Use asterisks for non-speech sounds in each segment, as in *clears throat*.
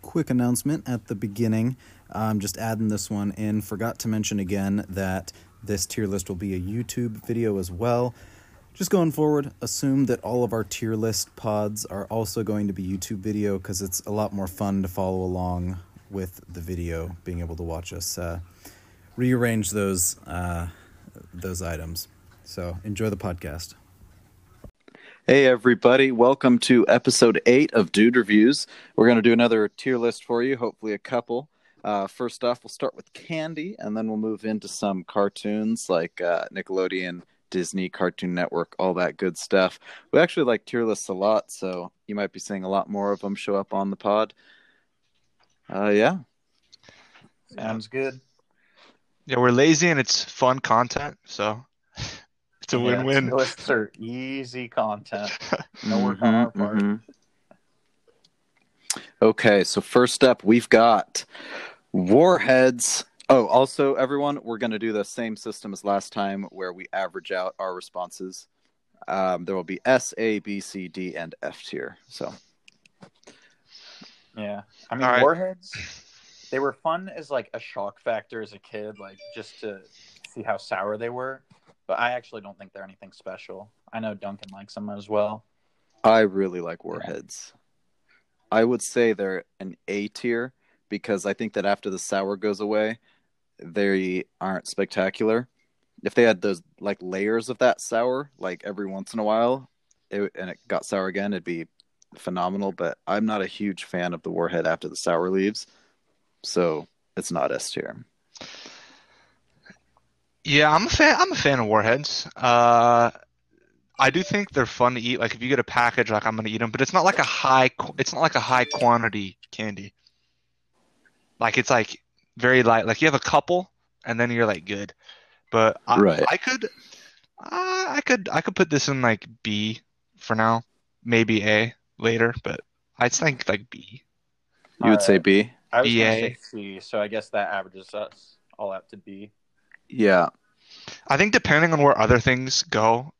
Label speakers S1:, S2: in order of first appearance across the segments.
S1: quick announcement at the beginning. I'm just adding this one in. Forgot to mention again that this tier list will be a YouTube video as well. Just going forward, assume that all of our tier list pods are also going to be YouTube video because it's a lot more fun to follow along with the video, being able to watch us uh, rearrange those uh, those items. So enjoy the podcast.
S2: Hey, everybody. Welcome to episode eight of Dude Reviews. We're going to do another tier list for you, hopefully, a couple. Uh, first off, we'll start with candy, and then we'll move into some cartoons like uh, Nickelodeon, Disney, Cartoon Network, all that good stuff. We actually like tier lists a lot, so you might be seeing a lot more of them show up on the pod. Uh, yeah.
S3: Sounds
S2: good.
S3: Yeah, we're lazy and it's fun content, so *laughs* it's a win-win.
S4: lists are easy content. No work on our part.
S2: Mm-hmm, Okay, so first up, we've got Warheads. Oh, also, everyone, we're going to do the same system as last time where we average out our responses. Um, there will be S, A, B, C, D, and F tier. So,
S4: Yeah. I mean,
S3: All right.
S4: warheads, they were fun as like a shock factor as a kid, like just to see how sour they were. But I actually don't think they're anything special. I know Duncan likes them as well.
S2: I really like Warheads. I would say they're an A tier because I think that after the sour goes away, they aren't spectacular. If they had those like layers of that sour, like every once in a while, it, and it got sour again, it'd be phenomenal. But I'm not a huge fan of the Warhead after the sour leaves, so it's not S tier.
S3: Yeah, I'm a fan. I'm a fan of warheads. Uh, I do think they're fun to eat. Like if you get a package, like I'm gonna eat them, but it's not like a high. qu- It's not like a high quantity candy. Like it's like very light. Like you have a couple, and then you're like good. But I,
S2: Right.
S3: I could, uh, I could, I could put this in like B for now, maybe A later, but I think like B.
S2: You would say
S4: Alright.
S2: B.
S4: I was going to
S3: BA.
S4: say C, so I guess that averages us all out to B.
S2: Yeah,
S3: I think depending on where other things go,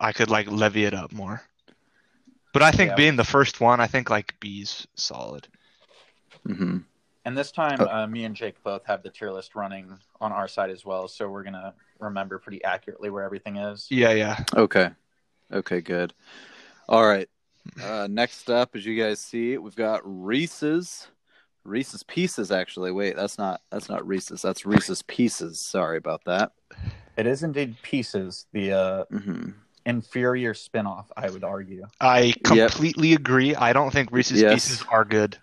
S3: I could like levy it up more. But I think
S4: Yeah.
S3: being the first one, I think like B's solid.
S2: hmm
S4: And this time,
S2: Oh.
S4: uh, me and Jake both have the tier list running on our side as well, so we're going to remember pretty accurately where everything is.
S3: Yeah, yeah.
S2: Okay. Okay, good. All right. Uh, next up, as you guys see, we've got Reese's. Reese's Pieces, actually. Wait, that's not that's not Reese's. That's Reese's Pieces. Sorry about that.
S4: It is indeed pieces, the uh,
S2: hmm
S4: inferior spinoff, I would
S2: *laughs*
S4: argue.
S3: I completely agree. I don't think Reese's
S2: Yes.
S3: Pieces are good.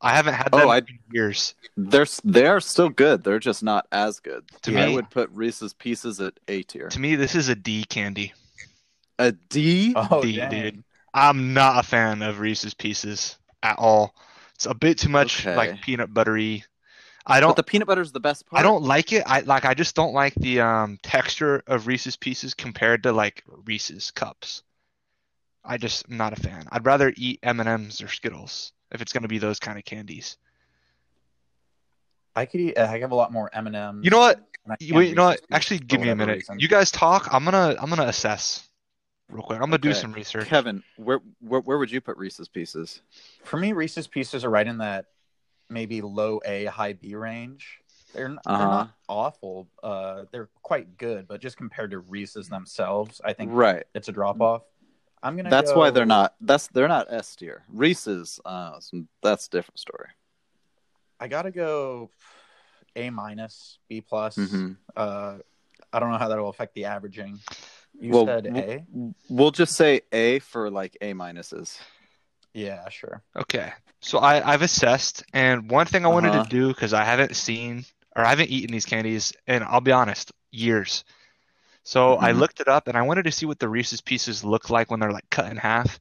S3: I haven't had
S2: Oh,
S3: them
S2: I-
S3: in years.
S2: They're s- they are still good. They're just not as good.
S3: To
S2: I
S3: me-
S2: would put Reese's Pieces at A tier.
S3: To me, this is a D candy.
S2: A D.
S4: Oh,
S3: D,
S4: dang.
S3: dude. I'm not a fan of Reese's Pieces at all. It's a bit too much
S2: Okay.
S3: like peanut buttery. I
S2: But
S3: don't.
S2: the peanut butter is the best part.
S3: I don't like it. I like. I just don't like the um, texture of Reese's Pieces compared to like Reese's cups. I just am not a fan. I'd rather eat M and M's or Skittles if it's gonna be those kind of candies.
S4: I could eat a heck of a lot more M and M's.
S3: You know what? You, wait, you know what? Actually, give me a minute. You guys talk. I'm gonna. I'm gonna assess real quick. I'm gonna do
S2: Okay.
S3: some research.
S2: Kevin, where, where where would you put Reese's Pieces?
S4: For me, Reese's Pieces are right in that maybe low A, high B range. They're, n- they're
S2: Uh-huh.
S4: not awful. Uh, they're quite good, but just compared to Reese's themselves, I think
S2: Right.
S4: it's a drop off. I'm gonna.
S2: That's why they're
S4: go-
S2: not. That's they're not S tier. Reese's. Uh, some- that's a different story.
S4: I gotta go A minus, B plus.
S2: Mm-hmm.
S4: Uh, I don't know how that will affect the averaging. You
S2: Well,
S4: said
S2: w-
S4: A.
S2: We'll just say A for like A minuses.
S4: Yeah, sure.
S3: Okay. So I, I've assessed, and one thing I wanted
S2: Uh-huh.
S3: to do because I haven't seen or I haven't eaten these candies, and I'll be honest, years. So I
S2: Mhm.
S3: looked it up, and I wanted to see what the Reese's Pieces look like when they're like cut in half.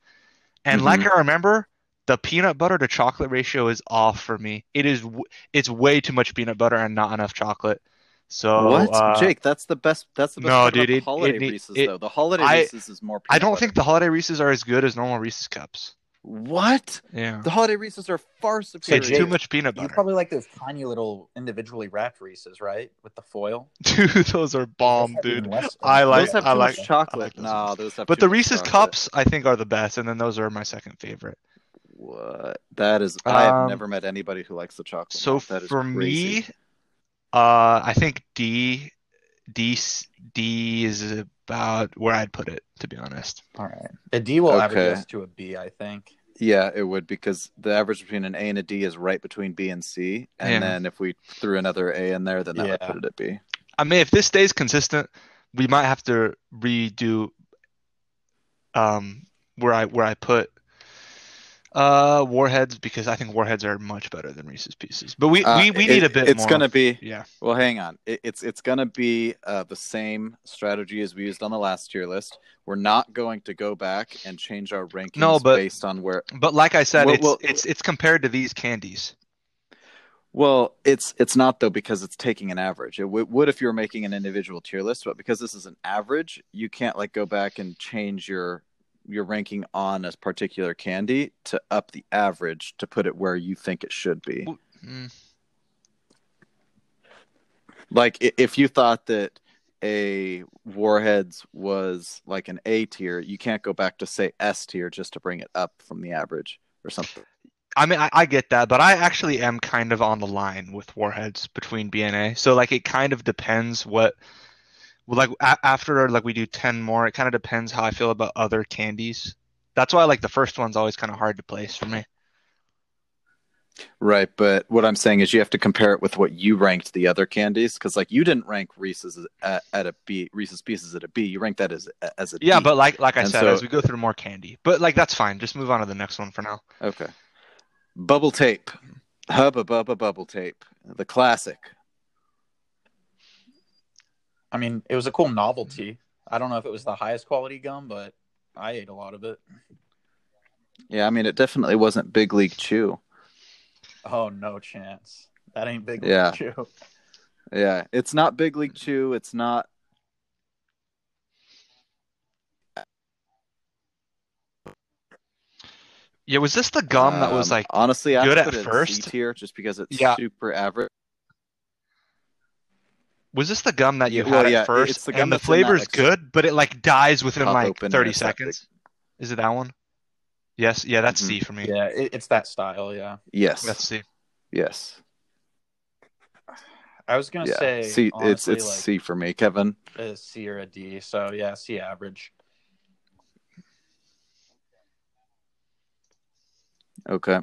S3: And
S2: Mhm.
S3: like I remember, the peanut butter to chocolate ratio is off for me. It is w- it's way too much peanut butter and not enough chocolate. So
S2: what,
S3: uh,
S2: Jake? That's the best. That's the best
S3: no,
S2: part about
S3: dude,
S2: the
S3: it- it
S2: holiday
S3: need-
S2: Reese's
S3: it-
S2: though. The holiday
S3: I-
S2: Reese's is more.
S3: I
S2: peanut
S3: don't
S2: butter.
S3: think the holiday Reese's are as good as normal Reese's cups.
S2: What?
S3: Yeah,
S2: The holiday Reese's are far superior.
S3: it's
S4: Jake,
S3: too much peanut
S4: You
S3: butter.
S4: probably like those tiny little individually wrapped Reese's, right? With the foil.
S3: *laughs* Dude, those are
S4: Those
S3: bomb,
S4: have
S3: Um, dude.
S4: even less-
S3: I like-
S2: those have too
S3: I like-
S2: much chocolate.
S3: I like those
S2: no,
S3: ones.
S2: those have.
S3: But
S2: too
S3: the
S2: much
S3: Reese's
S2: chocolate. Oh,
S3: cups, I think, are the best, and then those are my second favorite.
S2: What? That is. I have
S3: Um,
S2: never met anybody who likes the chocolate.
S3: So
S2: milk. That is
S3: for
S2: crazy.
S3: me, uh, I think D, D, s- D is about where I'd put it, to be honest.
S4: All right. A D will
S2: Okay.
S4: average us to a B, I think.
S2: Yeah, it would because the average between an A and a D is right between B and C, and
S3: Yeah.
S2: then if we threw another A in there, then that would
S4: Yeah.
S2: put it at B.
S3: I mean, if this stays consistent, we might have to redo um where I where I put uh Warheads because I think Warheads are much better than Reese's Pieces. But we
S2: Uh,
S3: we, we
S2: it-
S3: need a bit
S2: It's
S3: more.
S2: gonna be
S3: yeah.
S2: well. Hang on, it, it's it's gonna be uh, the same strategy as we used on the last tier list. We're not going to go back and change our rankings
S3: but-
S2: based on where
S3: But like I said,
S2: Well,
S3: it's
S2: well-
S3: it's it's compared to these candies.
S2: Well, it's it's not though because it's taking an average. It w- would if you were making an individual tier list, but because this is an average, you can't like go back and change your your ranking on a particular candy to up the average to put it where you think it should be.
S3: Mm.
S2: Like i- if you thought that a Warheads was like an A tier, you can't go back to say S tier just to bring it up from the average or something.
S3: I mean, I, I get that, but I actually am kind of on the line with Warheads between B and A. So like, it kind of depends what, well, like a after like we do ten more, it kind of depends how I feel about other candies. That's why like the first one's always kind of hard to place for me.
S2: Right, but what I'm saying is you have to compare it with what you ranked the other candies because, like, you didn't rank Reese's at, at a B, Reese's Pieces at a B. You ranked that as as a
S3: Yeah,
S2: D.
S3: but like like I
S2: And
S3: said,
S2: so-
S3: as we go through more candy, but like that's fine. Just move on to the next one for now.
S2: okay. Bubble tape, hubba bubba bubble tape, the classic.
S4: I mean, it was a cool novelty. I don't know if it was the highest quality gum, but I ate a lot of it.
S2: Yeah, I mean, it definitely wasn't Big League Chew.
S4: Oh, no chance. That ain't big.
S2: Yeah.
S4: league chew.
S2: Yeah, it's not Big League Chew. It's not.
S3: Yeah, was this the gum that was
S2: um,
S3: like?
S2: honestly I
S3: good
S2: put
S3: at
S2: it in
S3: first.
S2: C tier just because it's
S3: Yeah.
S2: super average.
S3: Was this the gum that you
S2: yeah,
S3: had
S2: well,
S3: at
S2: yeah, it-
S3: first?
S2: it's the
S3: and
S2: gum
S3: the
S2: that's in that,
S3: flavor's
S2: like,
S3: good, but it like dies within
S2: pop
S3: like
S2: open
S3: 30
S2: antiseptic.
S3: seconds. Is it that one? Yes. Yeah, that's
S2: Mm-hmm.
S3: C for me.
S4: Yeah, it, it's that style. Yeah.
S2: Yes,
S3: That's C.
S2: yes,
S4: I was going to
S2: yeah.
S4: say,
S2: C, it's
S4: honestly,
S2: it's
S4: like,
S2: C for me, Kevin.
S4: a C or a D. So, yeah, C average.
S2: Okay.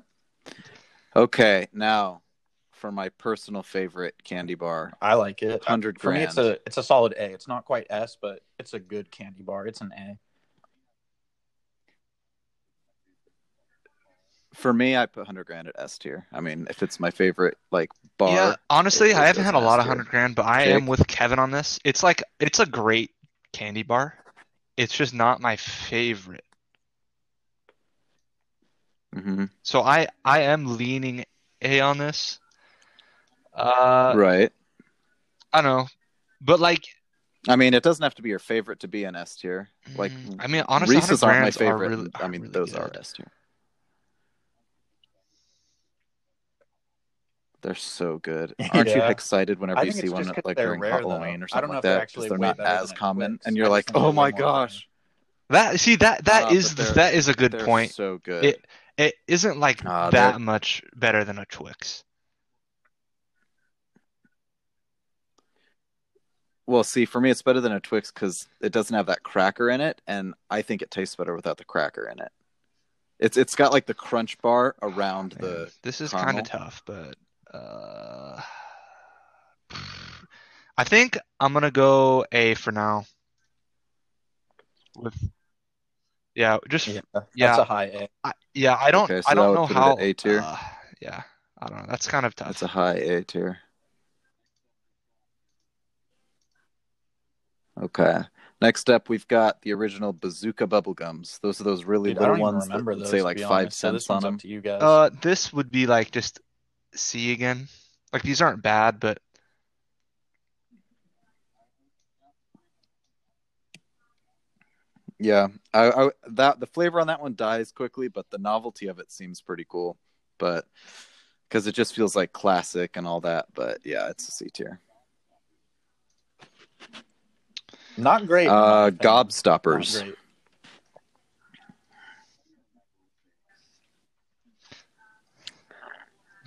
S2: Okay, now for my personal favorite candy
S3: Uh,
S2: bar,
S4: I like it.
S2: 100
S4: For me,
S2: grand.
S4: it's a it's a solid A. It's not quite S, but it's a good candy bar. It's an A.
S2: For me, I put 100 grand at S tier. I mean, if it's my favorite like bar,
S3: Yeah, honestly,
S2: it-
S3: I
S2: it
S3: haven't had a
S2: doesn't
S3: lot of
S2: ask you.
S3: hundred grand, but I am with Kevin on this. It's like it's a great candy bar. It's just not my favorite.
S2: hmm
S3: So I I am leaning A on this. Uh,
S2: right?
S3: I don't know, but like
S2: I mean, it doesn't have to be your favorite to be an S tier. Like
S3: mm, I mean, honestly,
S2: Reese's
S3: 100
S2: aren't my
S3: grands
S2: favorite.
S3: Are really,
S2: I mean,
S3: really
S2: those
S3: good.
S2: are S tier. They're so
S4: *laughs*
S2: good. Aren't you
S4: Yeah.
S2: excited whenever
S4: I
S2: you
S4: think
S2: see
S4: it's
S2: one
S4: just 'cause
S2: like
S4: they're
S2: during
S4: rare, though.
S2: Halloween or
S4: I
S2: something
S4: don't know
S2: like
S4: if they're
S2: that?
S4: actually
S2: Because they're
S4: way
S2: not
S4: better
S2: as
S4: than
S2: common,
S4: Twix.
S2: and
S4: I
S2: you're
S4: just
S2: like,
S4: think
S2: "Oh
S4: they're
S2: my
S4: way more rare.
S2: gosh!"
S3: That see that that
S2: Ah,
S3: is
S2: but they're-
S3: that is a good
S2: They're
S3: point.
S2: so good.
S3: It- It isn't like
S2: Ah, they're-
S3: that much better than a Twix.
S2: Well, see, for me, it's better than a Twix because it doesn't have that cracker in it, and I think it tastes better without the cracker in it. It's it's got like the crunch bar around
S3: Oh,
S2: the.
S3: This is kind
S2: caramel.
S3: of tough, but uh, I think I'm gonna go A for now. With yeah, just
S4: Yeah,
S3: yeah,
S4: that's
S3: yeah,
S4: a high A.
S3: I, yeah, I don't,
S2: Okay, so
S3: I
S2: that
S3: don't
S2: would
S3: know
S2: put it at
S3: how.
S2: A tier.
S3: uh, yeah, I don't know. That's kind of tough.
S2: That's a high A tier. Okay. Next up, we've got the original Bazooka bubblegums. Those are those really
S4: Dude, I
S2: little
S4: don't even
S2: ones that
S4: remember
S2: would
S4: those.
S2: say
S4: to
S2: like
S4: be
S2: five
S4: honest, so this
S2: cents on
S4: one's up
S2: them.
S4: to you guys.
S3: uh, this would be like just C again. Like these aren't bad, but
S2: Yeah, I, I that the flavor on that one dies quickly, but the novelty of it seems pretty cool. But because it just feels like classic and all that. But yeah, it's a C tier.
S4: not great. in my
S2: Uh,
S4: opinion. Not
S2: Gobstoppers.
S4: great.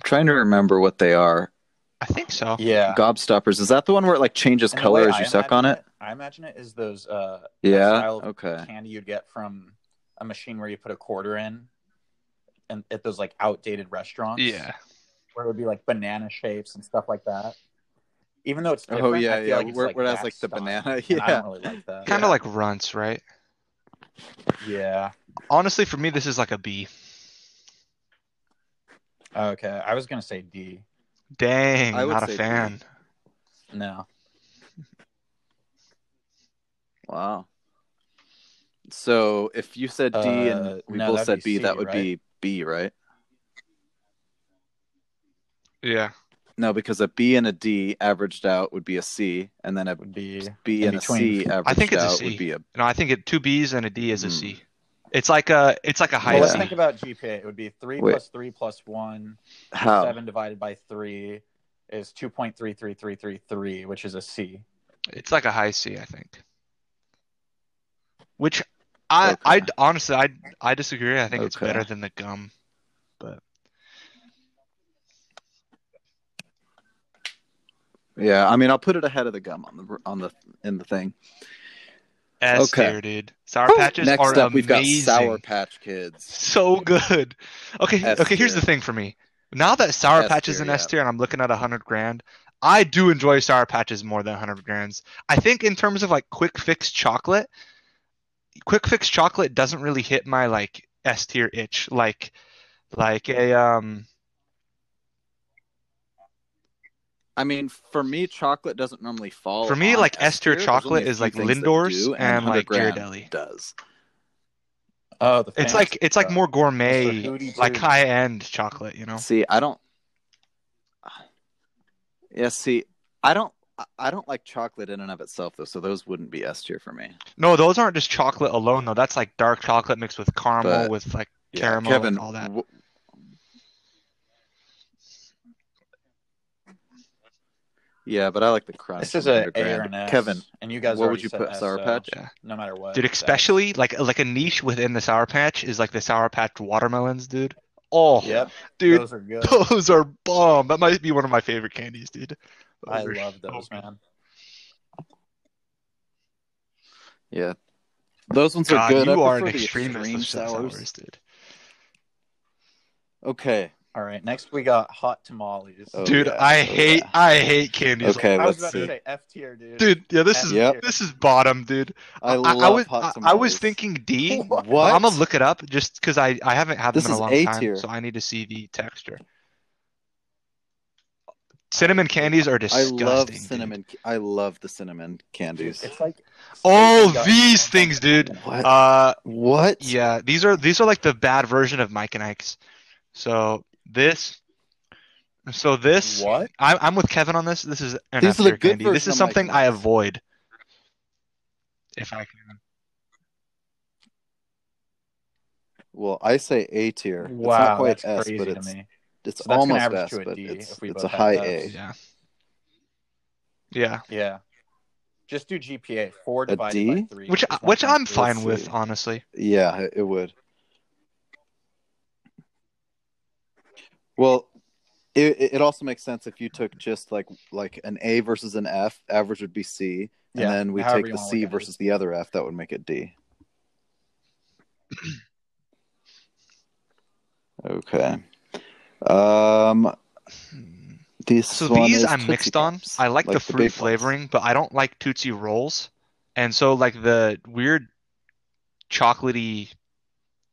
S2: trying to remember what they are.
S3: I think so.
S4: Yeah.
S2: Gobstoppers. Is that the one where it like changes
S4: And the
S2: color
S4: way
S2: as
S4: I
S2: you suck on
S4: imagine
S2: it?
S4: I imagine it is those uh that
S2: Yeah.
S4: style of
S2: Okay.
S4: candy you'd get from a machine where you put a quarter in and at those like outdated restaurants.
S3: Yeah.
S4: Where it would be like banana shapes and stuff like that. Even though it's different,
S2: Oh yeah,
S4: I feel
S2: yeah.
S4: like it's
S2: Where-
S4: like
S2: Whereas
S4: that
S2: like the
S4: style,
S2: banana. *laughs*
S4: *laughs* and I
S2: Yeah.
S4: don't really like that.
S3: Kind of like runts, right?
S4: Yeah.
S3: Honestly, for me, this is like a B.
S4: Okay. I was gonna say D.
S3: Dang,
S2: I would
S3: not a
S2: say B.
S3: fan.
S4: No.
S2: Wow. So if you said D
S4: Uh,
S2: and we
S4: no,
S2: both
S4: that'd
S2: said
S4: be
S2: B,
S4: C,
S2: that would
S4: right?
S2: be B, right?
S3: Yeah.
S2: No, because a B and a D averaged out would be a C, and then a
S4: Would be
S2: B
S4: In
S2: and
S4: between.
S2: a C averaged
S3: I think it's a
S2: out
S3: C.
S2: would be a
S3: No, I think it two B's and a D is a
S2: Hmm.
S3: C. It's like a it's like a high
S4: well, let's
S3: C.
S4: think about GPA. It would be three
S2: Wait.
S4: plus three plus one.
S2: how
S4: Seven divided by three is two point three three three three three, which is a C.
S3: It's like a high C, I think. Which I
S2: Okay.
S3: I honestly I I disagree. I think it's
S2: Okay.
S3: better than the gum.
S2: Yeah, I mean, I'll put it ahead of the gum on the on the in the thing.
S3: S
S2: Okay.
S3: tier, dude. Sour patches
S2: Next
S3: are
S2: up, we've got
S3: amazing.
S2: Sour Patch Kids.
S3: So good. Okay,
S2: S
S3: okay. Here's
S2: tier.
S3: the thing for me. Now that Sour
S2: S
S3: Patch is
S2: tier,
S3: an
S2: yeah.
S3: S tier, and I'm looking at a hundred grand, I do enjoy Sour Patches more than hundred grands. I think in terms of like quick fix chocolate, quick fix chocolate doesn't really hit my like S tier itch. Like, like a um.
S2: I mean, for me, chocolate doesn't normally fall.
S3: For me,
S2: on
S3: like S tier
S2: There's
S3: chocolate
S2: only a
S3: is
S2: few
S3: like
S2: things that
S3: Lindor's
S2: do,
S3: and, like
S2: 100 gram
S3: Ghirardelli.
S2: Does
S4: Oh, the
S3: It's
S4: fancy
S3: like it's like
S4: stuff.
S3: more gourmet,
S4: Hootie
S3: like
S4: Tootie.
S3: high end chocolate. You know.
S2: see? I don't. Yeah, see, I don't. I- I don't like chocolate in and of itself, though. So those wouldn't be S tier for me.
S3: No, those aren't just chocolate alone though. That's like dark chocolate mixed with caramel
S2: But-
S3: with like
S2: Yeah,
S3: caramel
S2: Kevin,
S3: and all that.
S2: w- yeah, but I like the crunch.
S4: This is
S2: and
S4: a
S2: 100
S4: A or
S2: gram.
S4: an S.
S2: Kevin,
S4: and you guys
S2: what
S4: already
S2: would you
S4: said
S2: put
S4: S,
S2: Sour
S4: so
S2: Patch?
S3: Yeah.
S4: No matter what,
S3: Dude,
S4: it's S.
S3: especially like like a niche within the Sour Patch is like the Sour Patch watermelons, dude. Oh,
S4: Yep,
S3: dude,
S4: those are good.
S3: those, are bomb. That might be one of my favorite candies, dude.
S4: I
S3: are
S4: love
S3: so
S4: those,
S3: good.
S4: man.
S2: yeah, those ones
S3: God,
S2: are good.
S3: you
S2: I
S3: are an
S2: prefer the
S3: extremist
S2: extreme
S3: of sours.
S2: sours.
S3: dude.
S2: Okay,
S4: All right, next we got hot tamales.
S2: Oh,
S3: dude,
S2: yeah.
S3: I hate
S2: yeah.
S3: I hate candies.
S2: okay,
S4: I was
S2: let's
S4: about to
S2: see.
S4: say F tier, dude.
S3: Dude, yeah, this
S4: F
S3: is
S2: Yep.
S4: tier.
S3: this is bottom, dude.
S2: I love
S3: I was
S2: hot
S3: I, I was
S2: tamales.
S3: thinking D.
S2: *laughs*
S4: What?
S2: What?
S3: I'm gonna look it up just because I, I haven't had them
S2: This
S3: in a
S2: is
S3: long
S2: A
S3: time,
S2: tier.
S3: so I need to see the texture. Cinnamon candies are
S2: I
S3: disgusting.
S2: love
S3: dude.
S2: cinnamon. I love the cinnamon candies.
S4: It's like
S3: All
S4: It's got-
S3: these things, dude.
S2: What?
S3: Uh,
S2: what?
S3: yeah, these are these are like the bad version of Mike and Ike's. So this, so this,
S4: What?
S3: I'm I'm with Kevin on this. This is an
S2: These are the
S3: F-tier
S2: good
S3: candy. This
S2: version
S3: is
S2: of Mike
S3: something
S2: and
S3: I
S2: Ike's.
S3: avoid. If I can.
S2: Well, I say A tier. it's not
S4: Wow,
S2: quite
S4: that's
S2: S,
S4: crazy
S2: but
S4: to
S2: it's
S4: me.
S2: it's
S4: So that's gonna
S2: almost
S4: average
S2: S,
S4: to a
S2: but
S4: D
S2: it's,
S4: if we
S2: it's a
S4: both had
S2: high
S4: those.
S2: A.
S3: Yeah. Yeah.
S4: Yeah, just do GPA four
S2: A
S4: divided
S2: D?
S4: by three,
S3: Which
S4: is
S3: I, which I'm
S4: 1.3.
S3: fine
S2: see.
S3: with, honestly.
S2: Yeah, it- it would. Well, it it also makes sense if you took just like like an A versus an F, average would be C, and
S4: Yeah,
S2: then we
S4: however
S2: take
S4: you
S2: the
S4: wanna
S2: C
S4: look at it.
S2: versus the other F, that would make it
S3: *clears throat*
S2: D. okay. Um, this
S3: So
S2: one
S3: these
S2: is
S3: I'm
S2: Tootsie
S3: mixed on.
S2: Pops,
S3: I like, the
S2: big
S3: fruit
S2: ones.
S3: flavoring, but I don't like Tootsie Rolls. And so like the weird chocolatey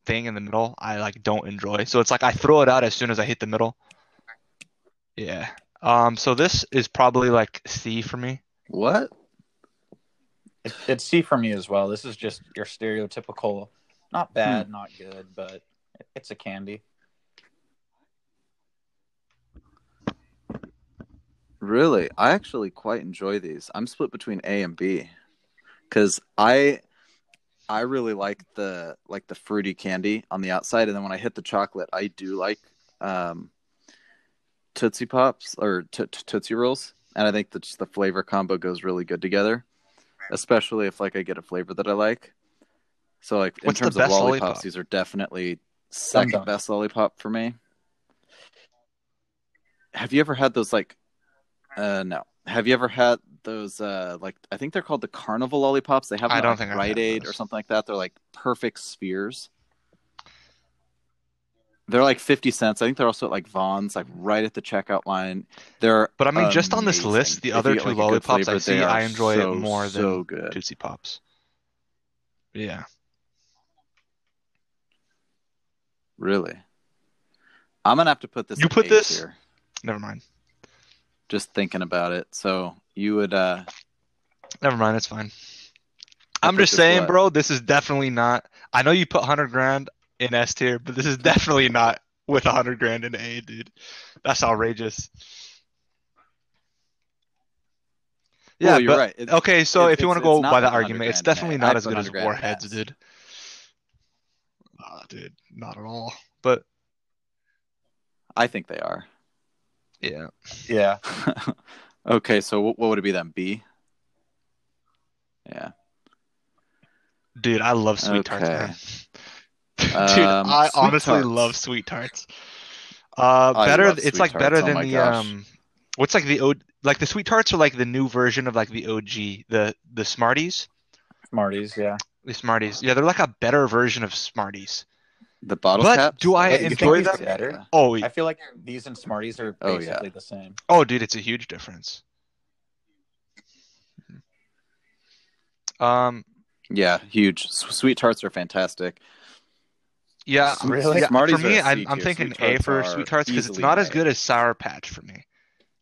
S3: thing in the middle, I like don't enjoy. So it's like I throw it out as soon as I hit the middle. Yeah. Um so this is probably like C for me.
S2: What?
S4: It, it's C for me as well. This is just your stereotypical, not bad, not good, but it- it's a candy.
S2: Really? I actually quite enjoy these. I'm split between A and B cuz I I really like the like the fruity candy on the outside and then when I hit the chocolate, I do like um Tootsie Pops or to to- Tootsie Rolls and I think that just the flavor combo goes really good together, especially if like I get a flavor that I like. So like in
S3: What's the
S2: terms of
S3: best
S2: lollipops,
S3: lollipop?
S2: these are definitely second
S4: Dum-dum.
S2: best lollipop for me. have you ever had those like uh no. Have you ever had those uh like I think they're called the carnival lollipops. They have them
S3: I
S2: at,
S3: don't
S2: like,
S3: think I've
S2: Rite
S3: had
S2: Aid
S3: those.
S2: or something like that. They're like perfect spheres. They're like 50 cents. I think they're also at like Vaughn's, like right at the checkout line. They're
S3: But I mean, just on this
S2: amazing.
S3: list, the
S2: If
S3: other
S2: you get,
S3: two
S2: like, a good
S3: lollipops I
S2: flavor,
S3: see,
S2: they are
S3: I enjoy
S2: so,
S3: it more
S2: so
S3: than
S2: good.
S3: Tootsie Pops. Yeah.
S2: Really. I'm gonna have to put this.
S3: You
S2: at
S3: put
S2: A
S3: this-
S2: tier,
S3: Never mind.
S2: Just thinking about it, so you would. uh
S3: Never mind. It's fine.
S2: I
S3: I'm
S2: put
S3: just
S2: this
S3: saying,
S2: what?
S3: bro, this is definitely not. I know you put 100 grand in S tier, but this is definitely not with 100 grand in A, dude. That's outrageous.
S2: well, you're
S3: but-
S2: right. It-
S3: Okay, so
S2: It-
S3: if you want to
S2: it's- it's
S3: go
S2: not
S3: by that
S2: 100
S3: argument, it's
S2: grand in
S3: definitely
S2: it.
S3: not
S2: I
S3: as
S2: put
S3: good as
S2: 100 grand in
S3: Warheads,
S2: S.
S3: dude. Nah, dude, not at all. But
S2: I think they are.
S3: yeah,
S4: Yeah.
S2: *laughs* okay, so what, what would it be then? B. Yeah.
S3: dude, I love sweet tarts,
S2: Okay.
S3: man. *laughs* dude,
S2: Um,
S3: I
S2: Sweet
S3: honestly
S2: Tarts.
S3: love sweet tarts. Uh,
S2: I
S3: better.
S2: love
S3: It's
S2: Sweet
S3: like
S2: Tarts,
S3: better
S2: oh
S3: than
S2: my
S3: the
S2: gosh.
S3: um. What's like the o like the sweet tarts are like the new version of like the OG the the Smarties
S4: Smarties, yeah.
S3: the Smarties yeah they're like a better version of Smarties.
S2: The bottle
S3: But
S2: caps?
S3: do I
S2: Like, you
S3: enjoy
S2: think-
S4: them? Better?
S2: Yeah.
S3: Oh
S4: I feel like these and Smarties are
S2: Oh,
S4: basically the same.
S3: oh dude, it's a huge difference. Um.
S2: Yeah, huge. S- Sweet tarts are fantastic.
S3: Yeah,
S2: Sm-
S4: Really?
S3: yeah,
S2: Smarties
S3: for
S2: are
S3: me,
S2: a
S3: I'm,
S2: C
S3: I'm
S2: tier.
S3: thinking
S2: Sweet
S3: A for
S2: Tarts are
S3: Sweet Tarts because it's
S2: easily
S3: not
S2: an
S3: as
S2: A.
S3: good as Sour Patch for me,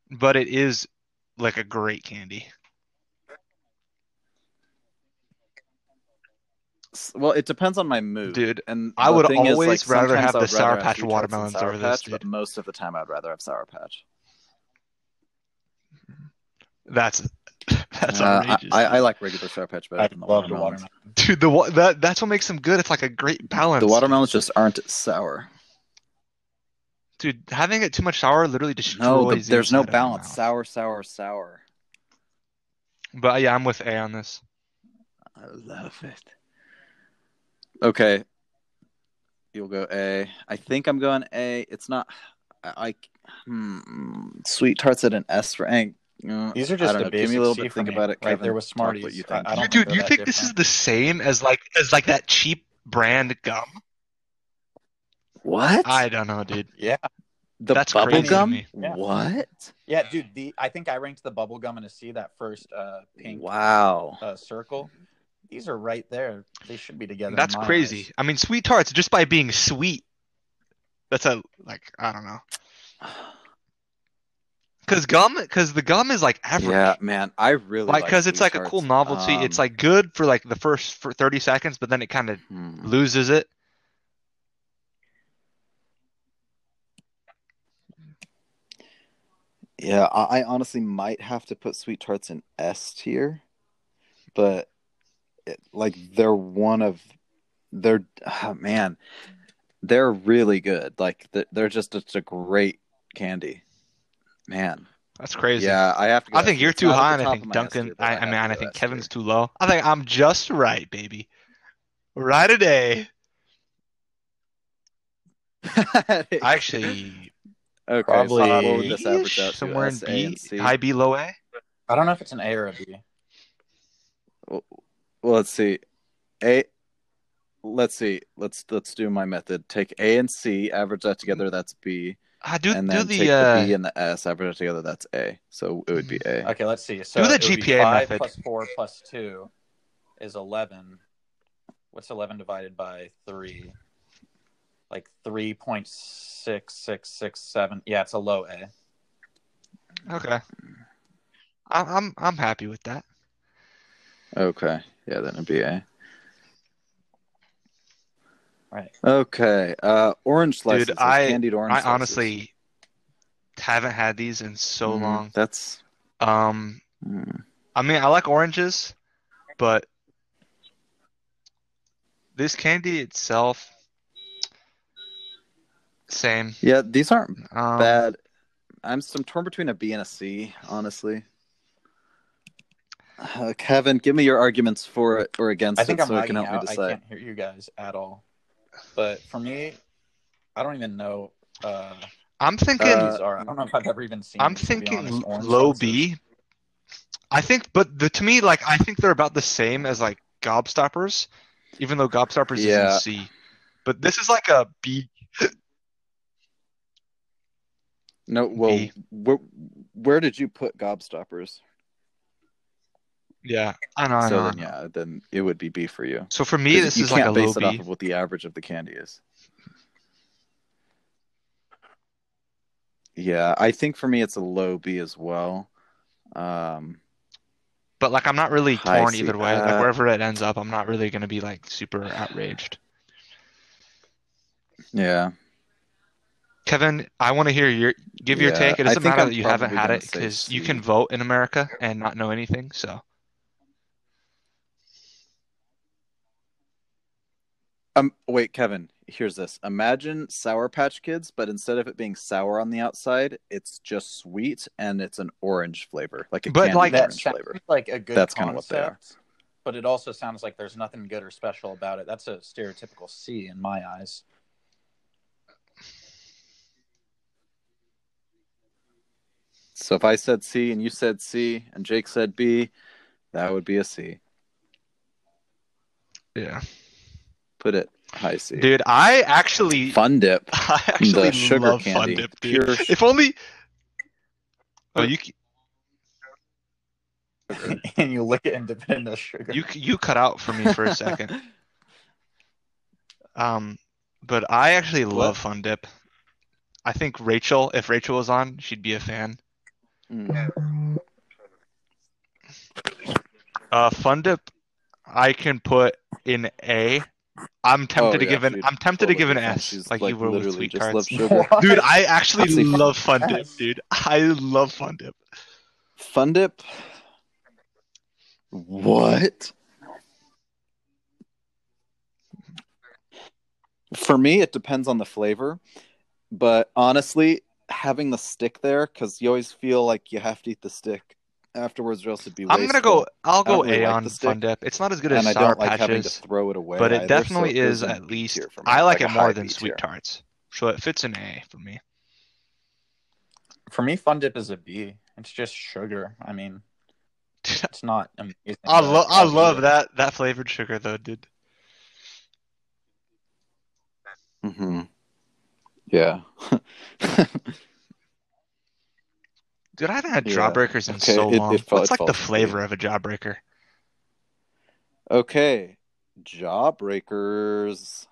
S3: but it is like a great candy.
S2: S- Well, it depends on my mood.
S3: Dude,
S2: and
S3: I
S2: the
S3: would
S2: thing is,
S3: always
S2: like,
S3: rather
S2: sometimes
S3: have
S2: I
S3: the
S2: would
S3: Sour
S2: rather have
S3: Patch
S2: Sweet Tarts than
S3: watermelons
S2: Sour
S3: over this,
S2: Patch, but
S3: dude.
S2: most of the time I'd rather have Sour Patch.
S3: That's *laughs* *laughs* that's
S2: Uh, I-
S3: outrageous,
S2: I, I
S3: dude.
S2: like regular Sour Patch better
S4: I
S2: than the
S4: love the
S2: watermelons.
S4: watermelon.
S3: dude. The wa- that that's what makes them good. It's like a great balance.
S2: The watermelons just aren't sour.
S3: dude. Having it too much sour literally destroys.
S2: No, the-
S3: the
S2: there's no
S3: inside of your
S2: balance.
S3: mouth.
S2: Sour, sour, sour.
S3: But yeah, I'm with A on this.
S2: I love it. Okay. You'll go A. I think I'm going A. It's not. I. I- hmm, sweet tarts at an S rank. Mm,
S4: These are
S2: I
S4: just
S2: don't
S4: a
S2: know.
S4: basic
S2: Give me a little
S4: C
S2: bit to
S4: for
S2: think
S4: me,
S2: about it.
S4: right
S2: Kevin.
S4: there with
S2: Talk
S4: Smarties.
S2: What you
S4: I-
S2: think.
S4: I don't-
S3: You, dude,
S4: they're
S3: you
S4: that
S3: think this is
S4: different.
S3: the same as like as like that cheap brand gum?
S2: What?
S3: I don't know, dude.
S2: *laughs*
S4: Yeah.
S2: the
S3: that's
S2: bubble
S3: crazy to
S2: gum?
S3: me.
S4: Yeah.
S2: What?
S4: Yeah, dude, the I think I ranked the bubble gum in a C that first uh pink
S2: Wow.
S4: uh, circle. These are right there. They should be together. in
S3: That's
S4: my
S3: crazy.
S4: eyes.
S3: I mean, sweet tarts just by being sweet. That's a like I don't know. Cause gum, cause the gum is like average.
S2: Yeah, man. I really
S3: like
S2: like
S3: because it's
S2: Sweet
S3: like a cool
S2: Tarts.
S3: novelty.
S2: Um,
S3: it's like good for like the first for 30 seconds, but then it kind of
S2: hmm.
S3: loses it.
S2: Yeah, I, I honestly might have to put Sweet Tarts in S tier, but it, like they're one of they're ah, man, they're really good. Like they're, they're just it's a great candy, man.
S3: That's crazy.
S2: Yeah, I have to. Go
S3: I think
S2: S tier.
S3: you're
S2: It's
S3: too
S2: not at the
S3: high, and I
S2: top
S3: think
S2: of my S
S3: Duncan.
S2: tier, but
S3: I, I
S2: have
S3: mean,
S2: to
S3: I
S2: go
S3: think
S2: S tier.
S3: Kevin's too low. I think I'm just right, baby. Right a day.
S2: *laughs*
S3: I actually
S2: okay,
S4: Probably
S2: so what would this average
S3: B-ish,
S2: out to?
S3: somewhere in
S2: S, A,
S3: B,
S2: and C?
S3: high B, low A.
S4: I don't know if it's an A or a B.
S2: Well, let's see. A let's see. Let's let's do my method. Take A and C, average that together, that's B.
S3: Ah, do
S2: and
S3: do
S2: then
S3: the
S2: take
S3: uh, Mm-hmm.
S2: the B and the S, average it together, that's A. So it would be A.
S4: Okay, let's see. So
S3: Do the
S4: it would be
S3: GPA
S4: five
S3: method.
S4: plus four plus two is eleven. What's eleven divided by three? Like three point six six six seven. Yeah, it's a low A.
S3: uh, Okay. I'm I'm I'm happy with that.
S2: Okay. Yeah, then it'd be A.
S4: Right.
S2: Okay. Uh orange slices.
S3: Dude,
S2: Dude,
S3: I-
S2: candied orange
S3: I
S2: slices.
S3: honestly haven't had these in so
S2: Mm,
S3: long.
S2: That's
S3: Um,
S2: mm.
S3: I mean, I like oranges, but this candy itself, same.
S2: Yeah, these aren't
S3: Um,
S2: bad. I'm I'm torn between a B and a C, honestly. Uh, Kevin, give me your arguments for it or against
S4: I think
S2: it
S4: I'm
S2: so I can help
S4: lagging
S2: me
S4: out. I
S2: decide.
S4: can't hear you guys at all. But for me, I don't even know. Uh,
S3: I'm thinking.
S2: Uh,
S4: These are. I don't know if I've ever even seen.
S3: I'm
S4: these, to be
S3: thinking
S4: honest. Orange
S3: low
S4: sauces.
S3: B. I think, but the, to me, like I think they're about the same as like Gobstoppers, even though Gobstoppers is
S2: Yeah.
S3: in C. But this is like a B.
S2: No, well,
S3: B.
S2: where, where did you put Gobstoppers?
S3: Yeah, I know. I know,
S2: so
S3: I
S2: then,
S3: know.
S2: yeah, then it would be B for you.
S3: So for me,
S2: 'Cause
S3: this
S2: you
S3: is like
S2: can't
S3: a low
S2: base it
S3: B.
S2: off of what the average of the candy is. Yeah, I think for me it's a low B as well. Um,
S3: but like I'm not really
S2: I
S3: torn
S2: see.
S3: either way. Like
S2: Uh,
S3: wherever it ends up, I'm not really gonna be like super outraged.
S2: yeah,
S3: Kevin, I want to hear your give your
S2: Yeah,
S3: take. It
S2: I
S3: doesn't
S2: think
S3: matter
S2: I'm
S3: that you haven't
S2: probably
S3: had
S2: gonna
S3: it
S2: say
S3: because you
S2: C.
S3: can vote in America and not know anything. So
S2: Um, wait, Kevin, here's this. Imagine Sour Patch Kids, but instead of it being sour on the outside, it's just sweet and it's an orange flavor, like a
S3: But,
S2: candy
S3: like-
S4: that
S2: orange
S4: sounds
S2: flavor.
S4: like a good
S2: That's kinda
S4: concept,
S2: what they are.
S4: but it also sounds like there's nothing good or special about it. That's a stereotypical C in my eyes.
S2: So if I said C and you said C and Jake said B, that would be a C.
S3: yeah,
S2: Put it high C.
S3: dude, I actually,
S2: Fun dip.
S3: *laughs* I actually
S2: the sugar
S3: love
S2: candy.
S3: Fun Dip, dude.
S2: Pure
S3: If only. Oh, you c-
S4: *laughs* and you lick it and dip it into sugar. *laughs*
S3: you c- you cut out for me for a second.
S2: *laughs*
S3: Um, but I actually love Fun Dip. I think Rachel, if Rachel was on, she'd be a fan.
S2: Mm.
S3: Uh, Fun Dip, I can put in A. I'm tempted to
S2: Oh, yeah,
S3: give an
S2: dude.
S3: I'm tempted to
S2: Totally
S3: give an
S2: different.
S3: S,
S2: She's,
S3: like,
S2: like,
S3: you were with
S2: literally
S3: sweet
S2: just
S3: tarts.
S2: loves sugar.
S4: What?
S3: *laughs* Dude, I actually
S2: Actually, fuck
S3: love Fun Dip,
S4: yes.
S3: dude. I love Fun Dip.
S2: Fun dip. What? For me, it depends on the flavor, but honestly, having the stick there because you always feel like you have to eat the stick afterwards, or else it'd be.
S3: I'm gonna go.
S2: wasteful,
S3: I'll go
S2: I don't really
S3: A
S2: like
S3: on
S2: the
S3: Fun
S2: stick,
S3: Dip. It's not as good as
S2: and I
S3: Sour
S2: don't like having to
S3: Patches,
S2: throw it away.
S3: but
S2: either,
S3: it
S2: so
S3: definitely
S2: goes
S3: is
S2: in
S3: at least.
S2: tier for me,
S3: I like,
S2: like a
S3: it more
S2: high
S3: than
S2: B
S3: Sweet
S2: tier.
S3: Tarts, so it fits an A for me.
S4: For me, Fun Dip is a B. It's just sugar. I
S3: *laughs*
S4: mean, it's not amazing.
S3: I
S4: but
S3: love I
S4: love
S3: love
S4: it.
S3: that that flavored sugar though, dude.
S2: Mm-hmm. Yeah.
S3: Dude, I haven't had
S2: Yeah.
S3: jawbreakers in
S2: Okay,
S3: so
S2: it- it
S3: long.
S2: fall-
S3: What's
S2: it
S3: like the
S2: falls for
S3: flavor of a jawbreaker?
S2: okay, Jawbreakers.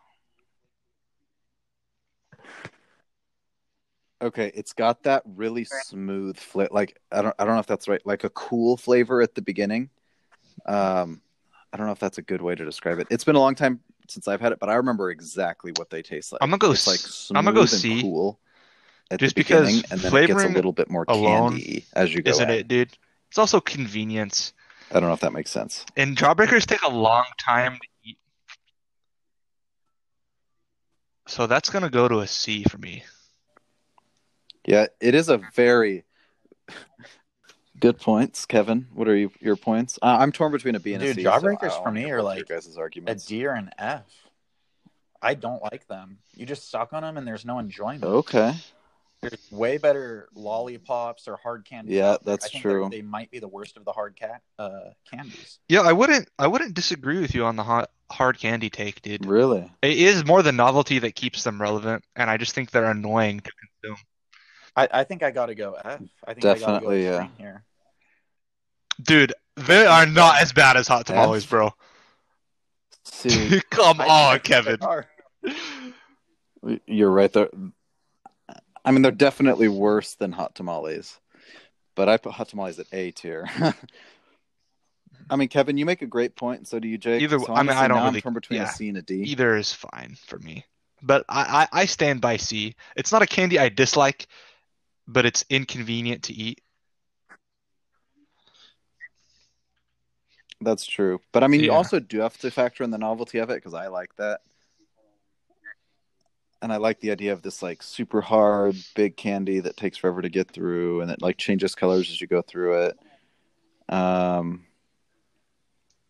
S2: Okay, it's got that really smooth flavor. Like I don't, I don't know if that's right. Like a cool flavor at the beginning. Um, I don't know if that's a good way to describe it. It's been a long time since I've had it, but I remember exactly what they taste like.
S3: I'm gonna go
S2: It's like
S3: s-
S2: smooth
S3: I'm gonna go
S2: and
S3: C.
S2: cool. At
S3: Just
S2: the
S3: because
S2: beginning, and then it gets a
S3: flavoring
S2: little bit more
S3: alone
S2: candy as you go.
S3: Isn't
S2: at
S3: it, dude? It's also convenience.
S2: I don't know if that makes sense.
S3: And jawbreakers take a long time to eat. So that's gonna go to a C for me.
S2: Yeah, it is a very good points, Kevin. What are you, your points? Uh, I'm torn between a B and a
S4: Dude,
S2: C.
S4: jawbreakers
S2: so I
S4: for
S2: wanna
S4: me are
S2: hear
S4: like
S2: your guys'
S4: A
S2: arguments.
S4: D or an F. I don't like them. You just suck on them and there's no enjoyment.
S2: Okay,
S4: There's way better lollipops or hard candies.
S2: Yeah,
S4: out there.
S2: that's
S4: I think
S2: true.
S4: they're- They might be the worst of the hard cat uh, candies.
S3: Yeah, I wouldn't I wouldn't disagree with you on the hot, hard candy take, dude.
S2: really?
S3: It is more the novelty that keeps them relevant, and I just think they're annoying to consume.
S4: I, I think I got to go F. I think
S2: Definitely, yeah.
S4: I got to go extreme here.
S3: Dude, they are not as bad as hot tamales,
S2: F?
S3: bro.
S4: *laughs*
S2: C.
S3: *laughs* Come
S4: I- I
S3: on,
S4: think they
S3: Kevin.
S4: are.
S2: You're right there. I mean, they're definitely worse than hot tamales, but I put hot tamales at A tier. *laughs* I mean, Kevin, you make a great point, and so do you, Jake.
S3: Either-
S2: So
S3: I mean, I
S2: honestly,
S3: don't
S2: now I'm
S3: really-
S2: torn between
S3: yeah.
S2: a C and a D.
S3: Either is fine for me. But I, I, I stand by C. It's not a candy I dislike, but it's inconvenient to eat.
S2: That's true. But I mean, you
S3: Yeah.
S2: also do have to factor in the novelty of it because I like that. And I like the idea of this like super hard, big candy that takes forever to get through and it like changes colors as you go through it. Um,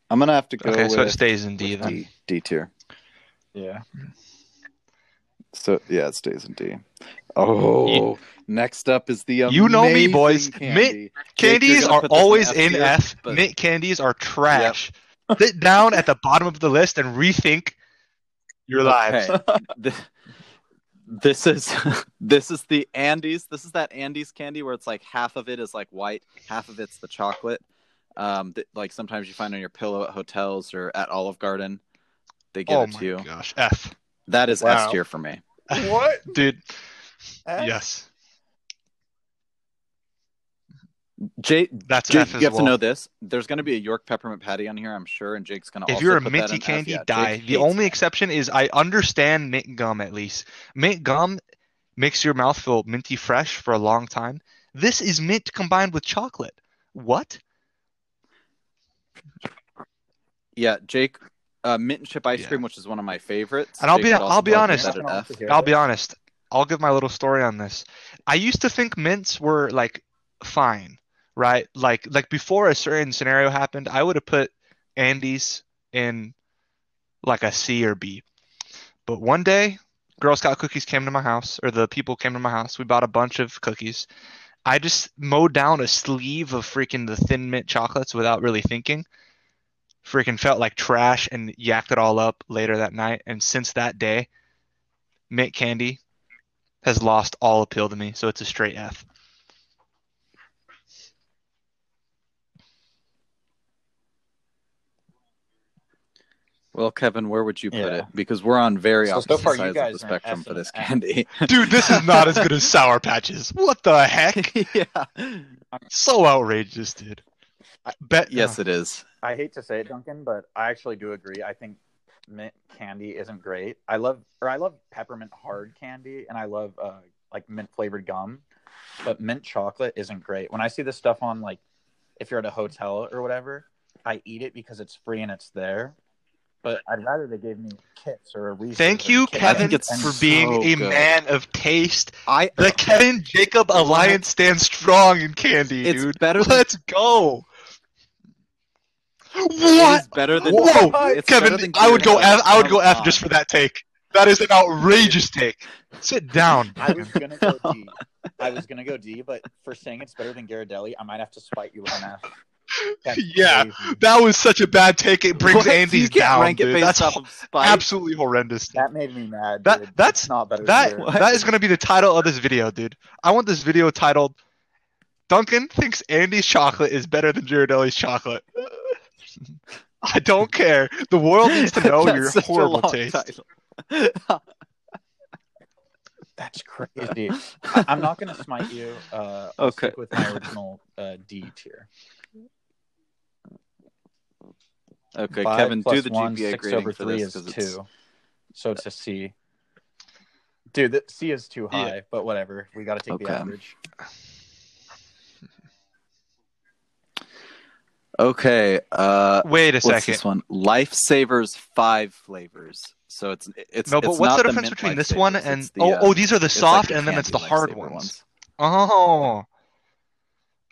S2: I'm going to have to go
S3: okay,
S2: with
S3: so it stays in
S2: with
S3: D then.
S2: D, D tier.
S4: Yeah.
S2: So yeah, it stays in D. Oh, next up is the
S3: You know me,
S2: amazing
S3: boys.
S2: Candy. Jake, you're
S3: Candies
S2: gonna
S3: are
S2: put this in
S3: always
S2: F
S3: in
S2: tier,
S3: F.
S2: but-
S3: Mint candies are trash. *laughs* Sit down at the bottom of the list and rethink your lives.
S2: Okay. Th- this is *laughs* this is the Andes. This is that Andes candy where it's like half of it is like white, half of it's the chocolate. Um, that like sometimes you find on your pillow at hotels or at Olive Garden. They give
S3: Oh
S2: it
S3: my
S2: to you.
S3: gosh, F,
S2: That is
S3: Wow.
S2: S tier for me.
S3: *laughs*
S4: What?
S3: dude.
S4: F?
S3: Yes,
S2: Jake,
S3: that's
S2: Jake
S3: F
S2: you
S3: as
S2: have
S3: well.
S2: to know this. There's going to be a York peppermint patty on here, I'm sure, and Jake's going to.
S3: if
S2: also
S3: you're a
S2: put that
S3: minty
S2: in F.
S3: candy,
S2: Yeah, Jake
S3: die. The
S2: hates
S3: only
S2: that.
S3: exception is I understand mint gum at least. Mint gum makes your mouth feel minty fresh for a long time. This is mint combined with chocolate. What?
S2: Yeah, Jake, uh, mint and chip ice
S3: Yeah.
S2: cream, which is one of my favorites.
S3: And I'll
S2: Jake
S3: be-
S2: would also
S3: I'll be
S2: probably put
S3: honest.
S2: that at F.
S3: I'll be honest. I'll give my little story on this. I used to think mints were like fine, right? Like like before a certain scenario happened, I would have put Andes in like a C or B. But one day, Girl Scout cookies came to my house, or the people came to my house. We bought a bunch of cookies. I just mowed down a sleeve of freaking the thin mint chocolates without really thinking. Freaking felt like trash and yacked it all up later that night. And since that day, mint candy has lost all appeal to me, so it's a
S2: *laughs*
S3: straight F.
S2: Well, Kevin, where would you put
S4: Yeah.
S2: it? Because we're on very
S4: So, so
S2: opposite
S4: far you
S2: sides
S4: guys
S2: of
S4: are
S2: the
S4: an
S2: spectrum
S4: F
S2: for
S4: and
S2: this
S4: an F.
S2: candy.
S3: Dude, this is not as good as Sour Patches. What the *laughs* heck?
S2: yeah.
S3: So outrageous, dude.
S2: *laughs*
S3: Bet
S2: Yes, it is.
S4: I hate to say it, Duncan, but I actually do agree. I think mint candy isn't great. I love, or I love peppermint hard candy, and I love uh, like mint flavored gum, but mint chocolate isn't great. When I see this stuff on like, if you're at a hotel or whatever, I eat it because it's free and it's there. But I'd rather they gave me kits or a Reese's.
S3: Thank
S4: or
S3: you,
S4: Kit Kat.
S2: I
S3: Kevin,
S2: think it's
S3: for being
S2: so
S3: a
S2: good.
S3: man of taste.
S2: I.
S3: The Kevin Jacob Alliance stands strong in candy,
S2: It's
S3: dude.
S2: better than-
S3: Let's go.
S2: It
S3: What?
S2: is better than
S3: Whoa,
S2: it's better
S3: Kevin,
S2: than
S3: I would go
S2: Kit Kat.
S3: F. I would go
S2: Come
S3: F
S2: on. *laughs*
S3: just for that take. That is an outrageous take. Sit down.
S4: I was gonna go D. I was gonna go D, but for saying it's better than Ghirardelli, I might have to spite you with an F.
S2: *laughs*
S4: That's
S3: Yeah.
S4: crazy.
S3: That was such a bad take. It brings
S2: What?
S3: Andy's
S2: you can't
S3: down.
S2: Rank it
S3: dude.
S2: based
S3: That's
S2: off
S3: ho-
S2: of spite.
S3: absolutely horrendous.
S4: That made me mad.
S3: That-
S4: dude.
S3: that's-
S4: It's not better.
S3: that
S4: than
S2: What?
S3: that is going to be the title of this video, dude. I want this video titled "Duncan thinks Andy's chocolate is better than Girardelli's chocolate." *laughs* I don't care. The world
S2: *laughs*
S3: needs to know
S2: That's
S3: your
S2: such a
S3: horrible
S2: long
S3: taste.
S2: title.
S4: that's crazy. I, am not gonna smite you. Uh, I'll
S2: Okay.
S4: stick with my original uh, D tier.
S2: *laughs* okay,
S4: Five
S2: Kevin, do
S4: plus
S2: the
S4: one,
S2: GPA
S4: six
S2: grading
S4: over
S2: for
S4: three
S2: this
S4: is
S2: 'cause
S4: two.
S2: it's-
S4: So it's a C. Dude, the C is too
S3: Yeah.
S4: high, but whatever. We got to take
S2: Okay.
S4: the average.
S2: Okay. Uh,
S3: Wait a
S2: what's
S3: second.
S2: this one? Lifesavers five flavors. So it's it's
S3: No, but
S2: it's
S3: what's
S2: not
S3: the difference
S2: mint
S3: between this
S2: Lifesavers,
S3: one
S2: it's
S3: and
S2: the,
S3: oh
S2: uh,
S3: oh these are the
S2: it's like
S3: soft and then it's the
S2: candy
S3: hard
S2: Lifesaver
S3: ones. Oh.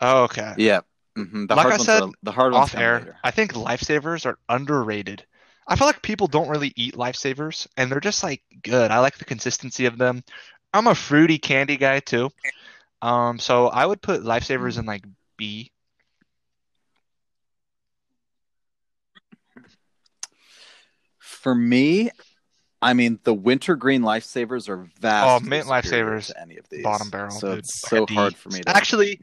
S3: Okay.
S2: Yeah. hmm The
S3: Like
S2: hard
S3: I
S2: ones
S3: said,
S2: are, the hard ones
S3: off
S2: come
S3: air,
S2: later.
S3: I think lifesavers are underrated. I feel like people don't really eat lifesavers, and they're just like good. I like the consistency of them. I'm a fruity candy guy too, um, so I would put lifesavers in like B.
S2: For me, I mean the wintergreen lifesavers are vast.
S3: Oh, mint Lifesavers,
S2: to any of these.
S3: bottom barrel,
S2: So
S3: dude.
S2: it's
S3: Like
S2: so
S3: a D.
S2: hard for me to
S3: Actually,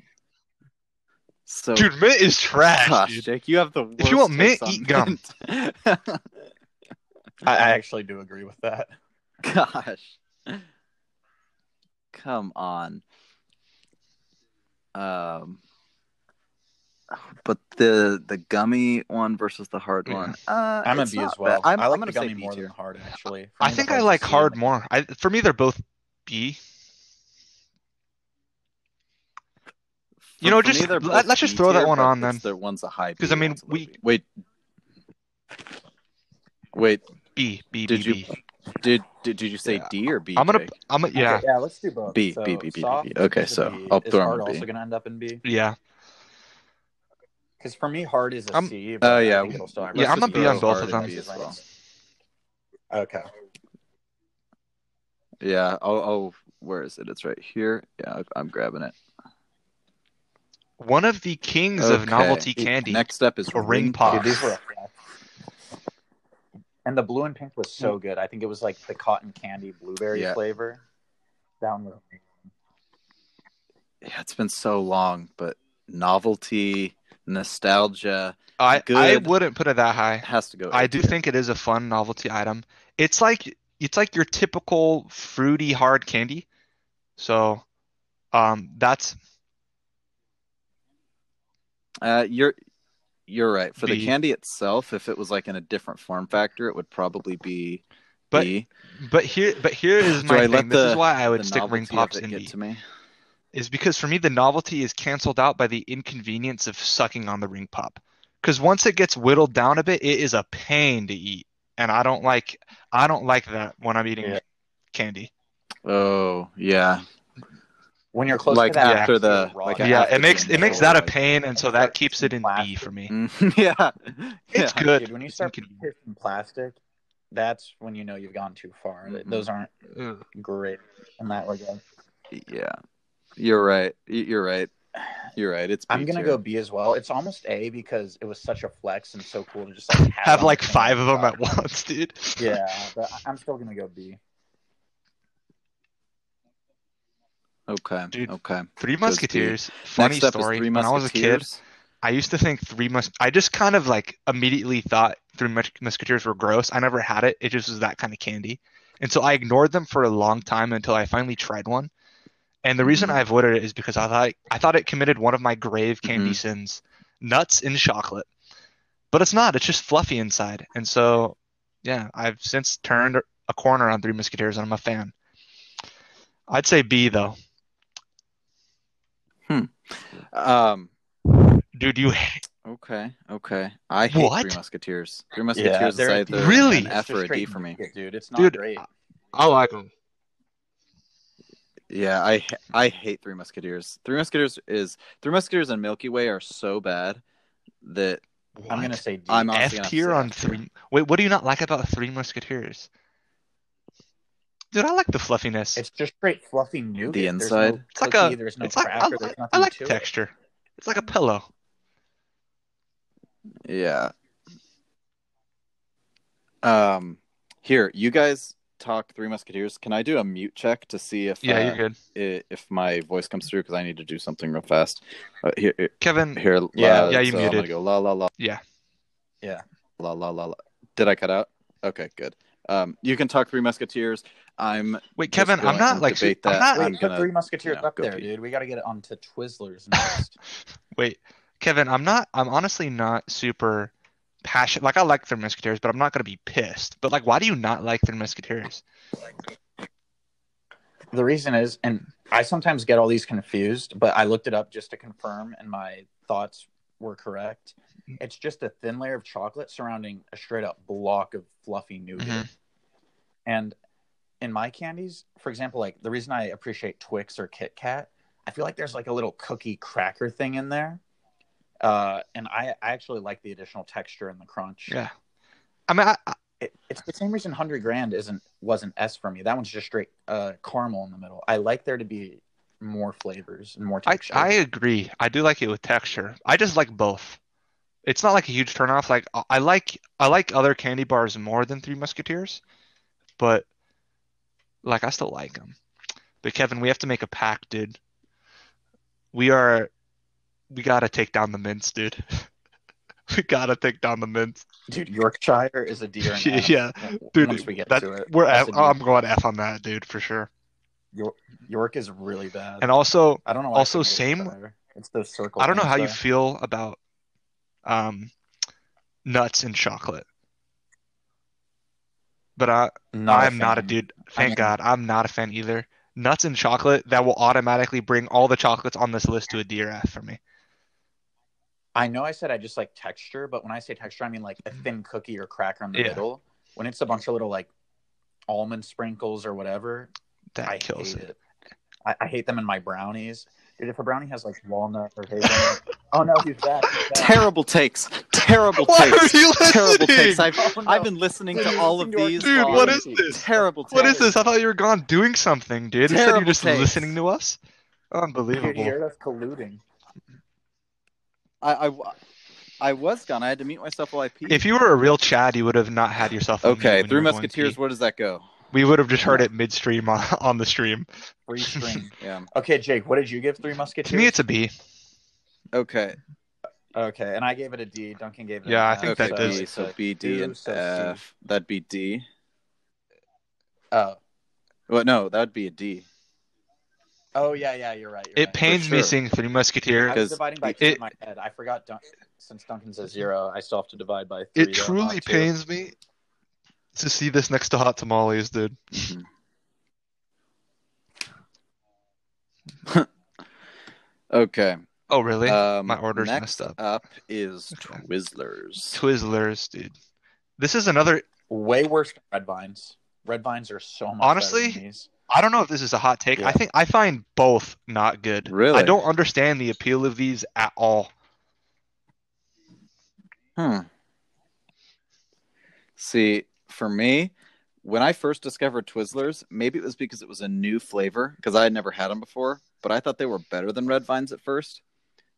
S2: So
S3: dude, mint is trash.
S2: gosh,
S3: dude.
S2: Jake, you have the worst
S3: If you want
S2: takes
S3: mint,
S2: on
S3: eat gum.
S2: mint. *laughs*
S4: I, I actually do agree with that.
S2: Uh, *laughs* gosh. Come on. Um but the the gummy one versus the hard
S3: Yeah.
S2: one. Uh,
S4: I'm a
S2: it's
S4: B
S2: not
S4: as well.
S2: bad. I'm,
S4: I like
S2: I'm gonna
S4: the gummy
S2: say B
S4: more than
S2: tier.
S4: hard, actually. For
S3: I
S4: me,
S3: think
S4: the
S3: I
S4: hard's a
S3: like
S4: C.
S3: hard more. I, for me, they're both B.
S2: For-
S3: You know,
S2: for me,
S3: just-
S2: they're
S3: let-
S2: both
S3: let's just
S2: B
S3: throw that
S2: tier,
S3: one
S2: but
S3: on
S2: it's
S3: then.
S2: The one's a high
S3: 'Cause, I
S2: B,
S3: mean,
S2: one's a low
S3: we-
S2: B. wait, wait.
S3: B, B,
S2: Did
S3: B,
S2: you
S3: B.
S2: did did, did you say
S3: Yeah.
S2: D or B?
S3: I'm gonna,
S2: Jake?
S3: I'm gonna, yeah,
S4: Okay, yeah, let's do both.
S2: B,
S4: so
S2: B, B, B,
S4: soft
S2: B. Okay,
S4: is a
S2: so
S4: B.
S2: I'll
S4: Is
S2: throw 'em
S4: hard
S2: a B.
S4: also going to end up in B?
S3: yeah.
S4: Because for me, hard is a
S3: I'm-
S4: C.
S2: Oh,
S4: but I
S2: yeah.
S4: think it'll still have
S3: Yeah,
S4: rest
S3: I'm
S4: of
S3: a B
S4: the
S3: on
S4: year.
S3: both
S4: Hard
S3: of
S4: is
S2: them.
S4: like- Okay.
S2: Yeah. Oh, oh, where is it? It's right here. Yeah, I- I'm grabbing it.
S3: One of the kings of
S2: Okay.
S3: novelty candy.
S2: Next up is
S3: A ring
S2: pop.
S3: pop.
S4: Dude, these were a flash. And the blue and pink was so good. I think it was like the cotton candy blueberry
S2: Hmm. Yeah.
S4: flavor. That one was amazing.
S2: Yeah, it's been so long, but novelty, nostalgia
S3: I I
S2: Good.
S3: wouldn't put it that high.
S2: has to go.
S3: I
S2: A
S3: do
S2: tier.
S3: think it is a fun novelty item. It's like it's like your typical fruity hard candy. So, um, that's
S2: uh, you're you're right. For
S3: B.
S2: the candy itself, if it was like in a different form factor, it would probably be
S3: But
S2: B.
S3: but here but here is
S2: Do
S3: my
S2: I let
S3: thing. This is
S2: the-
S3: why I
S2: The
S3: would stick ring
S2: novelty of
S3: pops
S2: it
S3: in
S2: get
S3: B.
S2: to me.
S3: is because for me the novelty is canceled out by the inconvenience of sucking on the ring pop. Because once it gets whittled down a bit, it is a pain to eat, and I don't like I don't like that when I'm eating
S4: Yeah.
S3: candy.
S2: Oh yeah,
S4: When you're close
S2: Like
S4: to that,
S2: after
S4: it's
S2: the-
S4: raw.
S2: like
S3: Yeah,
S2: Yeah,
S3: it
S2: after
S3: makes
S2: being
S3: it makes
S2: sold,
S3: that a
S2: like-
S3: pain, and so that keeps it in B for me.
S2: Mm, *laughs* yeah.
S3: It's
S2: Yeah.
S3: good.
S4: Dude, when you start
S3: Inconvenient.
S4: pissing plastic, that's when you know you've gone too far.
S2: Mhm.
S4: Those aren't
S3: Ugh.
S4: great in that regard.
S2: Yeah, you're right. Y- You're right. You're right. It's.
S4: I'm
S2: B
S4: gonna
S2: tier.
S4: go B as well. It's almost A because it was such a flex and so cool to just like,
S3: *laughs* have
S4: on
S3: like
S4: the thing.
S3: five of them at *laughs* once, dude.
S4: Yeah, but I- I'm still gonna go B.
S2: Okay.
S3: Dude,
S2: okay.
S3: Three
S2: B.
S3: Musketeers. Funny
S2: Next up
S3: story.
S2: is Three
S3: when I was a kid,
S2: Musketeers.
S3: I used to think Three Mus. I just kind of like immediately thought Three Mus- Musketeers were gross. I never had it. It just was that kind of candy, and so I ignored them for a long time until I finally tried one. And the reason
S2: Mhm.
S3: I avoided it is because I thought I thought it committed one of my grave candy
S2: Mhm.
S3: sins: nuts in chocolate. But it's not. It's just fluffy inside, and so yeah, I've since turned a corner on Three Musketeers, and I'm a fan. I'd say B though,
S2: Um.
S3: dude. You
S2: Okay. Okay. I hate
S3: What?
S2: Three Musketeers. Three Musketeers
S4: they're-
S2: is either
S3: Really?
S2: an F
S4: It's just
S2: or a D
S4: straight
S2: for me.
S4: bullshit, dude. It's not
S3: Dude,
S4: great.
S3: I like them.
S2: Yeah, I I hate Three Musketeers. Three Musketeers is Three Musketeers and Milky Way are so bad that
S4: I'm gonna say D.
S2: I'm honestly
S3: F
S2: gonna
S3: tier
S2: say
S3: on
S2: F tier.
S3: three. Wait, what do you not like about Three Musketeers? Dude, I like the fluffiness.
S4: It's just straight fluffy nougat.
S2: The
S4: There's no
S2: inside?
S3: It's like
S4: cookie,
S3: a-
S4: There's no
S3: It's like I,
S4: cracker. There's
S3: like- I
S4: nothing
S3: like
S4: to
S3: the
S4: it.
S3: texture. It's like a pillow.
S2: Yeah. Um here, you guys talk Three Musketeers. Can I do a mute check to see if
S3: Yeah,
S2: uh,
S3: you're good.
S2: i- if my voice comes through cuz I need to do something real fast. Uh, here here-
S3: Kevin,
S2: here
S4: Yeah,
S2: la-
S3: yeah, you
S2: so I'm gonna
S3: muted.
S2: go la la la
S3: yeah.
S2: la la la la. Did I cut out? Okay, good. Um you can talk Three Musketeers. I'm Just
S3: Wait, Kevin,
S2: go
S3: I'm not
S2: and
S3: like
S2: debate
S3: I'm
S2: that.
S3: not
S4: Wait,
S2: I'm
S4: put
S2: gonna,
S4: Three Musketeers
S2: you know,
S4: up
S2: go
S4: there,
S2: pee.
S4: dude. We got to get it onto Twizzlers next.
S3: wait, Kevin, I'm not I'm honestly not super passionate. Like I like Three Musketeers, but I'm not gonna be pissed. But like, why do you not like Three Musketeers?
S4: the reason is, and I sometimes get all these confused, but I looked it up just to confirm, and my thoughts were correct. It's just a thin layer of chocolate surrounding a straight up block of fluffy nougat.
S3: Mhm.
S4: And in my candies, for example, like the reason I appreciate Twix or Kit Kat, I feel like there's like a little cookie cracker thing in there. Uh, and I, I actually like the additional texture and the crunch.
S3: Yeah. I mean, I, I,
S4: It, it's the same reason Hundred Grand isn't wasn't S for me. That one's just straight uh, caramel in the middle. I like there to be more flavors and more
S3: I
S4: texture.
S3: I agree. I do like it with texture. I just like both. It's not like a huge turnoff. Like I- I like I like other candy bars more than Three Musketeers, but like I still like them. But Kevin, we have to make a pact, dude. We are we gotta take down the mints, dude. *laughs* we gotta take down the mints.
S4: Dude, Yorkshire is a deer. and F.
S3: *laughs* yeah, dude.
S4: Once we get
S3: that,
S4: to it,
S3: we're
S4: That's
S3: F,
S4: a deer.
S3: I'm going F on that, dude, for sure.
S4: York, York is really bad.
S3: And also,
S4: I don't know.
S3: also
S4: I said
S3: same-
S4: Yorkshire. It's those circle.
S3: I don't know
S4: things,
S3: how you
S4: though.
S3: feel about um, nuts and chocolate, but I
S4: Not
S3: I'm not a
S4: fan.
S3: dude. Thank
S4: mean-
S3: God, I'm not a fan either. Nuts and chocolate that will automatically bring all the chocolates on this list to a dear F for me.
S4: I know I said I just like texture, but when I say texture, I mean like a thin cookie or cracker in the
S3: Yeah.
S4: middle. When it's a bunch of little like almond sprinkles or whatever,
S3: That
S4: I
S3: kills
S4: hate
S3: it.
S4: it. I, I hate them in my brownies. Dude, if a brownie has like walnut or hazelnut, *laughs* oh no, he's back. He's back.
S2: Terrible takes. Terrible
S3: *laughs* Why
S2: takes.
S3: are you listening?
S2: Terrible takes. I've,
S4: Oh, no.
S2: I've been listening
S4: Dude,
S2: to all of
S4: you're-
S2: these.
S3: Dude,
S2: on
S3: what is this?
S2: Terrible takes.
S3: What is this? I thought you were gone doing something, dude. Instead, you're
S2: Terrible
S3: just
S2: takes.
S3: listening to us.
S4: Dude, you
S3: Unbelievable.
S4: heard us colluding.
S2: I, I, w- I was gone. I had to mute myself while I peed.
S3: If you were a real Chad, you would have not had yourself. unmuted
S2: okay,
S3: when
S2: Three
S3: you were going
S2: Musketeers,
S3: to.
S2: where does that go?
S3: We would have just heard it midstream *laughs* on, on the stream.
S4: Free string.
S2: Yeah.
S4: okay, Jake, what did you give Three Musketeers?
S3: To me, it's a B.
S2: Okay.
S4: okay, and I gave it a D. Duncan gave it.
S3: Yeah,
S4: I
S3: I think
S2: okay,
S3: that
S2: B,
S3: does-
S2: So B, D, and F. That'd be D.
S4: Oh,
S2: Well, no, that'd be a D.
S4: oh yeah, yeah, you're right. You're
S3: It pains me
S2: sure.
S3: seeing Three
S4: right. I
S3: Musketeers.
S4: was
S2: because
S4: dividing by
S2: it-
S4: two in my head. I forgot. Dun- since Duncan's a zero, I still have to divide by three.
S3: It truly
S4: pains.
S3: pains me to see this next to Hot Tamales, dude.
S2: *laughs* Okay.
S3: Oh, really?
S2: Um,
S3: My order's
S2: next
S3: messed up.
S2: is
S3: Okay.
S2: Twizzlers.
S3: Twizzlers, dude. This is another.
S4: Way worse than red vines. Red vines are so much
S3: Honestly,
S4: better than these.
S3: I don't know if this is a hot take.
S2: Yeah.
S3: I think I find both not good.
S2: Really?
S3: I don't understand the appeal of these at all.
S2: Hmm. See, for me, when I first discovered Twizzlers, maybe it was because it was a new flavor because I had never had them before, but I thought they were better than Red Vines at first.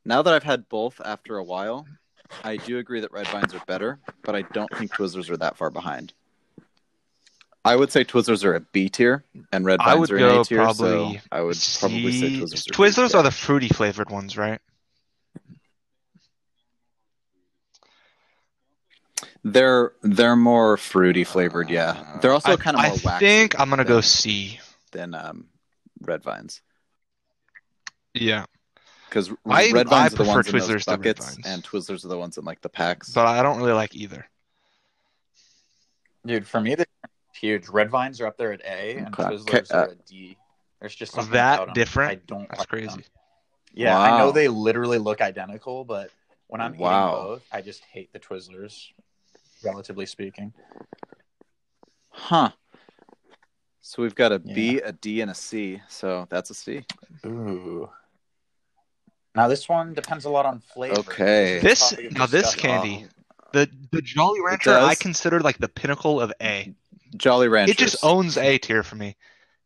S2: Now that I've had both after a while, I do agree that Red Vines are better, but I don't think Twizzlers are that far behind. I would say Twizzlers are a B tier and Red
S3: I
S2: Vines
S3: would
S2: are an
S3: go
S2: A tier, so
S3: probably
S2: I would probably say Twizzlers
S3: See,
S2: are B
S3: Twizzlers
S2: tier.
S3: are the fruity flavored ones, right?
S2: They're they're more fruity flavored, yeah. They're also
S3: I-
S2: kind of more
S3: I
S2: waxy
S3: think I'm gonna
S2: than-
S3: go C.
S2: than um, red vines
S3: Yeah,
S2: because
S3: I-
S2: red
S3: I
S2: vines are the
S3: prefer
S2: ones in
S3: Twizzlers
S2: those
S3: to Red
S2: buckets,
S3: Vines.
S2: and Twizzlers are the ones in like the packs.
S3: but I don't really like either.
S4: Dude, for me, they're huge. Red vines are up there at A, and
S2: Okay.
S4: Twizzlers
S2: Okay, uh,
S4: are at D. There's just something
S3: that
S4: about 'em.
S3: different?
S4: I don't.
S3: That's
S4: like
S3: crazy.
S4: them. Yeah, I
S2: Wow.
S4: know they literally look identical, but when I'm
S2: Wow.
S4: eating both, I just hate the Twizzlers, relatively speaking.
S2: Huh. So we've got a B, a D, and a C. So that's a C.
S4: Ooh. Now this one depends a lot on flavor.
S2: Okay.
S4: This is
S3: This
S4: a topic of
S3: now this
S4: discussion.
S3: candy,
S2: Oh.
S3: the the Jolly Rancher, I
S2: does.
S3: consider like the pinnacle of A.
S2: Jolly Ranchers.
S3: It just owns A tier for me.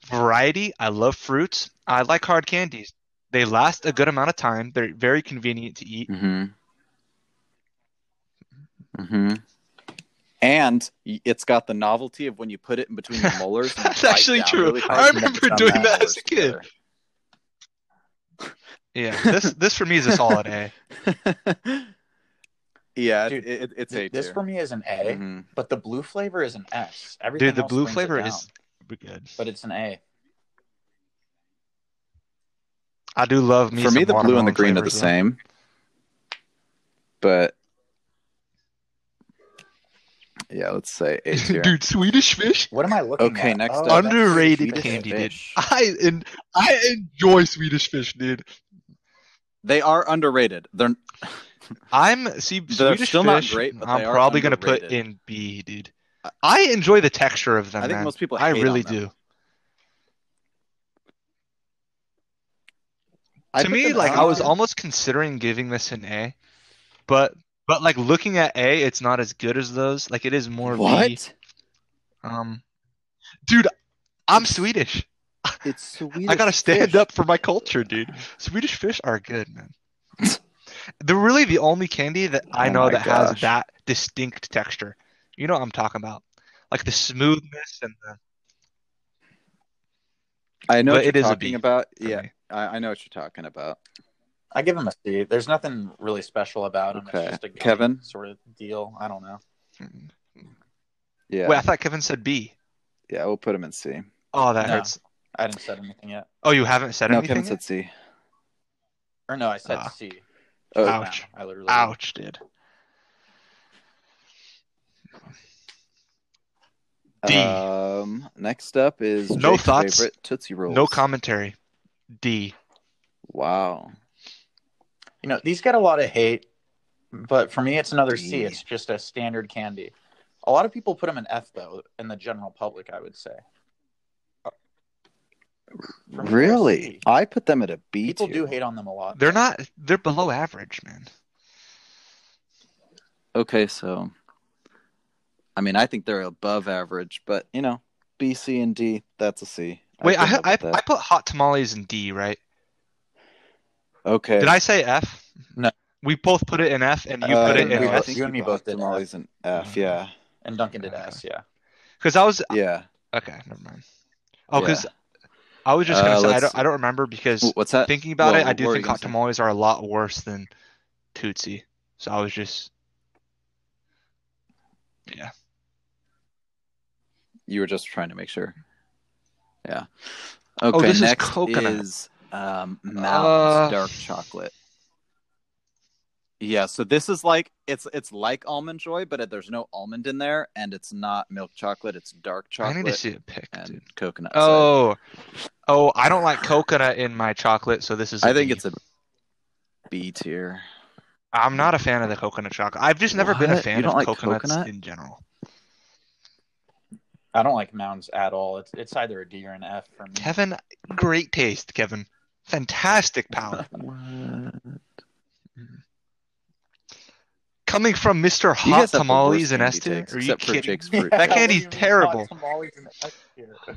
S3: Variety, I love fruits. I like hard candies. They last a good amount of time. They're very convenient to eat.
S2: hmm
S4: Mm-hmm.
S2: hmm And y- it's got the novelty of when you put it in between
S3: *laughs*
S2: your molars. and
S3: *laughs* That's
S2: bite
S3: actually
S2: down
S3: true.
S2: really
S3: I
S2: hard.
S3: remember
S2: Done
S3: doing that as a kid.
S2: together.
S3: Yeah, this this for me is a
S2: *laughs*
S3: solid A.
S2: yeah, it-
S4: Dude,
S2: it, it's
S4: Th-
S2: a
S4: This for me eh? is an A,
S2: Mhm.
S4: but the blue flavor is an S. Everything
S3: Dude, the
S4: else
S3: blue
S4: brings it
S3: flavor
S4: down,
S3: is good.
S4: but it's an A.
S3: I do love me
S2: for me the
S3: some
S2: blue and the
S3: watermelon
S2: green are the
S3: flavors, though.
S2: same but yeah let's
S3: *laughs*
S2: say a tier
S3: Dude, Swedish Fish.
S4: What am I looking at? Oh,
S2: Okay, next up.
S4: that's
S3: Underrated
S4: Swedish
S3: candy,
S2: Fish.
S4: fish.
S3: I and I enjoy Swedish Fish, dude.
S2: they are underrated they're
S3: I'm see
S2: They're
S3: Swedish
S2: still not
S3: Fish.
S2: great, but
S3: I'm
S2: they are
S3: probably gonna put
S2: underrated.
S3: in B, dude. I enjoy the texture of them.
S2: I think
S3: man.
S2: most people
S3: I
S2: hate
S3: really
S2: on them.
S3: do.
S2: I
S3: to
S2: put
S3: me,
S2: them
S3: like I
S2: down-
S3: was almost considering giving this an A, but but like looking at A, it's not as good as those. Like it is more B.
S2: what
S3: Um, dude, I'm Swedish.
S2: it's sweet
S3: I gotta stand up for my culture, dude. Swedish fish are good, man. They're really the only candy that I
S2: Oh
S3: know
S2: my
S3: that has
S2: gosh.
S3: that distinct texture. You know what I'm talking about, like the smoothness and the.
S2: i know
S3: but
S2: what you're
S3: it is a
S2: talking
S3: B
S2: about
S3: for
S2: yeah
S3: me.
S2: I, I know what you're talking about
S4: I give him a C. There's nothing really special about him.
S2: Okay.
S4: It's just a gummy
S2: Kevin?
S4: sort of deal. I don't know.
S2: yeah
S3: Wait, I thought Kevin said B.
S2: yeah we'll put him in c
S3: Oh, that
S4: No.
S3: hurts.
S4: I didn't said anything yet.
S3: Oh, you haven't said
S2: no
S3: anything.
S2: kevin said
S3: yet?
S2: c
S4: Or no, I said
S3: Ah.
S4: C.
S2: Oh.
S4: Wow,
S3: Ouch.
S4: I literally.
S3: Ouch, dude. D.
S2: um next up is
S3: No
S2: Jake's
S3: thoughts.
S2: favorite tootsie rolls
S3: No commentary. D.
S2: wow
S4: You know, these get a lot of hate, but for me, it's another C.
S2: Yeah.
S4: It's just a standard candy. A lot of people put them in F though, in the general public, I would say. from
S2: Really?
S4: KFC.
S2: I put them at a B
S4: People
S2: tier.
S4: do hate on them a lot.
S3: They're not. They're below average, man.
S2: Okay, so I mean, I think they're above average, but you know, B, C, and D, that's a C.
S3: Wait, I
S2: could
S3: I,
S2: live
S3: I,
S2: with that.
S3: put hot tamales in D, right?
S2: okay.
S3: Did I say F?
S4: No.
S3: We both put it in F, and you
S2: Uh,
S3: put it
S4: no,
S3: in
S4: I
S2: I
S3: S.
S4: think
S2: think
S4: you and me both did
S2: Tamales and F. Yeah,
S4: and Duncan did
S3: Okay.
S4: ask, yeah.
S3: Because I was
S2: yeah.
S3: okay. Never mind. Oh, because
S2: yeah.
S3: I was just gonna
S2: Uh,
S3: say I
S2: let's-
S3: don't. I don't remember because
S2: Ooh, what's that?
S3: thinking about
S2: Well,
S3: it, I do
S2: what were
S3: think
S2: you gonna
S3: hot
S2: say?
S3: tamales are a lot worse than Tootsie. So I was just
S2: You were just trying to make sure. Yeah. Okay.
S3: Oh, this is
S2: next
S3: coconut.
S2: is um, Mounds
S3: Uh,
S2: dark chocolate. Yeah, so this is like it's it's like almond joy, but it, there's no almond in there, and it's not milk chocolate. It's dark
S3: I
S2: chocolate
S3: need to see it pick,
S2: and
S3: dude.
S2: coconut. So
S3: Oh, oh, I don't like coconut in my chocolate, so this is. I
S2: I think it's a B tier.
S3: I'm not a fan of the coconut chocolate. I've just never been a
S2: What?
S3: fan
S2: You don't
S3: of
S2: like
S3: coconuts
S2: coconut?
S3: in general.
S4: I don't like mounds at all. It's it's either a D or an F for me. *laughs*
S3: Kevin, great taste, Kevin.
S2: *laughs*
S3: Fantastic palate. Coming from Mr.
S2: You
S3: Hot
S2: guys have the worst
S3: Tamales in
S2: candy
S3: S tier?
S2: takes,
S3: Are you
S2: except for
S3: kidding?
S2: Jake's fruit.
S3: That candy's
S4: Hot
S3: terrible.
S4: tamales in F tier.
S2: Yeah,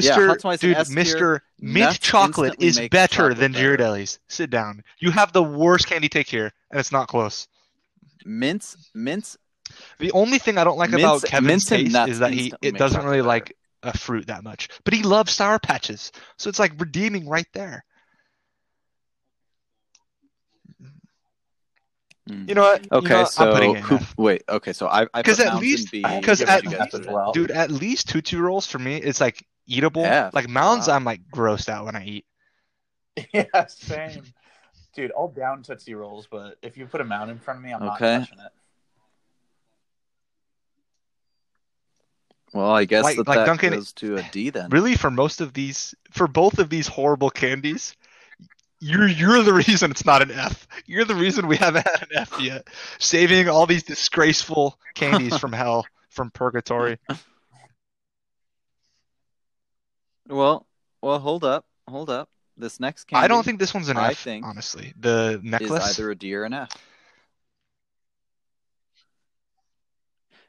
S3: Mr.
S2: Hot Tamales in
S3: dude,
S2: S tier.
S3: Mr. Mint
S2: Nuts
S3: Chocolate
S2: instantly
S3: is
S2: makes
S3: better
S2: chocolate
S3: than
S2: better.
S3: Ghirardelli's. Sit down. You have the worst candy take here, and it's not close.
S2: mints, mints.
S3: The only thing I don't like about
S2: Mints-
S3: Kevin's
S2: mints and
S3: taste
S2: nuts
S3: is that he
S2: instantly
S3: it
S2: make
S3: doesn't
S2: chocolate
S3: really
S2: better.
S3: like a fruit that much, but he loves sour patches, so it's like redeeming right there.
S2: Mm. Hmm.
S3: You know what? You know
S2: Okay,
S3: what?
S2: so
S3: I'm putting it in
S2: who,
S3: F.
S2: wait, okay, so I I
S3: 'Cause
S2: put
S3: at
S2: Mounds
S3: least-
S2: in B.
S4: I
S3: because
S4: give
S3: at
S4: it an
S2: you
S4: F
S2: guys
S4: as
S2: put it in.
S4: well.
S3: Dude, at least Tootsie Rolls for me, it's like eatable.
S2: Yeah.
S3: Like Mounds,
S2: Wow.
S3: I'm like grossed out when I eat.
S4: *laughs* Yeah, same. Dude, I'll down Tootsie Rolls, but if you put a mound in front of me, I'm
S2: Okay.
S4: not touching it.
S2: Well, I guess
S3: Like-
S2: that,
S3: like
S2: that
S3: Duncan-
S2: goes to a D then.
S3: Really, for most of these, for both of these horrible candies, you're you're the *laughs* reason it's not an F. You're the reason we haven't had an F yet. Saving all these disgraceful candies from hell,
S2: *laughs*
S3: from purgatory.
S2: Well, well, hold up, hold up. This next candy
S3: I don't think this one's an
S2: I
S3: F,
S2: think
S3: honestly. The
S2: is
S3: necklace.
S2: either a D or an F.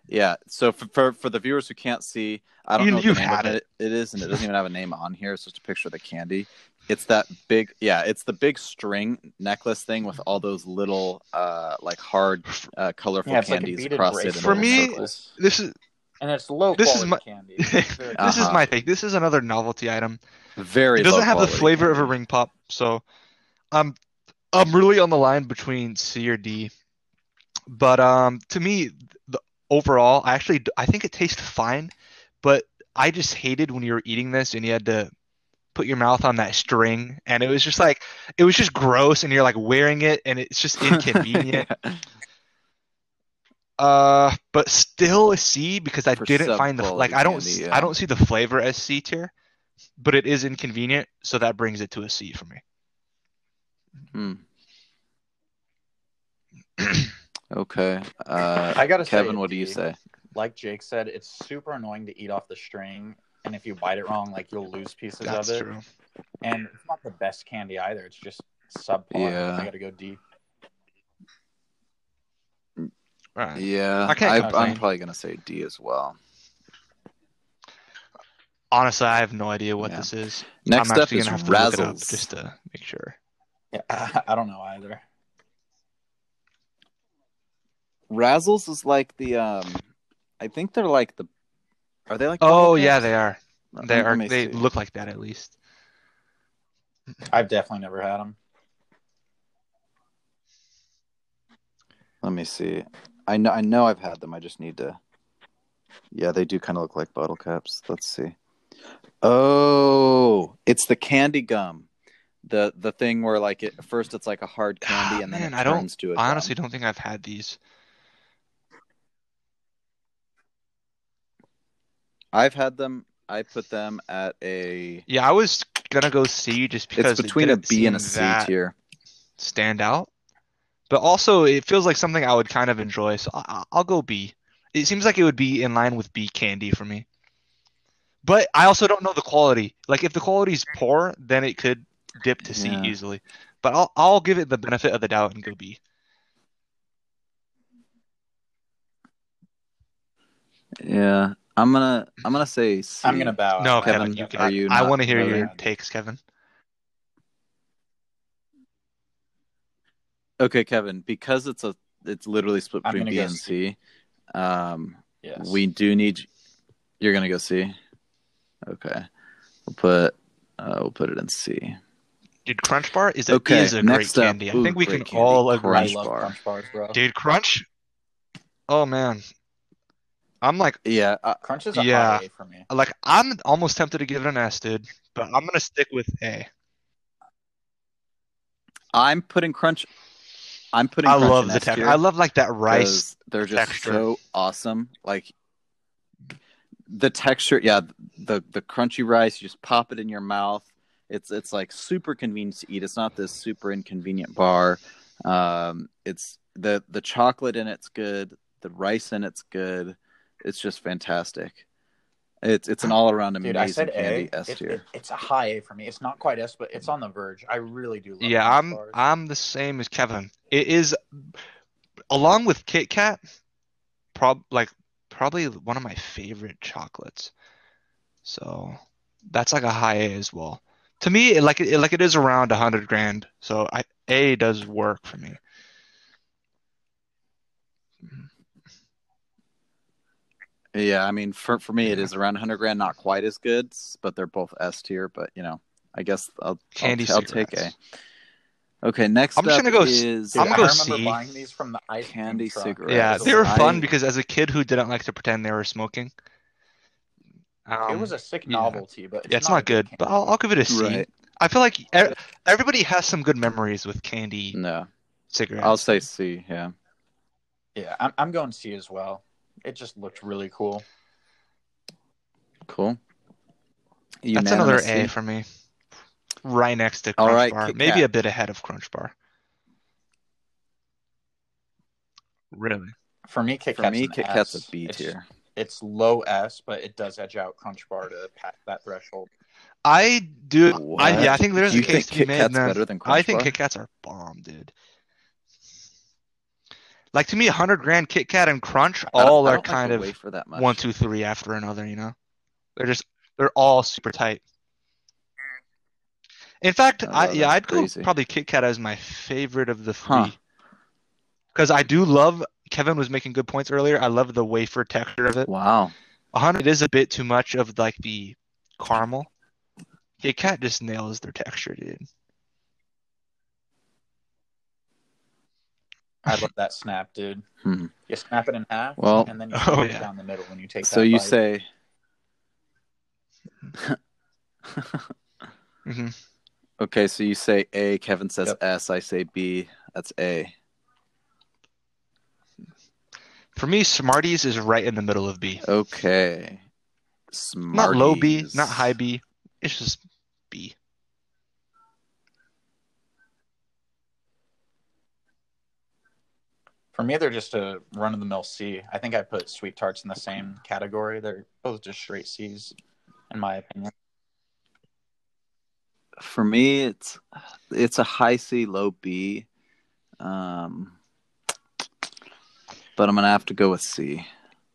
S2: Yeah. So for for, for the viewers who can't see, I don't
S3: You-
S2: know what
S3: you've
S2: the name of
S3: had it.
S2: It is, and it doesn't even have a name on here. It's just a picture of the candy. It's that big, yeah. It's the big string necklace thing with all those little, uh, like hard, uh, colorful
S4: Yeah, it's like a
S2: candies
S4: beaded
S2: crossed in
S4: bracelet.
S3: For
S2: little
S3: me-
S2: circles.
S3: This is *laughs*
S4: And it's low
S3: This
S4: quality
S3: is my-
S4: candy.
S3: *laughs* this
S4: Very-
S3: is
S2: Uh-huh.
S3: my take. This is another novelty item.
S2: very.
S3: it doesn't
S2: low
S3: have the
S2: quality *laughs*
S3: flavor of a
S2: candy.
S3: ring pop, so I'm I'm really on the line between C or D. But um, to me, the overall, I actually I think it tastes fine, but I just hated when you were eating this and you had to put your mouth on that string, and it was just like it was just gross, and you're like wearing it, and it's
S2: *laughs*
S3: just inconvenient.
S2: Yeah.
S3: Uh, but still a C because I
S2: For
S3: didn't find the
S2: sub-quality
S3: like I don't
S2: candy,
S3: s-
S2: yeah.
S3: I don't see the flavor as C tier, but it is inconvenient, so that brings it to a C for me.
S2: Hmm.
S3: *clears throat*
S2: Okay. Uh,
S4: I gotta say,
S2: Kevin, what do you
S4: D.
S2: say?
S4: Like Jake said, it's super annoying to eat off the string, and if you bite it wrong, like you'll lose pieces
S3: That's
S4: of it.
S3: true.
S4: And it's not the best candy either. It's just subpar.
S2: Yeah.
S4: I gotta go D.
S3: Right.
S2: Yeah,
S3: I can't
S2: I,
S3: complain.
S2: I'm probably gonna say D as well.
S3: Honestly, I have no idea what
S2: Yeah.
S3: this is.
S2: Next
S3: I'm
S2: up
S3: actually
S2: is
S3: gonna have to look it up
S2: Razzles.
S3: just to make sure.
S4: Yeah, *laughs* I don't know either.
S2: Razzles is like the um, I think they're like the, are they like?
S3: Oh
S2: Bubble
S3: yeah,
S2: Caps?
S3: they are.
S2: Let-
S3: They
S2: let
S3: are.
S2: me
S3: They
S2: see.
S3: look like that at least.
S4: I've definitely never had them.
S2: Let me see. I know. I know. I've had them. I just need to. Yeah, they do kind of look like bottle caps. Let's see. Oh, it's the candy gum, the the thing where like it first it's like a hard candy and then
S3: Ah, Man,
S2: it
S3: I don't-
S2: turns to a
S3: I honestly
S2: gum.
S3: don't think I've had these.
S2: I've had them. I put them at a.
S3: Yeah, I was gonna go C just because
S2: It's
S3: it
S2: between a
S3: didn't
S2: B and a
S3: seem
S2: C
S3: that
S2: tier.
S3: Stand out, but also it feels like something I would kind of enjoy. So I- I- I'll go B. It seems like it would be in line with B candy for me. But I also don't know the quality. Like if the quality's poor, then it could dip to C
S2: Yeah.
S3: easily. But I'll I'll give it the benefit of the doubt and go B.
S2: Yeah, I'm gonna I'm gonna say C.
S4: I'm gonna bow.
S3: no,
S4: out.
S2: Kevin,
S3: Uh, Kevin, you can.
S2: are you
S3: I
S2: not
S3: want to hear
S2: really-
S3: your takes, Kevin.
S2: Okay, Kevin, because it's a it's literally split
S4: I'm
S2: between
S4: gonna
S2: B
S4: go
S2: and C. Um,
S4: Yes.
S2: we do need. You're gonna go C. Okay, we'll put uh, we'll put it in C.
S3: Dude, Crunch Bar is a,
S2: Okay,
S3: is a great
S2: next up,
S3: candy. I
S2: ooh,
S3: think we can
S2: great candy,
S3: all agree.
S2: Crunch
S4: I love
S2: bar.
S4: crunch bars, bro.
S3: Dude, Crunch. Oh man, I'm like
S2: Yeah, I,
S4: Crunch is a
S3: Yeah.
S4: high A for me.
S3: like I'm almost tempted to give it an S, dude. But I'm gonna stick with A.
S2: I'm putting crunch. I'm putting.
S3: I
S2: crunch
S3: love
S2: in
S3: the
S2: S
S3: texture.
S2: tier
S3: I love like that
S2: 'cause
S3: rice.
S2: They're just
S3: texture.
S2: so awesome. Like the texture, yeah. The the crunchy rice, you just pop it in your mouth. It's it's like super convenient to eat. It's not this super inconvenient bar. Um, it's the the chocolate in it's good. The rice in it's good. It's just fantastic. It's it's an all around amazing
S4: Dude, I said
S2: candy
S4: A.
S2: S
S4: It-
S2: tier.
S4: it- it's a high A for me. It's not quite S, but it's on the verge. I really do love
S3: Yeah,
S4: crunch
S3: I'm
S4: bars.
S3: I'm the same as Kevin. It is along with Kit Kat, prob like probably one of my favorite chocolates. So that's like a high A as well. To me, it, like it, like it is around a hundred grand. So I, A does work for me.
S2: Yeah, I mean, for for me, it is around 100 grand, not quite as good, s- but they're both S tier. But you know, I guess I'll
S3: Candy
S2: I'll, I'll take A.
S3: cigarettes.
S2: Okay, next
S3: I'm just
S2: up
S3: gonna go s-
S2: is
S4: Dude,
S3: I'm
S4: I
S3: gonna go
S4: remember
S3: C.
S4: buying these from the ice cream
S2: Candy
S4: truck.
S2: cigarettes.
S3: Yeah,
S2: Right,
S3: they were
S2: so
S3: fun
S2: I-
S3: because as a kid who didn't like to pretend they were smoking,
S4: it
S3: um,
S4: was a sick
S3: yeah.
S4: novelty, but it's
S3: yeah, it's
S4: not,
S3: not good. But I'll, I'll give it a C. I
S2: right.
S3: feel like e- everybody has some good memories with candy
S2: No,
S3: cigarettes.
S2: Mm, I'll say C. Yeah,
S4: Yeah, I'm, I'm going C as well. It just looked really cool.
S2: cool.
S3: That's another
S2: Unanimous
S3: A for me. Right next to
S2: All
S3: Crunch
S2: right,
S3: Bar.
S2: Kit
S3: Maybe
S2: Kat.
S3: a bit ahead of Crunch Bar. Really?
S4: For me, Kit
S2: For
S4: Kat's
S2: me,
S4: an
S2: Kit
S4: S.
S2: Kat's a B
S4: It's-
S2: tier.
S4: It's low S, but it does edge out Crunch Bar to pass that threshold.
S3: I do. I, yeah, I
S2: What?
S3: think there's
S2: You
S3: a
S2: think
S3: case to be
S2: Kit
S3: made.
S2: Kat's
S3: man.
S2: better than Crunch
S3: I think
S2: Bar?
S3: Kit Kats are bomb, dude. Like to me, hundred grand Kit Kat and Crunch
S2: I don't-
S3: all
S2: I
S3: are
S2: don't like
S3: kind
S2: the
S3: of
S2: wafer that much.
S3: one, two, three after another. You know, they're just they're all super tight. In fact,
S2: Oh,
S3: I, yeah,
S2: that's
S3: I'd
S2: crazy.
S3: go probably Kit Kat as my favorite of the
S2: Huh.
S3: three because I do love. Kevin was making good points earlier. I love the wafer texture of it.
S2: Wow.
S3: hundred is a bit too much of like the caramel. Kit Kat just nails their texture, dude.
S4: I love that snap, dude.
S2: Hmm.
S4: You snap it in half,
S2: Well-
S4: and then you
S3: *laughs* Oh,
S4: put it
S3: yeah.
S4: down the middle when you take.
S2: So
S4: that
S2: you
S4: bite.
S2: say
S3: Mhm.
S2: okay? So you say A. Kevin says
S4: Yep.
S2: S. I say B. That's A.
S3: For me, Smarties is right in the middle of B.
S2: Okay. Smarties.
S3: Not low B, not high B. It's just B.
S4: for me, they're just a run of the mill C. I think I put sweet tarts in the same category. They're both just straight C's, in my opinion.
S2: for me it's it's a high c low b um but i'm gonna have to go with c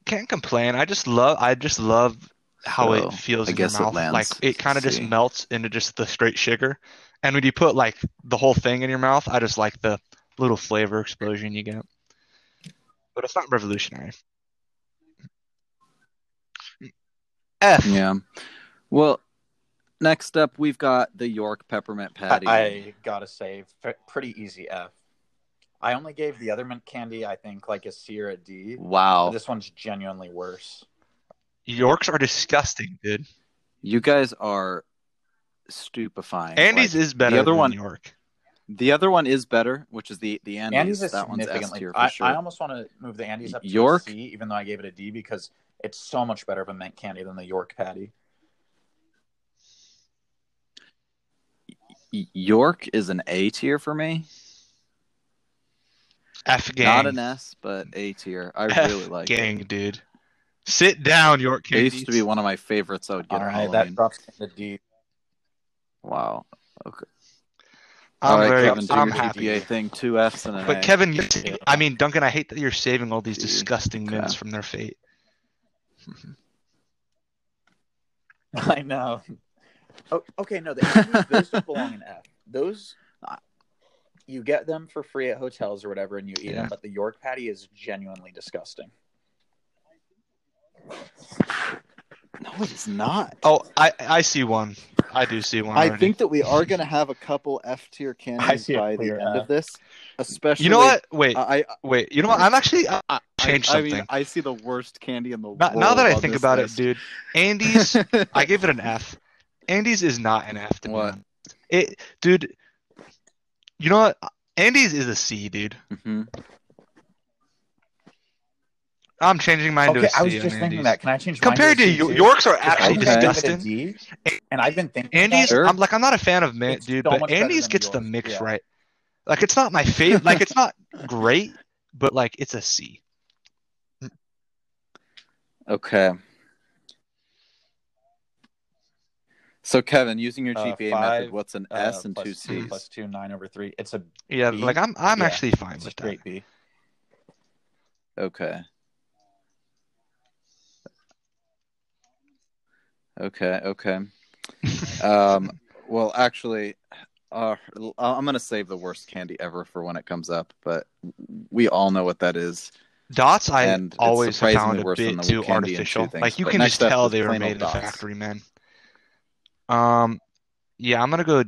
S3: Can't complain. I just love. I just love how
S2: So,
S3: it feels
S2: I
S3: in
S2: guess it
S3: your mouth.
S2: lands
S3: like it kind of just
S2: C.
S3: melts into just the straight sugar. And when you put like the whole thing in your mouth, I just like the little flavor explosion you get. But it's not revolutionary. F.
S2: yeah well next up we've got the york peppermint
S4: I,
S2: patty
S4: I gotta say, f- pretty easy F. I only gave the other mint candy, I think, like a C or a D. but
S2: wow
S4: This one's genuinely worse.
S3: Yorks are disgusting, dude.
S2: you guys are stupefying
S3: Andy's
S2: Like,
S3: is better.
S2: other
S3: than
S2: one-
S3: York.
S2: the other one is better which is the the andy's,
S4: Andy's is
S2: that one's s
S4: significantly.
S2: tier
S4: I,
S2: for sure
S4: I almost want to move the Andes up to
S2: York?
S4: a C, even though I gave it a D because it's so much better of a mint candy than the York patty.
S2: Y- york is an a tier for me
S3: F gang.
S4: *laughs*
S2: not an s but a tier i really like it
S3: gang, dude. Sit down, York
S2: It
S3: candies.
S2: used to be one of my favorites. I would get
S4: All
S2: on
S4: right, Uh, that
S2: Halloween.
S4: drops in the D.
S2: wow.
S3: I'm
S2: All right,
S3: very,
S2: Kevin, do
S3: I'm
S2: your
S3: happy.
S2: GPA thing. Two Fs and an
S3: But
S2: A.
S3: Kevin, you're, sa- I mean Duncan, I hate that you're saving all these
S2: Dude,
S3: disgusting
S2: okay.
S3: mints from their fate.
S4: I know. Oh, okay, no, the Andes, those don't belong in F. Those you get them for free at hotels or whatever, and you eat
S3: Yeah.
S4: them. But the York patty is genuinely disgusting.
S2: no, it is not.
S3: Oh, I I see one. I do see one.
S2: I
S3: already.
S2: think that we are going to have a couple F
S4: *laughs*
S2: tier candies
S4: see a
S2: by the
S4: clear
S2: end of
S4: F.
S2: this, especially.
S3: You know what? Wait,
S4: uh,
S2: I,
S3: wait. You know what? I'm actually I, I
S2: I,
S3: changed
S2: I
S3: something.
S2: mean, I see the worst candy in the
S3: now,
S2: world.
S3: now that I
S2: on
S3: think
S2: this
S3: about
S2: list.
S3: it, dude, Andy's.
S2: *laughs*
S3: I gave it an F. Andy's is not an F. To be
S2: What?
S3: honest. It, dude. You know what? Andy's is a C, dude.
S2: Mhm.
S3: I'm changing mine to
S4: okay,
S3: a C.
S4: I was
S3: on
S4: just thinking
S3: Andy's.
S4: that. Can I change? mine
S3: Compared
S4: a
S3: to
S4: C,
S3: you,
S4: too?
S3: Yorks are
S4: Because I
S3: actually
S4: was gonna give it a
S3: disgusting.
S4: D, and I've been thinking
S3: Andy's,
S4: that.
S2: Sure.
S3: I'm like, I'm not a fan of mint,
S4: It's
S3: dude,
S4: so
S3: but
S4: much better
S3: Andy's
S4: than
S3: gets the
S4: yours,
S3: mix
S4: yeah.
S3: right. Like, it's not my favorite. like,
S4: *laughs*
S3: it's not great, but like, it's a C.
S2: Okay. So, Kevin, using your
S4: Uh,
S2: GPA
S4: five,
S2: method, what's an
S4: uh,
S2: S and
S4: plus
S2: two C's?
S4: plus two nine over three. It's a
S3: Yeah,
S4: B?
S3: like I'm, I'm
S4: Yeah,
S3: actually fine
S4: it's a
S3: with that.
S4: straight B.
S2: Okay. Okay. Okay.
S3: *laughs*
S2: um. Well, actually, uh, l- I'm gonna save the worst candy ever for when it comes up, but we all know what that is.
S3: Dots, I
S2: And it's
S3: always
S2: surprisingly
S3: found a
S2: worse than
S3: bit
S2: the
S3: too
S2: candy and
S3: artificial.
S2: chew things,
S3: Like, you
S2: but
S3: can
S2: next
S3: just
S2: up
S3: tell
S2: is
S3: they were
S2: plain
S3: made
S2: old
S3: in a
S2: dots.
S3: factory, man. Um, yeah, I'm gonna go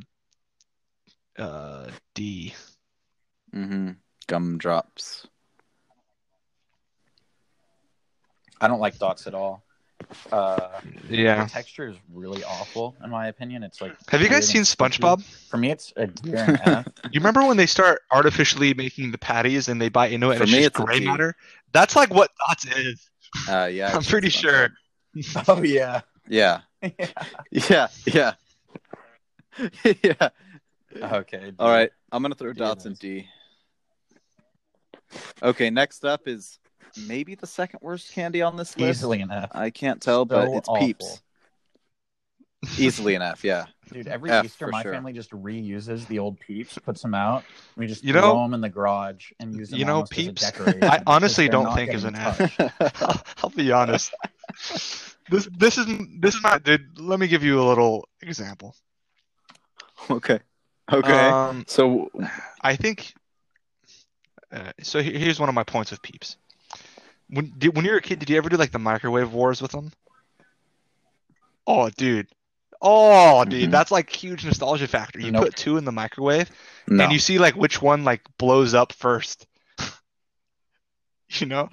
S3: uh D.
S2: Mm-hmm. Gumdrops.
S4: I don't like dots at all. Uh,
S3: Yeah.
S4: The texture is really awful, in my opinion. It's like
S3: Have you guys
S4: weird
S3: seen
S4: and sticky.
S3: SpongeBob?
S4: For me, it's a year and a
S3: *laughs*
S4: half.
S3: You remember when they start artificially making the patties and they bite into it and
S2: For
S3: it's
S2: me,
S3: just
S2: it's a
S3: gray
S2: D.
S3: matter? That's like what dots is.
S2: Uh, yeah.
S3: *laughs* I'm
S2: actually,
S3: pretty
S2: it's
S3: sure.
S2: SpongeBob.
S4: oh yeah.
S3: *laughs*
S2: Yeah. Yeah. Yeah. *laughs* yeah.
S4: Okay.
S2: All right. I'm gonna throw
S4: D it
S2: dots in
S4: is.
S2: D. Okay. Next up is maybe the second worst candy on this list.
S4: Easily enough,
S2: I can't tell, but
S4: So
S2: it's
S4: awful.
S2: Peeps. Easily enough.
S3: *laughs*
S2: Yeah. *laughs*
S4: dude. Every
S2: F
S4: Easter,
S2: for
S4: my
S2: sure.
S4: family just reuses the old peeps, puts them out. and We just
S3: You
S4: throw
S3: know-
S4: them in the garage and use them.
S3: you know,
S4: almost as a
S3: Peeps?
S4: decoration
S3: I
S4: because
S3: honestly
S4: they're
S3: don't
S4: not
S3: think is
S4: getting
S3: an F.
S4: touched.
S3: I'll, I'll be honest. This this is this is not dude. Let me give you a little example.
S2: okay. Okay.
S3: Um,
S2: so
S3: I think. Uh, so he- here's one of my points with peeps. When did, when you were a kid, did you ever do like the microwave wars with them? Oh, dude. Oh, dude,
S2: Mhm.
S3: that's like huge nostalgia factor. You
S4: Nope.
S3: put two in the microwave,
S2: no.
S3: and you see like which one like blows up first. *laughs* you know,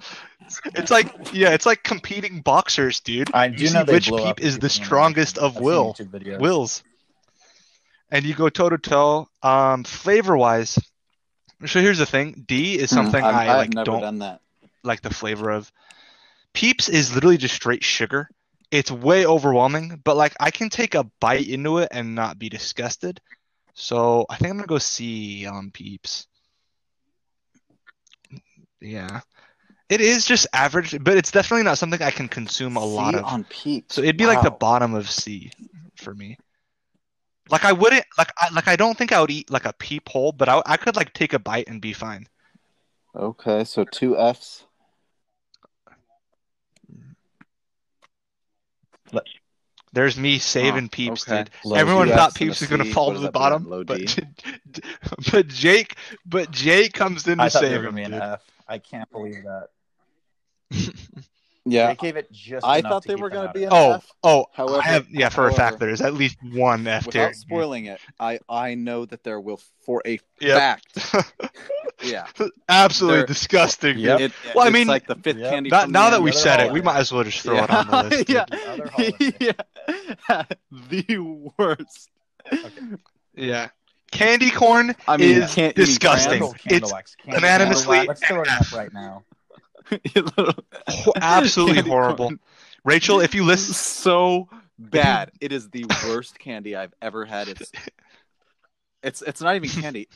S3: it's like yeah, it's like competing boxers, dude.
S4: I
S3: You
S4: do
S3: see
S4: know they
S3: which
S4: blow up
S3: peep is the
S4: people in
S3: strongest of
S4: I've seen
S3: will.
S4: YouTube videos.
S3: Wills. And you go toe to toe. Um, flavor wise, so here's the thing: D is something
S2: I'm-
S3: I like
S2: Hmm. I've never
S3: don't
S2: done that.
S3: like the flavor of. Peeps is literally just straight sugar. It's way overwhelming, but like I can take a bite into it and not be disgusted. So I think I'm gonna go C on Peeps. Yeah, it is just average, but it's definitely not something I can consume a lot
S2: See
S3: of.
S2: on Peeps.
S3: So it'd be like the
S2: Wow.
S3: bottom of C for me. Like I wouldn't like I like I don't think I would eat like a peephole, but I I could like take a bite and be fine.
S2: Okay, so two Fs.
S3: There's me saving peeps,
S2: okay.
S3: dude.
S4: Low
S3: Everyone
S4: G.
S2: Yes,
S3: thought
S2: and a
S3: peeps was gonna
S2: C.
S3: fall
S2: What
S3: to
S2: does
S3: the
S2: that put it
S3: bottom,
S2: in? Low
S3: but
S2: D?
S3: *laughs* but Jake but Jake comes in
S4: I
S3: to
S4: thought they
S3: save
S4: were
S3: him.
S4: gonna be an
S3: dude.
S4: F. I can't believe that.
S2: Yeah,
S4: They gave it just.
S2: I
S4: enough
S2: thought
S4: to
S2: they
S4: keep
S2: were
S4: them
S2: going
S4: out
S2: to be
S4: of
S2: an
S4: it.
S3: Oh
S2: F.
S3: *laughs* oh
S2: However,
S3: I have yeah for a fact
S2: however,
S3: there's at least one F tier.
S2: without spoiling it, I I know that there will for a
S3: Yep.
S2: fact. Yeah,
S3: *laughs* Absolutely
S2: They're-
S3: disgusting. dude.
S4: Yep.
S2: It-
S3: Well, I
S2: it's
S3: mean,
S2: like the fifth
S4: yeah.
S2: candy.
S3: Now,
S2: from
S3: now
S2: the
S3: that we
S2: end.
S3: said it,
S4: all
S3: we
S4: in.
S3: might as well just throw it
S2: Yeah.
S3: on
S2: *laughs*
S3: the list. dude.
S2: yeah,
S4: Other holiday.
S2: *laughs* yeah, the worst.
S3: Yeah. Candy corn
S2: I mean,
S3: is
S2: can't eat *laughs*
S3: disgusting.
S4: Candle,
S3: it's
S4: candle wax, candle
S3: unanimously
S4: wax. Let's throw it up right now.
S2: *laughs*
S3: ho- absolutely
S2: Candy
S3: horrible.
S2: corn.
S3: Rachel, if you
S2: *laughs*
S3: listen, *laughs*
S2: so bad. It is the worst candy I've ever had. It's It's it's not even candy.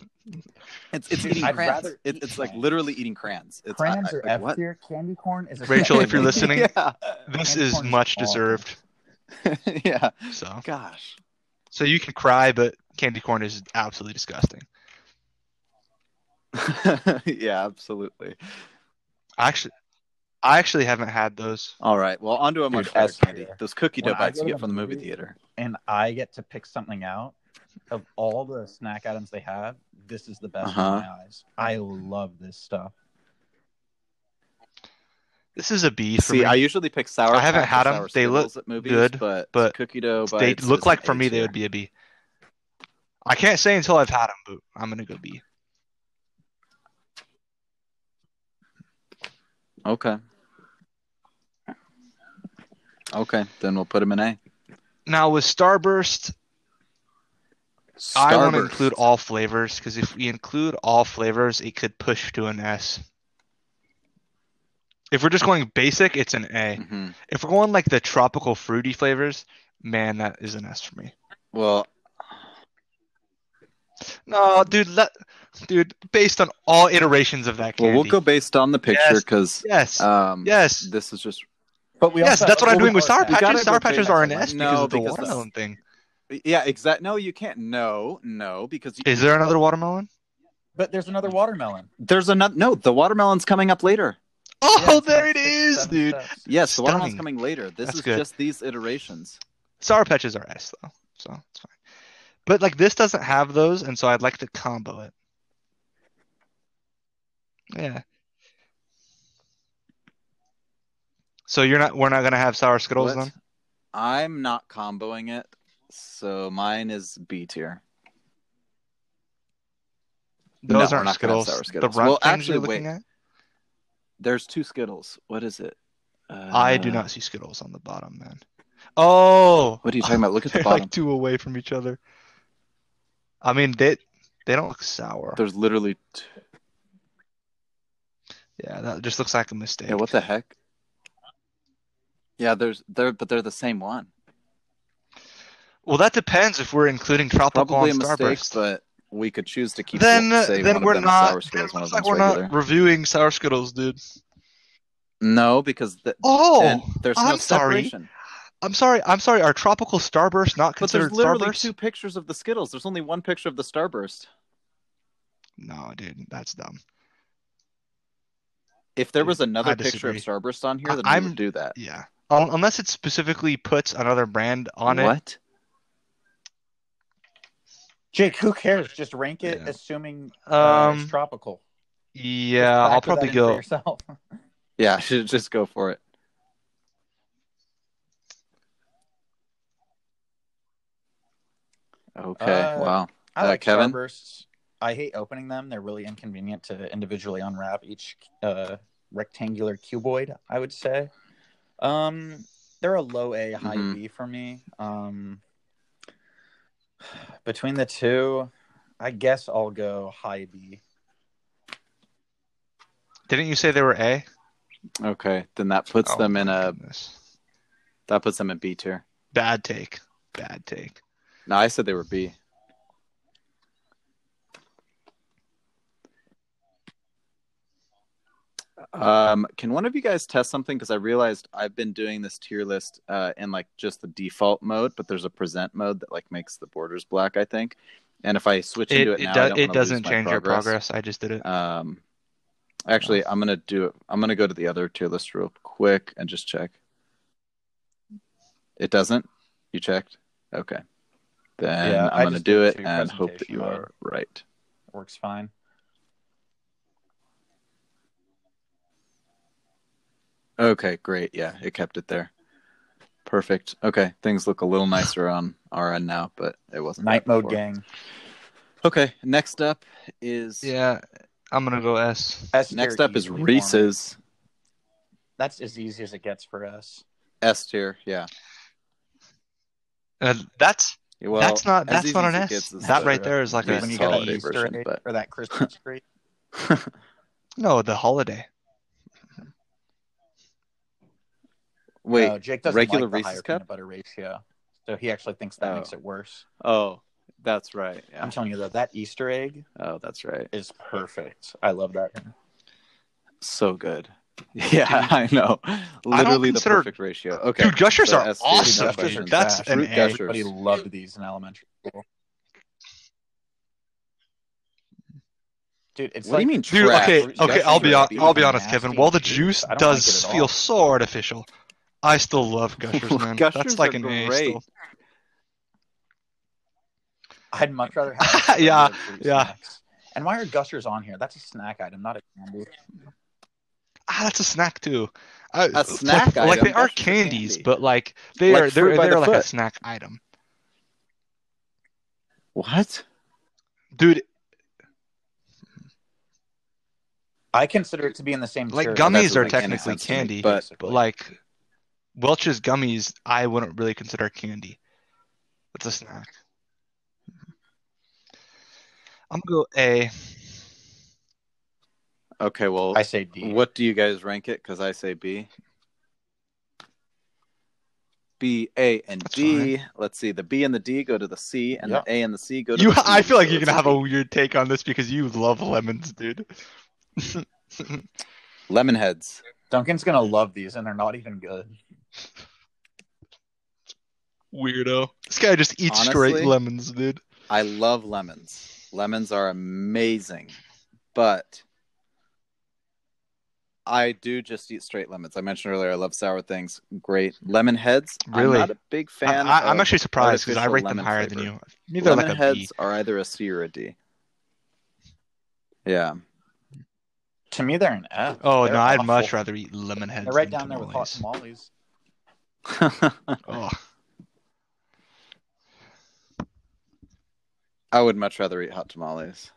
S2: it's it's eating
S4: I'd
S2: crayons.
S4: rather
S2: It-
S4: eat
S2: it's like
S4: crayons.
S2: literally eating crayons. It's, I-
S4: Crayons
S2: I-
S4: are
S2: like,
S4: F
S2: what?
S4: tier. Candy corn is a
S2: *laughs*
S3: Rachel, if you're
S4: candy.
S3: listening,
S2: Yeah,
S3: this
S4: Candy
S3: is
S4: corn's
S3: much
S4: awful.
S3: deserved.
S2: yeah.
S3: So,
S2: Gosh. *laughs*
S3: so you can cry, but candy corn is absolutely disgusting.
S2: yeah, absolutely.
S3: I actually, I actually haven't had those.
S2: All right. Well, onto a much
S4: Dude,
S2: better
S4: S tier.
S2: candy. Those cookie dough
S4: When I
S2: bites
S4: go
S2: you
S4: to
S2: get
S4: the
S2: from the movie
S4: movie-
S2: theater.
S4: and I get to pick something out of all the snack items they have, this is the best
S2: Uh-huh.
S4: in my eyes. I love this stuff.
S3: This is a B for
S2: See,
S3: me.
S2: I usually pick sour.
S3: I haven't
S2: Patch or
S3: had 'em.
S2: sour
S3: They look
S2: Skittles at movies,
S3: good,
S2: but,
S3: but
S2: cookie dough
S3: they
S2: bites.
S3: look
S2: is
S3: like
S2: an
S3: for me
S2: A
S3: they
S2: tier.
S3: would be a B. I can't say until I've had them, but I'm gonna go B.
S2: Okay. Okay, then we'll put them in A.
S3: Now with Starburst, I want to
S2: Starburst.
S3: include all flavors because if we include all flavors, it could push to an S. If we're just going basic, it's an A.
S2: Mhm.
S3: If we're going like the tropical fruity flavors, man, that is an S for me.
S2: Well,
S3: No, dude, let, dude, based on all iterations of that
S2: well,
S3: candy.
S2: we'll go based on the picture
S3: Yes.
S2: because
S3: Yes,
S2: um,
S3: yes,
S2: this is just
S4: But we
S3: yes.
S4: also
S3: That's what
S4: have
S3: I'm doing with Sour
S4: overpowered
S2: gotta
S3: Patches.
S2: go
S4: snacks.
S3: Sour Patches are an
S2: basic.
S3: S because
S2: No,
S3: of the
S2: because that's-
S3: watermelon thing.
S2: yeah, exact. No, you can't. No, no, because
S3: Is there another watermelon?
S4: But there's another watermelon.
S2: there's another. No, the watermelon's coming up later.
S3: *laughs* Oh, *laughs*
S4: Yeah,
S3: there it
S4: six,
S3: is,
S4: seven
S2: uh,
S3: dude.
S4: steps.
S2: Yes, the watermelon's
S3: Stunning.
S2: coming later. This
S3: That's
S2: is
S3: good.
S2: just these iterations.
S3: Sour Patches are S though, so it's fine. But like this doesn't have those, and so I'd like to combo it. Yeah. So you're not we're not gonna have sour skittles
S2: What?
S3: then?
S2: I'm not comboing it, so mine is B tier. No,
S3: Those
S2: we're
S3: aren't
S2: not gonna have
S3: skittles.
S2: sour
S3: The
S2: Skittles.
S3: runt
S2: Well,
S3: things
S2: actually,
S3: you're looking
S2: wait.
S3: at?
S2: There's two Skittles. What is it? Uh,
S3: I do not see skittles on the bottom, man. Oh, *laughs*
S2: What are you talking about? Look at the
S3: they're
S2: bottom.
S3: like two away from each other. I mean they they don't look sour.
S2: There's literally. T-
S3: Yeah, that just looks like a mistake.
S2: yeah, what the heck? Yeah, there's they're but they're the same one.
S3: Well, that depends if we're including tropical
S2: Probably a
S3: and
S2: mistake,
S3: starburst.
S2: but we could choose to keep.
S3: then
S2: say
S3: then
S2: one
S3: we're
S2: of them is
S3: not.
S2: Sour
S3: then
S2: Skittles,
S3: it
S2: one of
S3: looks
S2: them's
S3: like we're
S2: regular.
S3: not reviewing sour skittles, dude.
S2: No, because the,
S3: Oh,
S2: then there's no
S3: I'm sorry.
S2: separation.
S3: I'm sorry. I'm sorry. Are tropical starburst not
S2: But
S3: considered
S2: there's literally
S3: starburst?
S2: two pictures of the Skittles. There's only one picture of the Starburst.
S3: No, dude, that's dumb.
S2: If there
S3: Dude,
S2: was another
S3: I
S2: picture of
S3: disagree.
S2: Starburst on here,
S3: I-
S2: then
S3: I'm-
S2: we would do that.
S3: Yeah, Un- unless it specifically puts another brand on it.
S2: what?
S4: Jake, who cares? Just rank it,
S3: Yeah.
S4: assuming uh, it's
S3: Um,
S4: tropical. Just
S3: yeah, I'll
S4: factor that
S3: probably
S4: in for
S3: go.
S4: yourself.
S3: *laughs*
S2: Yeah, *laughs* just go for it. Okay.
S4: Uh,
S2: wow.
S4: I
S2: Uh,
S4: like
S2: Kevin?
S4: starbursts. I hate opening them. They're really inconvenient to individually unwrap each uh, rectangular cuboid. I would say, um, they're a low A, high
S2: Mhm.
S4: B for me. Um, between the two, I guess I'll go high B.
S3: Didn't you say they were A?
S2: Okay. Then that puts
S3: Oh,
S2: them
S3: my
S2: in a
S3: goodness.
S2: that puts them in B tier.
S3: bad take. Bad take.
S2: No, I said they were B. Um, can one of you guys test something? Because I realized I've been doing this tier list uh, in like just the default mode, but there's a present mode that like makes the borders black, I think. And if I switch
S3: It
S2: into it,
S3: it,
S2: now, I
S3: does,
S2: don't
S3: it
S2: wanna
S3: doesn't
S2: lose my
S3: change your progress. I just did it.
S2: Um, actually, I'm gonna do it. I'm gonna go to the other tier list real quick and just check. It doesn't. You checked. Okay. Then
S4: Yeah, I
S2: I'm gonna
S4: just
S2: do
S4: did
S2: it
S4: two
S2: and hope that
S4: presentation
S2: you
S4: mode.
S2: are right.
S4: Works fine.
S2: Okay, great. Yeah, it kept it there. Perfect. Okay, things look a little nicer on our end now, but it wasn't.
S4: Night
S2: right
S4: mode
S2: before.
S4: gang.
S2: Okay, next up is
S3: Yeah, I'm gonna go S.
S4: S tier
S2: next up is
S4: easily for me.
S2: Reese's
S4: That's as easy as it gets for us.
S2: S tier. Yeah.
S3: Uh, that's
S2: Well,
S3: that's not
S2: as
S3: that's not
S2: easy as
S3: an
S2: it
S3: S.
S2: gets is
S3: That
S2: the-
S3: right there is like
S2: Yeah,
S3: a
S4: when you get that
S2: holiday
S4: Easter
S2: version,
S4: egg
S2: but-
S4: or
S2: *laughs*
S4: that Christmas tree.
S3: no the holiday.
S2: Wait,
S4: no, Jake doesn't
S2: regular
S4: like the higher
S2: Reese's cup?
S4: peanut butter ratio, so he actually thinks that
S2: Oh.
S4: makes it worse.
S2: Oh, That's right.
S4: I'm
S2: Yeah.
S4: telling you though, that Easter egg
S2: Oh, that's right.
S4: is perfect. I love that.
S2: So good. *laughs* Yeah, I know. Literally the
S3: consider-
S2: perfect ratio. Okay.
S3: Dude, gushers
S2: So
S3: are
S2: as stated
S3: awesome.
S2: in the
S4: Gushers are
S3: dude. That's
S4: trash.
S3: an
S2: Fruit
S3: A.
S2: gushers.
S4: Everybody loved these in elementary school. Dude, it's
S2: What do you
S4: like-
S2: mean
S3: Dude,
S2: Trash.
S3: okay,
S2: Fruit
S3: okay,
S2: gushers
S3: I'll be
S2: are
S3: on, I'll be
S2: being
S3: honest,
S4: nasty
S3: Kevin. While the
S4: and shit.
S3: juice
S4: I don't like
S3: does
S4: it at
S3: feel
S4: all.
S3: so artificial, I
S2: *laughs*
S3: still love gushers, man.
S2: Gushers
S3: That's like
S2: are
S3: an A.
S2: great.
S3: Still.
S4: I'd much
S3: *laughs*
S4: rather have.
S3: Yeah,
S4: fruit
S3: yeah.
S4: snacks. And why are gushers on here? That's a snack item, not a candy.
S3: Ah, that's a snack too. I-
S2: A snack
S3: like, like
S2: item?
S3: they
S2: Gushers
S3: are
S2: are
S3: candies,
S2: candy.
S3: but like they
S2: Like
S3: are
S2: fruit
S3: they're
S2: by the
S3: they're like a
S2: foot.
S3: snack item,
S2: What?
S3: dude.
S4: I consider it to be in the same.
S3: Like
S4: tier.
S3: gummies
S2: doesn't
S3: are
S2: make any
S3: technically
S2: sense to me,
S3: candy,
S2: but-
S3: but like Welch's gummies, I wouldn't really consider candy. That's a snack. I'm gonna go A.
S2: Okay, well,
S4: I say D.
S2: what do you guys rank it? Because I say B. B, A, and
S3: That's
S2: D. Let's see. The B and the D go to the C, and
S4: Yeah.
S2: the A and the C go to
S3: You,
S2: the C,
S3: I feel like
S2: so
S3: you're
S2: it's
S3: gonna have
S2: B.
S3: a weird take on this because you love lemons, dude. *laughs*
S2: Lemon heads.
S4: Duncan's gonna love these, and they're not even good.
S3: Weirdo. This guy just eats straight
S2: Honestly?
S3: lemons, dude.
S2: I love lemons. Lemons are amazing, but I do just eat straight lemons. I mentioned earlier I love sour things. Great lemon heads.
S3: Really?
S2: I'm not a big fan.
S3: I, I,
S2: of-
S3: am actually surprised because I
S2: artificial
S3: rate them
S2: lemon
S3: higher than
S2: flavor.
S3: you. Maybe they're
S2: lemon
S3: like a
S2: heads
S3: B.
S2: are either a C or a D. Yeah, *laughs*
S4: To me, they're an F.
S3: Oh
S4: They're
S3: no, I'd
S4: awful.
S3: much rather eat lemon heads.
S4: They're right
S3: than
S4: down there with hot
S3: tamales.
S4: tamales.
S3: Oh,
S2: I would much rather eat hot tamales.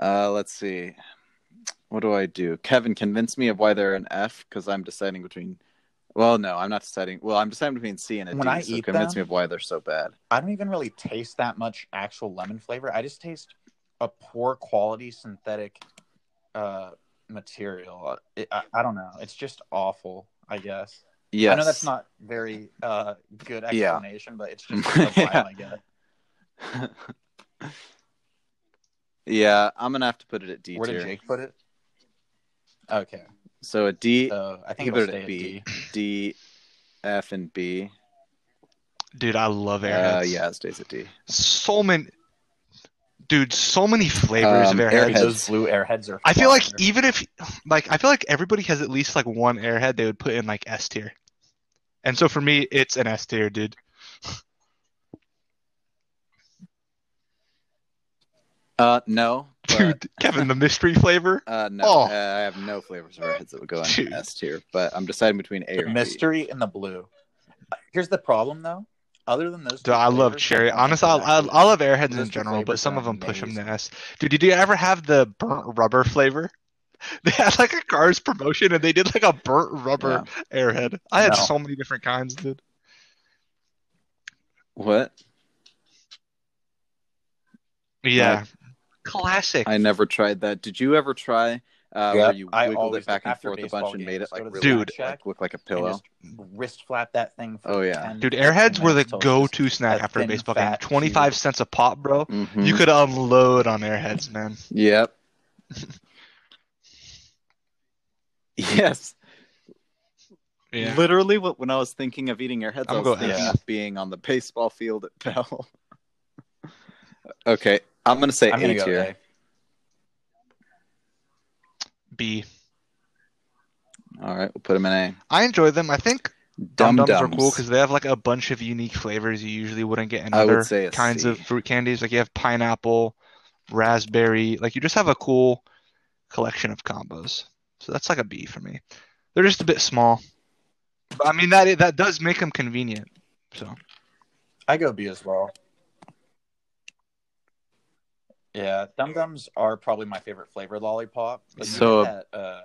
S2: Uh, let's see. What do I do? Kevin, convince me of why they're an F because I'm deciding between. Well, no, I'm not deciding. Well, I'm deciding between C and a D.
S4: When I
S2: so
S4: eat
S2: convince
S4: them-
S2: me of why they're so bad.
S4: I don't even really taste that much actual lemon flavor. I just taste a poor quality synthetic uh, material. It, I, I don't know. It's just awful. I guess.
S2: Yes.
S4: I know that's not very uh, good
S2: Yeah.
S4: explanation, but
S2: *laughs*
S4: it's just the vibe
S2: Yeah.
S4: I get.
S2: *laughs* yeah, I'm gonna have to put it at D
S4: Where did
S2: tier.
S4: Jake put it? Okay,
S2: So a D,
S4: so I think
S2: You
S4: it'll
S2: put it at
S4: stay at
S2: B.
S4: B.
S2: D, F, and B.
S3: dude, I love
S2: Uh,
S3: airheads.
S2: yeah, it stays at D.
S3: So many, dude, so many flavors
S2: Um,
S3: of airheads.
S2: Airheads.
S4: Those blue airheads are.
S3: I feel like E
S4: fire.
S3: even if, like, I feel like everybody has at least like one airhead they would put in like S tier, and so for me, it's an S tier, dude.
S2: Uh, no,
S4: *laughs*
S2: but,
S3: Dude, Kevin, the mystery flavor.
S2: Uh, no,
S3: Oh.
S2: uh, I have no flavors of heads that would go in
S3: Dude.
S2: S tier, but I'm deciding between A
S4: the
S2: or B.
S4: mystery and the blue. Here's the problem, though. Other than those, two
S3: Dude, I love
S4: flavors,
S3: cherry.
S4: they're
S3: Honestly, I, I,
S4: amazing.
S3: I love airheads in
S4: Those two
S3: general, but
S4: flavors
S3: some
S4: are
S3: of them push them to
S4: amazing.
S3: S. Dude, did you ever have the burnt rubber flavor? *laughs* They had like a cars promotion, and they did like a burnt rubber airhead. I had
S4: No.
S3: so many different kinds, dude.
S2: What?
S3: Yeah, classic.
S2: I never tried that. Did you ever try uh,
S4: Yep,
S2: where you
S4: I
S2: wiggled
S4: always
S2: it
S4: do.
S2: back and
S4: After
S2: forth a
S4: baseball
S2: bunch and made
S4: games,
S2: it like
S4: go to
S2: really
S4: the
S3: Dude.
S4: snack shack
S2: like, look like a
S4: and
S2: pillow?
S4: just wrist flap that thing. For
S2: Oh, yeah.
S4: 10,
S3: Dude, airheads
S4: 15
S3: were the
S4: minutes till it's just-
S3: go-to snack
S4: a
S3: after a
S4: thin,
S3: baseball game.
S4: fat
S3: Twenty-five
S4: cube.
S3: cents a pop, bro.
S2: Mhm.
S3: You could unload on airheads, man.
S2: *laughs* Yep. yes. Literally, what when I was thinking of eating airheads, i
S3: I'm
S2: was
S3: gonna go
S2: thinking
S4: S.
S2: of being on the baseball field at Bell. okay, I'm gonna say
S4: I'm gonna
S2: A
S4: go.
S2: tier.
S4: A.
S3: B.
S2: All right, we'll put them in A.
S3: I enjoy them. I think Dum
S2: Dum
S3: Dums are
S2: Dums.
S3: cool because they have like a bunch of unique flavors you usually wouldn't get in
S2: I would
S3: other
S2: say a
S3: kinds
S2: C.
S3: of fruit candies. Like you have pineapple, raspberry. Like you just have a cool collection of combos. So that's like a B for me. They're just a bit small. But I mean that that does make them convenient. So
S4: I go B as well. Yeah, Dum Dums are probably my favorite flavor lollipop. But you
S2: So-
S4: get that uh,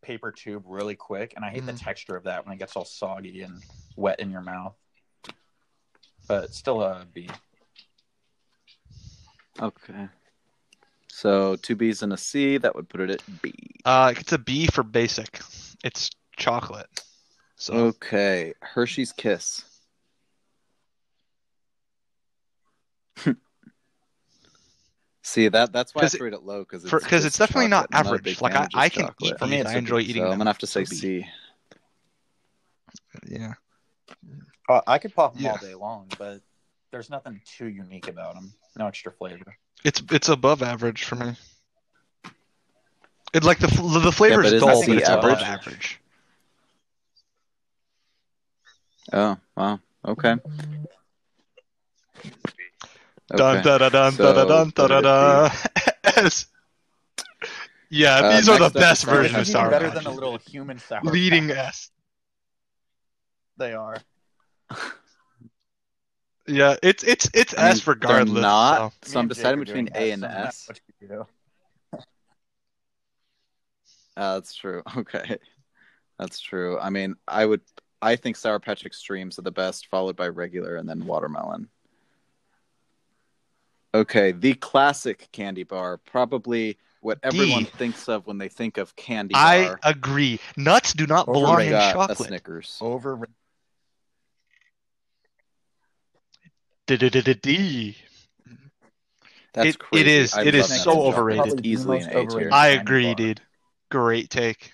S4: paper tube really quick, and I hate
S3: Mhm.
S4: the texture of that when it gets all soggy and wet in your mouth. But still a B.
S2: Okay. So two B's and a C. That would put it at B.
S3: uh, it's a B for basic. It's chocolate. So
S4: Oh,
S2: Okay. Hershey's Kiss. *laughs* See that that's why I
S3: 'Cause it-
S2: rate it low because
S3: for- 'cause it's definitely not average. Like, I- I can eat
S4: For me,
S3: these.
S4: it's
S3: I
S4: a
S3: enjoy
S4: B,
S3: eating
S2: so I'm
S3: them.
S2: gonna have to say
S3: So B.
S2: C.
S3: Yeah.
S4: Uh, I could pop them all
S3: Yeah.
S4: day long, but there's nothing too unique about them. No extra flavor.
S3: It's it's above average for me. It like the fl- the flavor
S2: but
S3: is
S2: isn't
S3: dull,
S4: that
S3: but
S4: the
S3: it's above
S2: average?
S3: average.
S2: Oh wow. Okay.
S3: Dun
S2: Okay.
S3: da da dun da da dun da da da. *laughs* Yes. Yeah,
S2: Uh,
S3: these are the
S2: next up is
S3: best
S2: sour
S3: version of
S2: patch.
S3: sour
S4: better
S3: patch.
S4: than a little human sour.
S3: Leading
S4: Patch.
S3: S.
S4: they are.
S3: Yeah, it's it's it's
S2: I mean,
S3: S regardless.
S2: They're not. So,
S3: so.
S2: I'm
S4: Me and Jake
S2: deciding
S4: are doing
S2: between A and
S4: so I'm not
S2: S.
S4: what you do.
S2: Uh, that's true. *laughs* Okay, that's true. I mean, I would. I think Sour Patch Extremes are the best, followed by regular, and then watermelon. Okay, the classic candy bar, probably what everyone thinks of when they think of candy
S3: I
S2: bar.
S3: agree. Nuts do not
S4: Overrated.
S3: belong in
S2: Got a
S3: chocolate.
S2: Snickers.
S4: Over.
S3: D-d-d-d-d.
S2: That's
S3: It- it
S2: crazy.
S3: is-
S2: I
S3: it is
S2: love nuts
S3: so
S2: and chocolate.
S3: overrated.
S2: It's easily an A tier.
S4: Overrated.
S3: I
S4: Candy
S3: agree,
S4: bar.
S3: dude. Great take.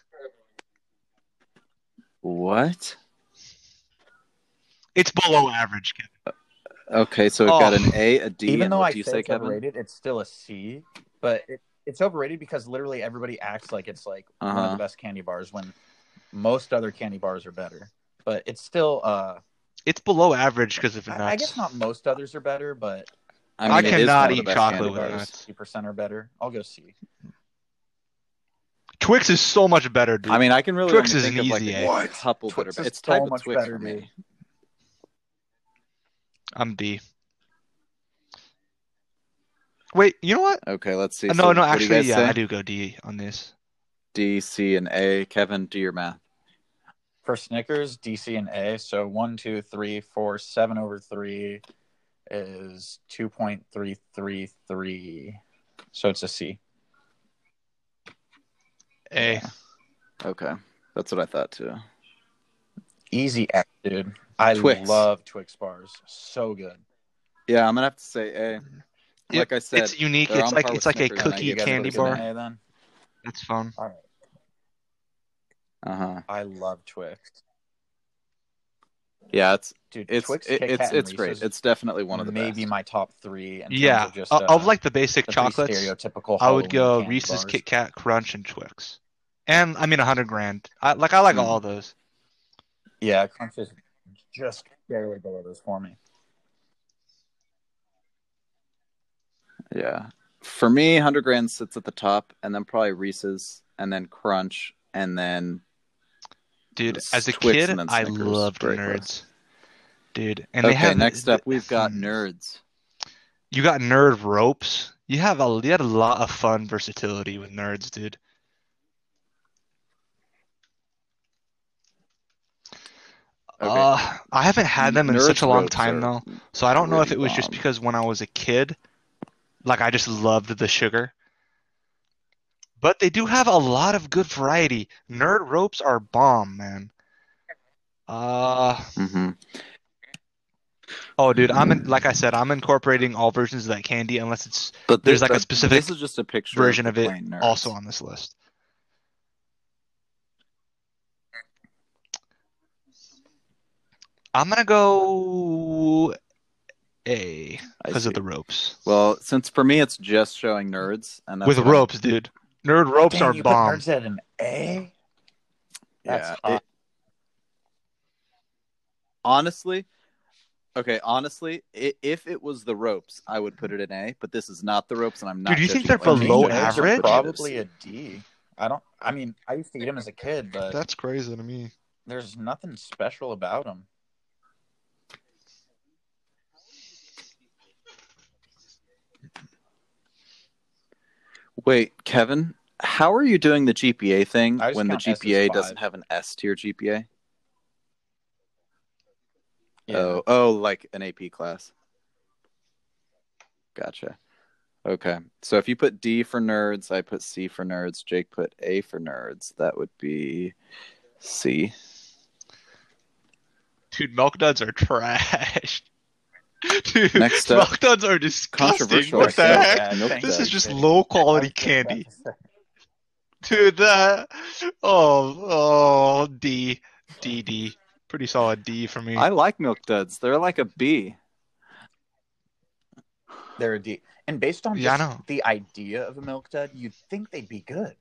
S2: What?
S3: It's below average, Kevin.
S2: Okay, so we've
S3: Oh.
S2: got an A, a D,
S4: Even
S2: and
S4: though
S2: what
S4: I
S2: do you
S4: say,
S2: say,
S4: it's
S2: Kevin?
S4: overrated, it's still a C. But it, it's overrated because literally everybody acts like it's like one of
S2: Uh-huh.
S4: the best candy bars when most other candy bars are better. But it's still, uh,
S3: It's below average because of nuts.
S4: I, I guess not most others are better, but
S2: I,
S3: I
S2: mean, it is
S3: cannot
S2: one of the
S3: eat
S2: best
S3: chocolate
S2: candy
S3: with
S2: bars.
S3: nuts.
S4: 50% are better. I'll go C.
S3: Twix is so much better, dude.
S2: I mean, I can really
S3: Twix
S2: only
S3: is
S2: think
S3: an
S2: of like
S3: easy
S2: a
S3: A.
S4: What?
S2: couple
S4: Twix
S2: better.
S4: is
S2: It's
S4: so
S2: type of
S4: much
S2: Twix
S4: better,
S2: for
S4: dude.
S2: me.
S3: I'm D. Wait, you know what?
S2: Okay, let's see.
S3: Uh,
S2: So
S3: No, no,
S2: what do you
S3: actually,
S2: guys
S3: yeah,
S2: say?
S3: I do go D on this.
S2: D, C, and A. Kevin, do your math.
S4: For Snickers, DC and A. So one, two, three, four, seven over three is 2.333. So it's a C.
S3: A.
S2: Okay, that's what I thought too.
S4: Easy X, dude. I
S2: Twix.
S4: love Twix bars. So good.
S2: Yeah, I'm gonna have to say A. Like I said,
S3: it's e- unique.
S2: they're
S3: It's
S2: on
S3: like
S2: par with
S3: it's like a
S2: Snickers, and I
S3: cookie
S2: give it
S3: candy
S2: a good
S3: bar.
S2: A.
S4: A then.
S3: That's fun.
S4: All right.
S2: uh huh.
S4: I love Twix.
S2: Yeah, it's
S4: Dude,
S2: it's
S4: Twix,
S2: it-
S4: Kit
S2: it's
S4: Kat, and
S2: it's great.
S4: Reese's
S2: It's definitely one of the
S4: maybe
S2: best.
S4: my top three. In
S3: Yeah,
S4: terms of, just,
S3: o- of
S4: uh,
S3: like the basic
S4: the three
S3: chocolates,
S4: Stereotypical.
S3: I would
S4: Halloween
S3: go
S4: candy
S3: Reese's,
S4: bars.
S3: Kit Kat, Crunch, and Twix. And I mean, a hundred grand. I like I like
S2: Mm.
S3: all those.
S4: Yeah, Crunch is just barely below those for me.
S2: Yeah, for me, hundred grand sits at the top, and then probably Reese's, and then Crunch, and then
S3: Dude,
S2: It's
S3: as a
S2: Twix
S3: kid,
S2: and then
S3: I
S2: Snickers.
S3: loved
S2: Great
S3: nerds.
S2: list.
S3: Dude, and they
S2: okay.
S3: have
S2: Next up, we've got
S3: Hmm.
S2: nerds.
S3: You got nerd ropes. You have a you had a lot of fun versatility with nerds, dude.
S2: Okay.
S3: Uh, I haven't had them in
S2: Nerds
S3: such a long
S2: ropes
S3: time
S2: are-
S3: though, so I don't know if
S2: really
S3: it was just
S2: bomb.
S3: because when I was a kid, like I just loved the sugar. But they do have a lot of good variety. Nerd ropes are bomb, man. Uh,
S2: Mhm.
S3: oh, dude, I'm in, like I said, I'm incorporating all versions of that candy unless it's
S2: But
S3: There's
S2: thi-
S3: like a
S2: but
S3: specific
S2: This is just a picture
S3: version
S2: of,
S3: of
S2: the
S3: it
S2: plain nerds.
S3: also on this list. I'm gonna go
S2: I
S3: A because
S2: see.
S3: of the ropes.
S2: Well, since for me it's just showing nerds and that's
S3: With
S2: what I'm-
S3: ropes, dude. Nerd ropes
S4: Dang,
S3: are
S4: you put
S3: bomb.
S4: Nerds at an A. That's
S2: yeah.
S4: hot.
S2: it- honestly, okay, honestly, i- if it was the ropes, I would put it in A. But this is not the ropes, and I'm not.
S3: Dude, you
S2: judging
S3: think they're
S2: it like
S3: below
S2: that. I should
S3: average?
S2: put it as
S4: Probably
S2: C.
S4: a D. I don't. I mean, I used to eat them as a kid, but
S3: That's crazy to me.
S4: there's nothing special about them.
S2: Wait, Kevin, how are you doing the GPA thing
S4: I just
S2: when the
S4: count S as
S2: GPA
S4: five.
S2: doesn't have an S tier GPA?
S4: Yeah.
S2: Oh, oh, like an AP class. Gotcha. Okay, so if you put D for nerds, I put C for nerds. Jake put A for nerds. That would be C.
S3: Dude, milk duds are trash. *laughs* Dude,
S2: Next up,
S3: Lockdowns are disgusting.
S2: Controversial.
S3: What the
S2: Yeah,
S3: heck?
S2: yeah,
S4: thank
S3: This
S4: you.
S3: is just
S4: Yeah.
S3: low quality
S4: I was just about
S3: candy.
S4: to say.
S3: Dude, that. Oh, oh, D. D, D. Pretty solid D for me.
S2: I like milk duds. They're like a *laughs* bee.
S4: They're a D. And based on
S3: Yeah, I
S4: just
S3: know.
S4: the idea of a milk dud, you'd think they'd be good.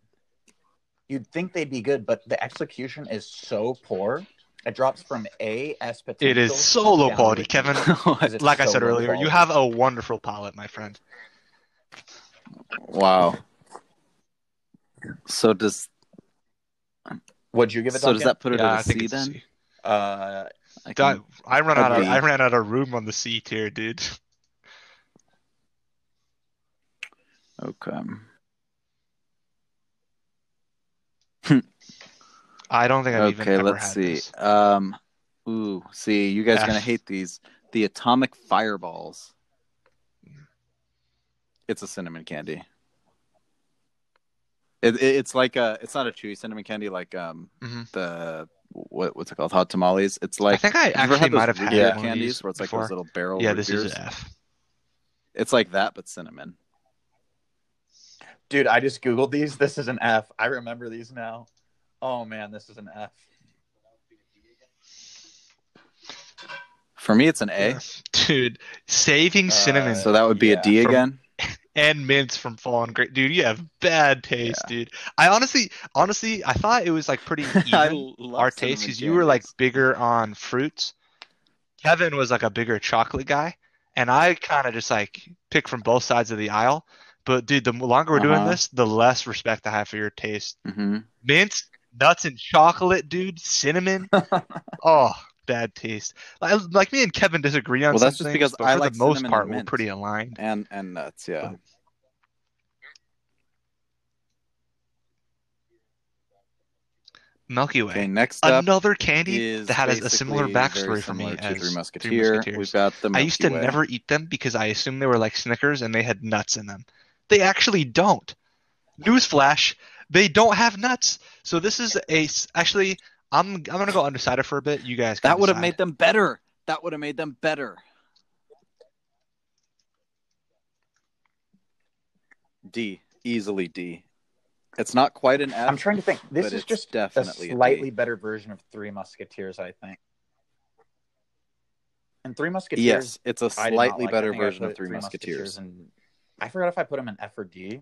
S4: You'd think they'd be good, but the execution is so poor. It drops from A S potential.
S3: it is so low
S4: down
S3: quality,
S4: to
S2: *laughs*
S4: D,
S3: Kevin.
S4: 'cause it's
S3: Like I
S4: so
S3: said
S4: low
S3: earlier,
S4: quality.
S3: you have a wonderful palate, my friend.
S2: wow. So does
S4: Would you give it?
S2: so does that put it
S3: Yeah,
S2: at
S3: I
S2: a
S3: think
S2: C
S3: it's a
S2: then?
S3: C.
S4: Uh,
S2: I
S3: That-
S2: can-
S3: I ran
S2: A
S3: out. Of,
S2: B.
S3: I ran out of room on the C tier, dude.
S2: okay.
S3: I don't think I've even
S2: Okay,
S3: ever
S2: let's
S3: had
S2: see.
S3: this. Ah.
S2: Um ooh, see, you guys are gonna
S3: F.
S2: hate these. The atomic fireballs. It's a cinnamon candy. It, it, it's like a it's not a chewy cinnamon candy like um
S3: Mhm.
S2: the what what's it called? Hot tamales. It's
S3: I
S2: like
S3: think I
S2: you ever
S3: actually
S2: those
S3: might have
S2: root
S3: had
S2: beer
S4: Yeah.
S3: one of
S2: candies
S3: these
S2: where it's like
S3: before.
S2: those little barrel
S3: yeah,
S2: root
S3: this is
S2: beers?
S3: an F.
S2: It's like that, but cinnamon.
S4: dude, I just googled these. This is an F. I remember these now. Oh man, this is an F.
S2: For me, it's an A.
S3: Dude, saving
S4: Uh,
S3: cinnamon
S2: Eh? So that would be
S4: Yeah.
S2: a D
S3: From-
S2: again.
S3: and mints from fallen grape, dude. You have bad taste, dude. I honestly, honestly, I thought it was like
S2: *laughs*
S3: pretty even
S2: love
S3: our
S2: cinnamon
S3: taste because you were like
S2: candies.
S3: bigger on fruits. Kevin was like a bigger chocolate guy, and I kind of just like pick from both sides of the aisle. But dude, the longer we're doing
S2: Uh-huh.
S3: this, the less respect I have for your taste.
S2: Mhm.
S3: mint, nuts and chocolate,
S2: *laughs*
S3: dude, cinnamon. oh, bad taste. Like, like me and Kevin disagree on
S2: Well,
S3: some
S2: that's just
S3: things,
S2: because
S3: but
S2: I
S3: for
S2: like
S3: the most
S2: cinnamon and
S3: part, we're
S2: mint.
S3: pretty aligned.
S2: and and nuts. Yeah,
S3: Milky Way.
S2: Okay, next up
S3: Another candy
S2: is
S3: that has a similar
S2: basically very
S3: backstory for
S2: similar
S3: me
S2: to
S3: as
S2: Three Musketeer.
S3: Musketeers.
S2: We've got the
S3: I used to
S2: Milky Way.
S3: never eat them because I assumed they were like Snickers and they had nuts in them. They actually don't. Newsflash, they don't have nuts. So this is a s- actually I'm I'm gonna go undecided for a bit. You guys can
S2: That would have
S3: decide.
S2: made them better. That would have made them better. D easily D. It's not quite an F.
S4: I'm trying to think. This
S2: but
S4: is
S2: it's
S4: just
S2: definitely
S4: a
S2: a D.
S4: slightly better version of Three Musketeers, I think. And Three Musketeers.
S2: Yes, it's a
S4: I did not
S2: slightly
S4: like. I
S2: better
S4: think I
S2: version
S4: put
S2: of Three, Musketeers.
S4: in- I forgot if I put them in F or D.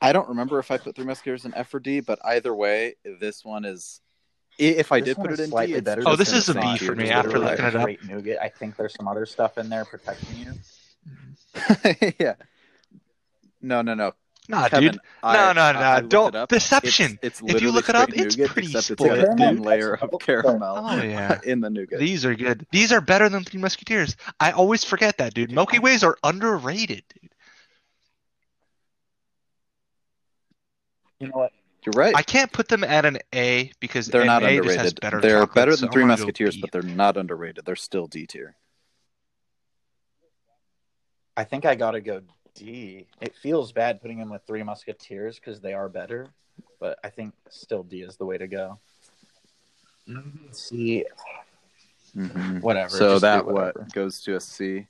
S2: I don't remember if I put Three Musketeers in F or D, but either way, this one is. i- If I
S4: This
S2: did
S4: one
S2: put
S4: is
S2: it in D,
S4: slightly
S2: it's
S4: better
S3: Oh,
S2: just
S3: this
S2: in
S3: is a
S2: the
S3: B
S2: same
S3: for
S2: tier.
S3: me
S2: It's
S3: after
S2: literally
S3: looking
S2: like-
S3: it up.
S4: Great nougat. I think there's some other stuff in there protecting you.
S2: *laughs* yeah. No, no, no.
S3: Nah,
S2: Kevin,
S3: Ah, dude.
S2: I-
S3: no, no, no.
S2: I looked
S3: don't
S2: it up. It's,
S3: deception.
S2: it's
S3: If you
S2: literally
S3: look it up,
S2: straight
S3: it's
S2: nougat,
S3: pretty
S2: except It's got
S4: spoiled.
S2: a thin layer of caramel
S4: Ah,
S3: Oh yeah.
S2: *laughs* in the nougat.
S3: These are good. These are better than Three Musketeers. I always forget that, dude. Milky Ways are underrated. Dude.
S4: You know what?
S2: You're right.
S3: I can't put them at an A because
S2: they're
S3: an
S2: not
S3: A just has
S2: underrated.
S3: better
S2: they're
S3: chocolate,
S2: better
S3: so
S2: than
S3: I'm
S2: Three
S3: gonna go
S2: Musketeers,
S3: B.
S2: but they're not underrated. They're still D tier.
S4: I think I gotta go D. It feels bad putting them with Three Musketeers because they are better, but I think still D is the way to go.
S3: Mm-hmm.
S4: C,
S2: Mhm.
S4: whatever.
S2: So
S4: just do
S2: that
S4: whatever.
S2: what goes to a C.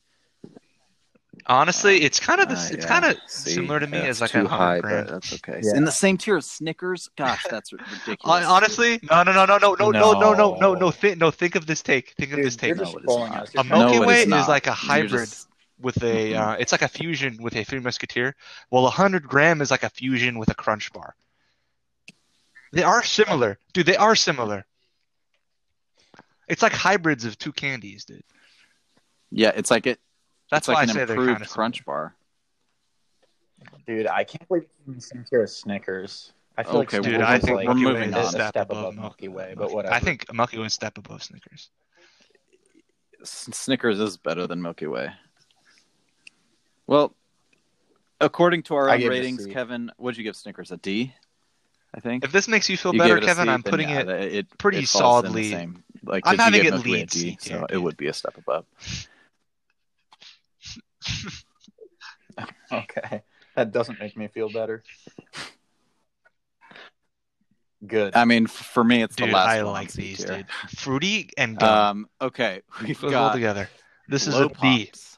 S3: honestly, it's kind of
S2: Uh,
S3: it's
S2: yeah.
S3: kind of
S2: See,
S3: similar to me
S2: that's
S3: as like
S2: too
S3: a
S2: high,
S3: hundred
S2: but
S3: grand.
S2: that's okay.
S4: Yeah.
S2: In the same tier as Snickers. Gosh,
S3: *laughs*
S2: that's ridiculous.
S3: Hon- honestly, no, no, no, no, no, no, no, no, no, no, no. Think, no. Think of this take. Think of
S4: Dude,
S3: this
S4: you're
S3: take
S4: just
S2: No, it is
S4: trolling
S2: not.
S4: us.
S3: A
S4: You're
S3: Milky
S4: trolling us.
S3: Way
S2: it's
S3: is
S2: not.
S3: like a
S2: You're
S3: hybrid.
S2: just-
S4: *laughs*
S3: with a. Uh, it's like a fusion with a Three Musketeer. Well, a hundred gram is like a fusion with a Crunch Bar. They are similar, dude. They are similar. It's like hybrids of two candies, dude.
S2: yeah, it's like it.
S3: That's
S2: it's like
S3: why
S2: an
S3: I say they're kind
S2: improved
S3: of
S2: Crunch Bar.
S4: Dude, I can't believe it's in the same tier as Snickers. I
S2: Okay,
S4: feel like
S3: Dude,
S4: Snickers
S3: I
S4: is
S3: think
S4: like
S2: we're
S3: Milky Way
S2: moving
S3: is
S2: on.
S4: a step, above Milky Way, but whatever. *laughs*
S3: I think Milky Way is a step above Snickers.
S2: S- Snickers is better than Milky Way. Well, according to our
S4: I
S2: own
S4: gave it a
S2: ratings,
S4: C.
S2: Kevin, what'd you give Snickers? A D, I think.
S3: If this makes you feel
S2: You
S3: better,
S2: gave it a
S3: Kevin,
S2: C,
S3: I'm
S2: then
S3: putting
S2: yeah,
S3: it.
S2: that- it
S3: pretty
S2: it falls in the
S3: solidly-
S2: same- Like
S3: I'm
S2: if you
S3: having
S2: gave
S3: it
S2: Milky Way a
S3: lead
S2: D,
S3: C tier,
S2: so it
S3: dude.
S2: would be a step above.
S4: Okay, that doesn't make me feel better. Good. Uh,
S2: I mean, f- for me, it's
S3: Dude,
S2: the last
S3: I
S2: one on
S3: like
S2: C
S3: these,
S2: tier.
S3: dude. Fruity and gum.
S2: Um,
S3: *laughs*
S2: okay, we've
S3: Those all
S2: got
S3: together. This is
S2: Low
S3: a B.
S2: Pops.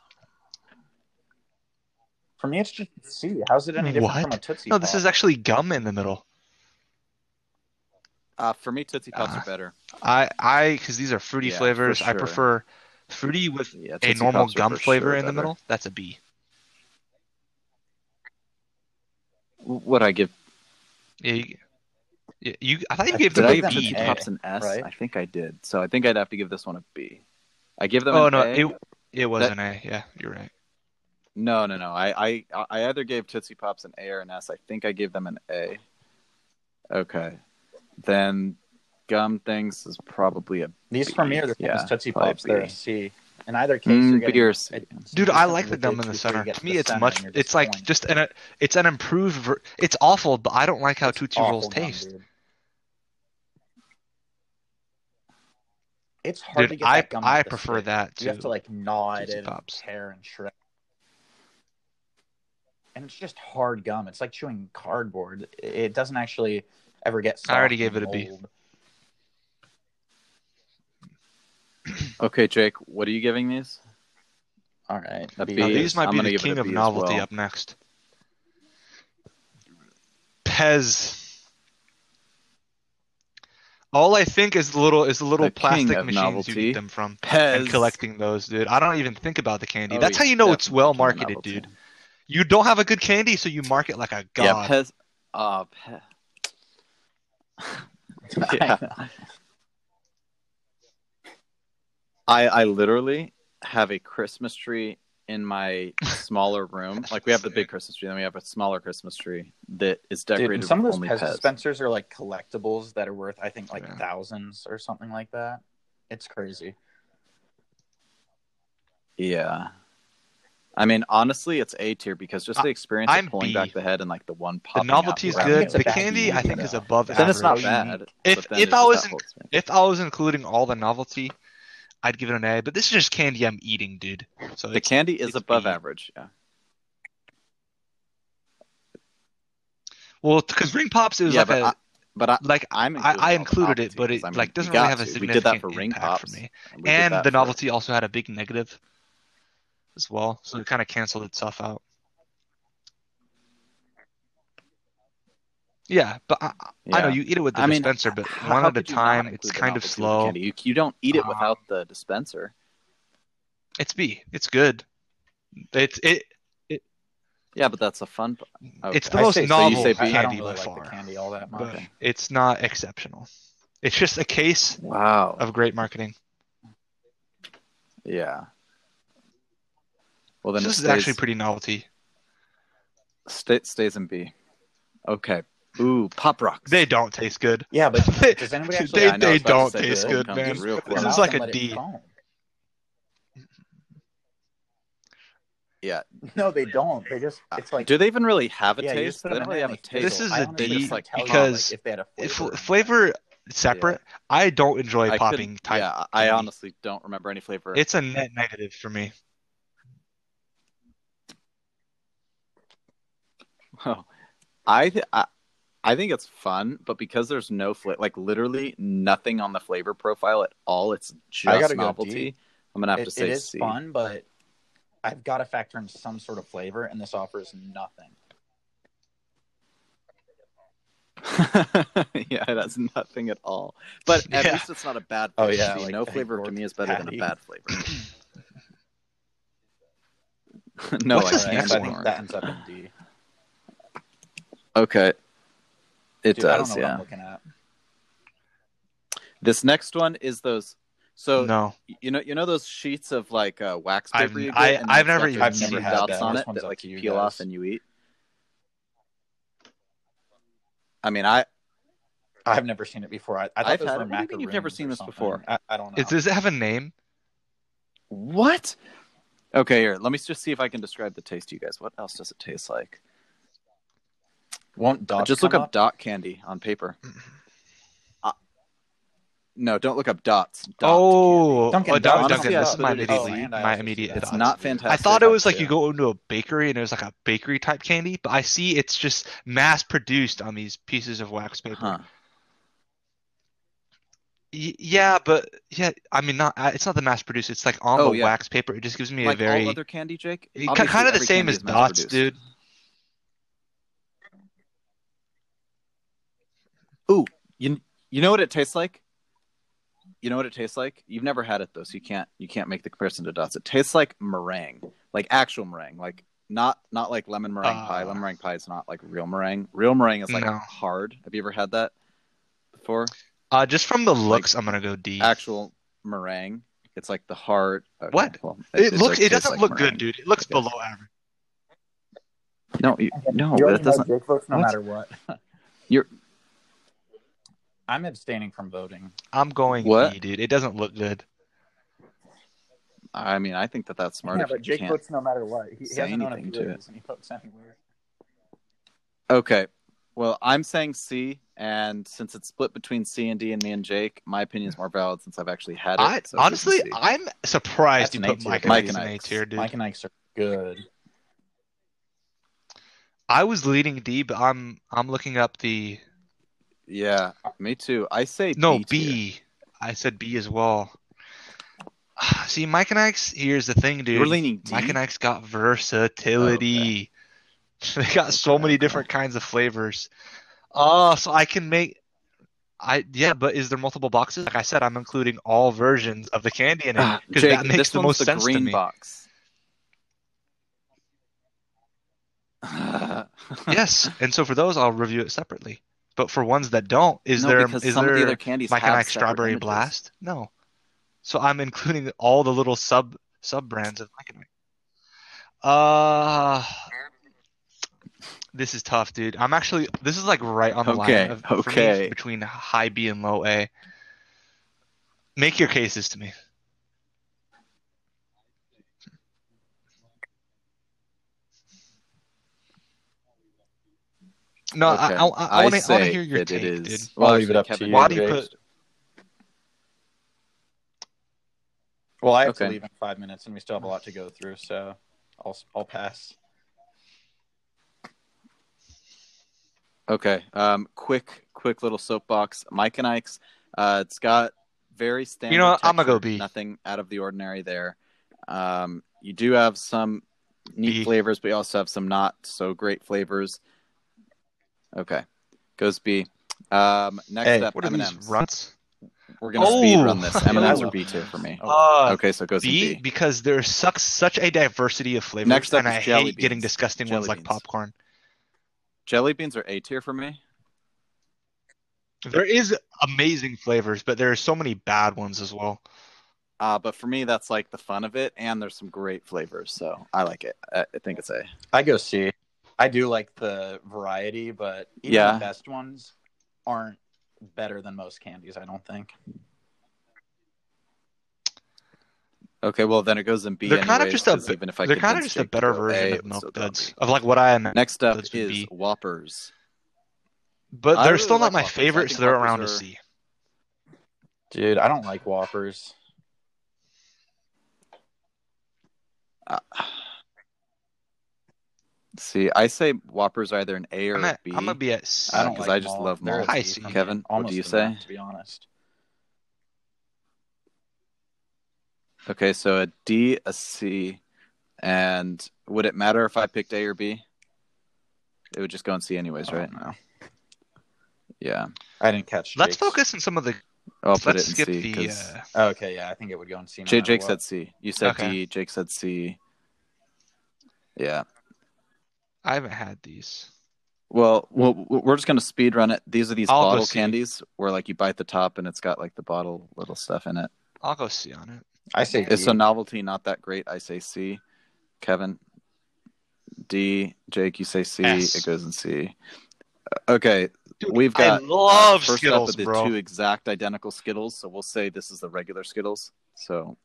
S4: For me, it's just C. How's it any different
S3: What?
S4: from a Tootsie
S3: No, this is
S4: Pop?
S3: actually gum in the middle.
S2: Uh, for me, Tootsie Pops
S3: Uh,
S2: are better.
S3: I I because these are fruity
S2: Yeah, for
S3: flavors. I
S2: sure.
S3: prefer fruity with
S2: Yeah,
S3: a
S2: Tootsie
S3: normal
S2: Pops are
S3: gum
S2: for
S3: flavor
S2: sure
S3: in the
S2: better.
S3: middle. That's a B.
S2: What I give?
S3: Yeah, you, yeah, you- I thought you
S2: I-
S3: gave
S2: did
S3: them
S2: I
S3: a
S2: give
S4: them
S3: B.
S2: Tootsie
S3: dude.
S2: Pops an S? I
S4: right?
S2: think I did. So I think I'd have to give this one a B. I give them.
S3: Oh
S2: an
S3: no,
S2: A.
S3: it it was
S2: That-
S3: an A. Yeah, you're right.
S2: No, no, no. I, I, I either gave Tootsie Pops an A or an S. I think I gave them an A. Okay. Then gum things is probably a
S4: These for me are the same
S2: Yeah,
S4: as Tootsie
S2: probably
S4: Pops. They're
S2: B.
S4: a C. In either case,
S2: Mm,
S4: you're
S2: but
S4: getting
S2: you're a C.
S4: it's-
S3: Dude, I
S4: it's
S3: like the
S4: something
S3: gum in the
S4: before you
S3: center.
S4: get
S3: To
S4: the
S3: me, it's
S4: center
S3: much.
S4: and you're
S3: It's like
S4: disappointed.
S3: just an it's an improved. Ver- it's awful, but I don't like how
S4: It's
S3: Tootsie
S4: awful
S3: Rolls
S4: gum,
S3: taste.
S4: dude. It's hard to
S3: Dude,
S4: get
S3: I
S4: that gum.
S3: I
S4: off the
S3: prefer
S4: stick.
S3: that
S4: You have to
S3: too.
S4: like gnaw it
S3: Tootsie
S4: and
S3: Pops.
S4: tear and shred. And it's just hard gum. It's like chewing cardboard. It doesn't actually ever get.
S3: I already
S4: soft
S3: gave
S4: and
S3: it a B.
S4: mold.
S2: Okay, Jake, what are you giving these?
S4: All right,
S2: A
S4: B.
S2: B.
S3: Now,
S2: Yes,
S4: *laughs*
S3: these might
S2: I'm
S3: be
S2: gonna
S3: the
S2: give it a
S3: king of
S2: B as
S3: novelty
S2: well.
S3: up next. Pez. All I think is the little is the little
S2: The king
S3: plastic
S2: of
S3: machines you
S2: novelty.
S3: get them from
S2: Pez.
S3: and collecting those, dude. I don't even think about the candy.
S2: Oh,
S3: That's how
S2: yeah,
S3: you know it's
S2: definitely
S3: well
S2: King of
S3: marketed,
S2: Novelty.
S3: dude. You don't have a good candy, so you market like a god.
S2: Yeah, Pez. Uh, Pe- *laughs* yeah. I I literally have a Christmas tree in my smaller room. Like we have the big Christmas tree, then we have a smaller Christmas tree that is
S4: Dude,
S2: decorated
S4: and some of
S2: with
S4: those
S2: only
S4: Pez
S2: Pez.
S4: dispensers are like collectibles that are worth, I think, like
S3: Yeah.
S4: thousands or something like that. It's crazy.
S2: Yeah. I mean, honestly, it's A tier because just the experience
S3: I'm
S2: of pulling
S3: B.
S2: back the head and like the one
S3: the
S2: popping
S3: novelty is
S2: out
S4: I think
S3: good.
S4: it's a
S3: The
S4: bad
S3: candy, I
S4: candy,
S3: think,
S4: though.
S3: is above
S2: Then
S3: average.
S2: it's not bad.
S3: If-
S2: but then it's
S3: if I
S2: just that
S3: was in-
S2: whole experience.
S3: If I was including all the novelty, I'd give it an A. But this is just candy I'm eating, dude. So
S2: the
S3: it's,
S2: candy is
S3: it's
S2: above
S3: B.
S2: average. Yeah.
S3: well, because ring pops it was
S2: yeah,
S3: like
S2: but
S3: a
S2: I, but I,
S3: like
S2: I'm
S3: I,
S2: including all
S3: I included
S2: the
S3: it, but it
S2: novelties. I mean,
S3: like
S2: you
S3: doesn't
S2: got
S3: really have a
S2: to. We did
S3: significant
S2: that for ring
S3: impact
S2: pops.
S3: for me.
S2: We did
S3: And
S2: that
S3: the
S2: for-
S3: novelty also had a big negative as well, so it kind of canceled itself out. Yeah, but I, I know
S2: Yeah.
S3: you eat it with the
S2: I mean,
S3: dispenser, but
S2: How-
S3: one
S2: how
S3: at a
S2: could you not
S3: time.
S2: include
S3: It's
S2: the
S3: kind of
S2: novelty with
S3: slow.
S2: candy? You, you don't eat it
S3: Um,
S2: without the dispenser.
S3: It's B. It's good. It's it.
S2: Yeah, but that's a fun. p- oh, Okay.
S3: It's the
S4: I
S3: most
S4: say-
S2: so you
S3: novel
S2: say B?
S3: candy
S4: I, I don't really
S3: by
S4: like
S3: far,
S4: the candy all that much.
S3: but it's not exceptional. It's just a case
S2: Wow.
S3: of great marketing.
S2: Yeah. Well, then
S3: this
S2: it
S3: is
S2: stays-
S3: actually pretty novelty.
S2: sta- stays in B. Okay. Ooh, pop rocks.
S3: They don't taste good.
S4: Yeah, but
S3: They-
S4: does anybody
S3: *laughs* they-
S4: actually?
S2: Yeah, I know,
S3: they
S2: I was about to
S3: don't
S2: say,
S3: taste
S2: this
S3: good,
S2: one
S3: man.
S2: comes Real
S4: put it
S3: This
S2: close.
S3: is
S4: out
S3: like
S4: and
S3: a
S4: let it
S3: D.
S4: foam.
S3: *laughs*
S2: Yeah.
S4: No, they don't. They just it's like
S2: Do they even really have a
S4: yeah, you
S2: taste?
S4: just put
S2: They
S4: them
S2: don't
S4: in
S2: really have a
S4: there and
S2: taste.
S4: they
S3: Uh, This
S4: fizzle.
S3: is
S4: I
S3: a
S4: don't even know
S3: D
S4: if you can tell, like,
S3: because
S4: if they had a flavor.
S3: F- flavor separate. I don't enjoy
S2: I couldn't-
S3: popping type.
S2: Yeah, I
S3: candy.
S2: honestly don't remember any flavor.
S3: It's a net negative for me.
S2: Oh, I, th- I I think it's fun, but because there's no flavor, like literally nothing on the flavor profile at all, it's
S4: I
S2: just
S4: gotta go
S2: novelty.
S4: D.
S2: I'm gonna have
S4: It-
S2: to say
S4: it is
S2: C.
S4: fun, but I've got to factor in some sort of flavor, and this offers nothing.
S2: *laughs* yeah, it has nothing at all. But at
S3: Yeah.
S2: least it's not a bad.
S4: Oh,
S2: Flavor.
S4: yeah,
S2: See,
S4: like
S2: no
S4: a
S2: flavor to
S4: Gordon
S2: me is better than a
S4: Patty.
S2: bad
S4: *laughs*
S2: flavor. *laughs* no,
S3: What's
S2: Oh, I
S4: All right,
S3: this next
S4: so
S2: can't.
S4: I
S3: one?
S4: think that ends up in D.
S2: Okay, it
S4: Dude, I don't
S2: does.
S4: know
S2: Yeah,
S4: what I'm looking at.
S2: this next one is those. So
S3: no,
S2: you know, you know those sheets of like uh, wax paper.
S3: I've-
S2: you get,
S3: I-
S2: and
S3: I've
S2: it's
S3: never
S2: got
S3: even
S2: those
S4: seen
S2: tiny
S4: that.
S2: dots on
S4: This
S2: it
S4: one's
S2: that
S4: up
S2: like
S4: to you
S2: peel
S4: guys.
S2: off and you eat. I mean, I
S4: I've never seen it before. I, I thought
S2: I've
S4: those
S2: had
S4: were
S2: it. What do you mean you've never
S4: macaroons
S2: seen
S4: or
S2: this
S4: something.
S2: before?
S4: I, I don't know.
S3: Is- does it have a name?
S2: what? Okay, here. Let me just see if I can describe the taste to you guys. What else does it taste like?
S4: Won't dots
S2: just look
S4: come
S2: up, dot candy on *clears throat* paper. Uh, no, don't look up dots. Dots.
S3: oh,
S4: Dunkin'
S3: oh, Dun-
S2: Donuts.
S3: Dunkin'.
S2: Yeah,
S3: This is my
S2: absolutely.
S3: immediate,
S2: Oh,
S3: lead-
S4: and I
S3: my
S4: also see
S3: immediate.
S4: that.
S2: It's
S3: thought.
S2: not
S3: I
S2: fantastic.
S3: thought it was like
S4: too.
S3: you go into a bakery and there's like a
S2: Uh-huh.
S3: bakery type candy, but I see it's just mass produced on these pieces of wax paper.
S2: Huh.
S3: Y- yeah, but yeah, I mean, not it's not the mass produced. It's like on
S2: Oh,
S3: the
S2: yeah.
S3: wax paper. It just gives me
S2: like
S3: a very
S2: all other candy, Jake.
S3: Ki-
S2: Obviously,
S3: kind of the
S2: every
S3: same
S2: candy
S3: as
S2: is mass
S3: dots,
S2: produced.
S3: dude.
S2: You know what it tastes like? You know what it tastes like? You've never had it though, so you can't you can't make the comparison to dots. It tastes like meringue, like actual meringue, like not not like lemon meringue
S3: Ah.
S2: pie. Lemon meringue pie is not like real meringue. Real meringue is like
S3: No.
S2: hard. Have you ever had that before?
S3: Uh, just from the looks, I'm gonna go D.
S2: Actual meringue. It's like the hard. okay,
S3: What?
S2: well,
S3: it
S2: does-
S3: looks. It
S2: tastes
S3: doesn't
S2: like
S3: look
S2: meringue.
S3: good, dude. It looks
S2: Okay.
S3: below average.
S2: No, you, no,
S4: You already
S2: that
S4: know
S2: doesn't.
S4: Jake votes no
S2: what?
S4: matter what. *laughs*
S2: You're-
S4: I'm abstaining from voting.
S3: I'm going
S2: What?
S3: D, dude. It doesn't look good.
S2: I mean, I think that that's smart.
S4: Yeah,
S2: if you
S4: but Jake
S2: can't.
S4: votes no matter what. He, he
S2: say
S4: hasn't known if he
S2: anything to it.
S4: loses, and he votes anywhere.
S2: Okay. Well, I'm saying C, and since it's split between C and D and me and Jake, my opinion is more valid since I've actually had it.
S3: I
S2: so it's
S3: honestly,
S2: C.
S3: I'm surprised
S4: That's
S3: you
S4: an
S3: put
S4: A-tier,
S3: Mike
S4: dude.
S2: Mike and
S3: and Ike's in A
S2: Ike's.
S3: tier, dude.
S4: Mike and Ike's are good.
S3: I was leading D, but I'm I'm looking up the
S2: yeah, me too. I say
S3: no
S2: B tier.
S3: B. I said B as well. *sighs* See, Mike and Ike's. Here's the thing, dude.
S2: You're leaning D?
S3: Mike and Ike's got versatility.
S2: Oh,
S3: *laughs* They got so
S2: Okay,
S3: many
S2: okay.
S3: different kinds of flavors. Oh, so I can make. I yeah, but is there multiple boxes? Like I said, I'm including all versions of the candy in it
S2: Ah,
S3: because
S2: Jake,
S3: that makes
S2: this
S3: the
S2: one's
S3: most
S2: the
S3: sense to
S2: green
S3: me.
S2: box.
S3: yes, and so for those, I'll review it separately. But for ones that don't, is
S2: *sighs* No,
S3: there
S2: because
S3: is
S2: some
S3: there
S2: of the other candies
S3: Mike
S2: have
S3: and Ike
S2: separate
S3: Strawberry
S2: images.
S3: Blast? No. So I'm including all the little sub sub brands of Mike and Ike. Uh, this is tough, dude. I'm actually this is like right on the
S2: Okay,
S3: line of, for me
S2: okay.
S3: between high B and low A. Make your cases to me. No, I,
S2: Okay.
S3: I, I, I want to
S2: say
S3: hear your
S2: that
S3: take,
S2: it is.
S3: dude.
S2: Well,
S4: I'll leave it
S2: actually,
S4: up to
S2: Kevin,
S4: you,
S3: Why do you
S4: Jake.
S3: put?
S4: Well, I have to
S2: Okay.
S4: leave in five minutes, and we still have a lot to go through, so I'll I'll pass.
S2: Okay. Um, quick, quick little soapbox. Mike and Ike's. Uh, it's got very standard.
S3: You know what? I'ma
S2: texture,
S3: go B.
S2: Nothing out of the ordinary there. Um, you do have some neat
S3: B.
S2: flavors, but you also have some not so great flavors. Okay, goes B. Um, next
S4: Hey,
S2: up,
S3: What are
S2: M&Ms.
S3: these runts?
S2: We're gonna
S3: Oh!
S2: speed run this.
S3: Yeah,
S2: M&Ms
S4: that
S2: are
S4: was-
S2: B tier for me.
S3: Uh,
S2: Oh, okay, so it goes to
S3: B,
S2: B.
S3: because there's such such a diversity of flavors,
S2: Next up
S3: and
S2: is
S3: I
S2: jelly
S3: hate getting
S2: beans.
S3: disgusting ones
S2: Jelly
S3: like
S2: beans.
S3: popcorn.
S2: Jelly beans are A tier for me.
S3: There is amazing flavors, but there are so many bad ones as well.
S2: Uh, but for me, that's like the fun of it, and there's some great flavors, so I like it. I I think it's A.
S4: I go C. I do like the variety, but even
S2: Yeah.
S4: the best ones aren't better than most candies. I don't think.
S2: Okay, well then it goes in B.
S3: They're kind of
S2: anyways,
S3: just a
S2: 'cause
S3: bit-
S2: even if I
S3: They're kind of
S2: convince
S3: just a
S2: Jake to
S3: better
S2: go
S3: version
S2: A, it
S3: of
S2: would still
S3: Milk
S2: go
S3: Duds,
S2: B.
S3: of like what I am,
S2: Next up
S3: Duds would
S2: is
S3: be-
S2: Whoppers.
S3: but
S2: I
S3: they're
S2: really
S3: still
S2: like
S3: not my
S2: Whoppers. I
S3: favorite,
S2: think
S3: so they're
S2: Whoppers
S3: around
S2: are-
S3: a C.
S4: Dude, I don't like Whoppers.
S2: Uh, see, I say Whoppers are either an A or
S3: I'm,
S2: a
S3: at,
S2: B.
S3: I'm gonna be at C.
S2: I
S4: I
S2: don't
S4: don't
S2: because
S4: like
S2: I just
S4: malt.
S2: love
S4: They're
S2: malt.
S4: a
S3: I
S4: C
S3: see.
S4: for me,
S2: Kevin, what
S4: almost
S2: do you
S4: a malt,
S2: say?
S4: To be honest,
S2: Okay, so a D, a C, and would it matter if I picked A or B? It would just go in C anyways,
S4: I
S2: right?
S4: don't
S3: Uh,
S4: know.
S2: Yeah,
S4: I didn't catch.
S3: Let's
S4: Jake's. Oh,
S3: focus on some of the.
S2: I'll put it
S3: let's
S2: in
S3: skip
S2: C
S3: the.
S2: because
S3: Uh,
S4: Okay, yeah, I think it would go in C. No
S2: Jake,
S4: matter what.
S2: said C. You said
S3: Okay.
S2: D. Jake said C. Yeah.
S3: I haven't had these.
S2: Well, we'll we're just gonna speed run it. These are these
S3: I'll go
S2: bottle
S3: see.
S2: candies where like you bite the top and it's got like the bottle little stuff in it.
S3: I'll go C on it.
S4: I say
S2: It's
S4: D.
S2: a novelty, not that great. I say C. Kevin, D. Jake, you say C.
S3: S.
S2: It goes in C. Okay,
S3: Dude,
S2: we've got
S3: I love
S2: uh, first
S3: Skittles,
S2: up are the
S3: bro.
S2: two exact identical Skittles, so we'll say this is the regular Skittles. So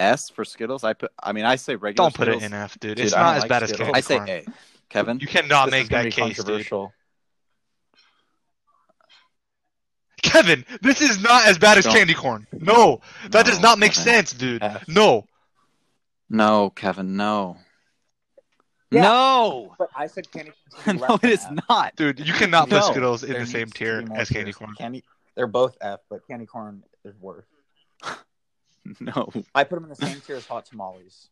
S2: S for Skittles. I put. I mean, I say regular.
S3: Don't put it
S2: Skittles.
S3: in F, dude.
S4: Dude,
S3: it's
S4: I don't
S3: not as
S4: like
S3: bad as
S4: Skittles.
S3: candy
S2: I say
S3: corn.
S2: A. Kevin,
S3: You cannot
S4: This is
S3: make
S4: gonna
S3: that
S4: be
S3: case, dude.
S4: controversial.
S3: Kevin, this is not as bad as
S2: Don't-
S3: candy corn. No, that
S2: No,
S3: does not make
S2: Kevin.
S3: sense,
S4: *laughs*
S3: dude.
S4: F.
S3: No.
S2: No, Kevin. No.
S4: Yeah.
S2: No.
S4: But I said candy.
S2: *laughs* no, it is not.
S3: Dude, you cannot put
S2: No,
S3: Skittles in
S4: There
S3: the same
S4: needs to be
S3: tier
S4: more
S3: as candy
S4: tiers.
S3: corn.
S4: Candy They're both F, but candy corn is worse.
S2: No.
S4: I put them in the same tier as hot tamales,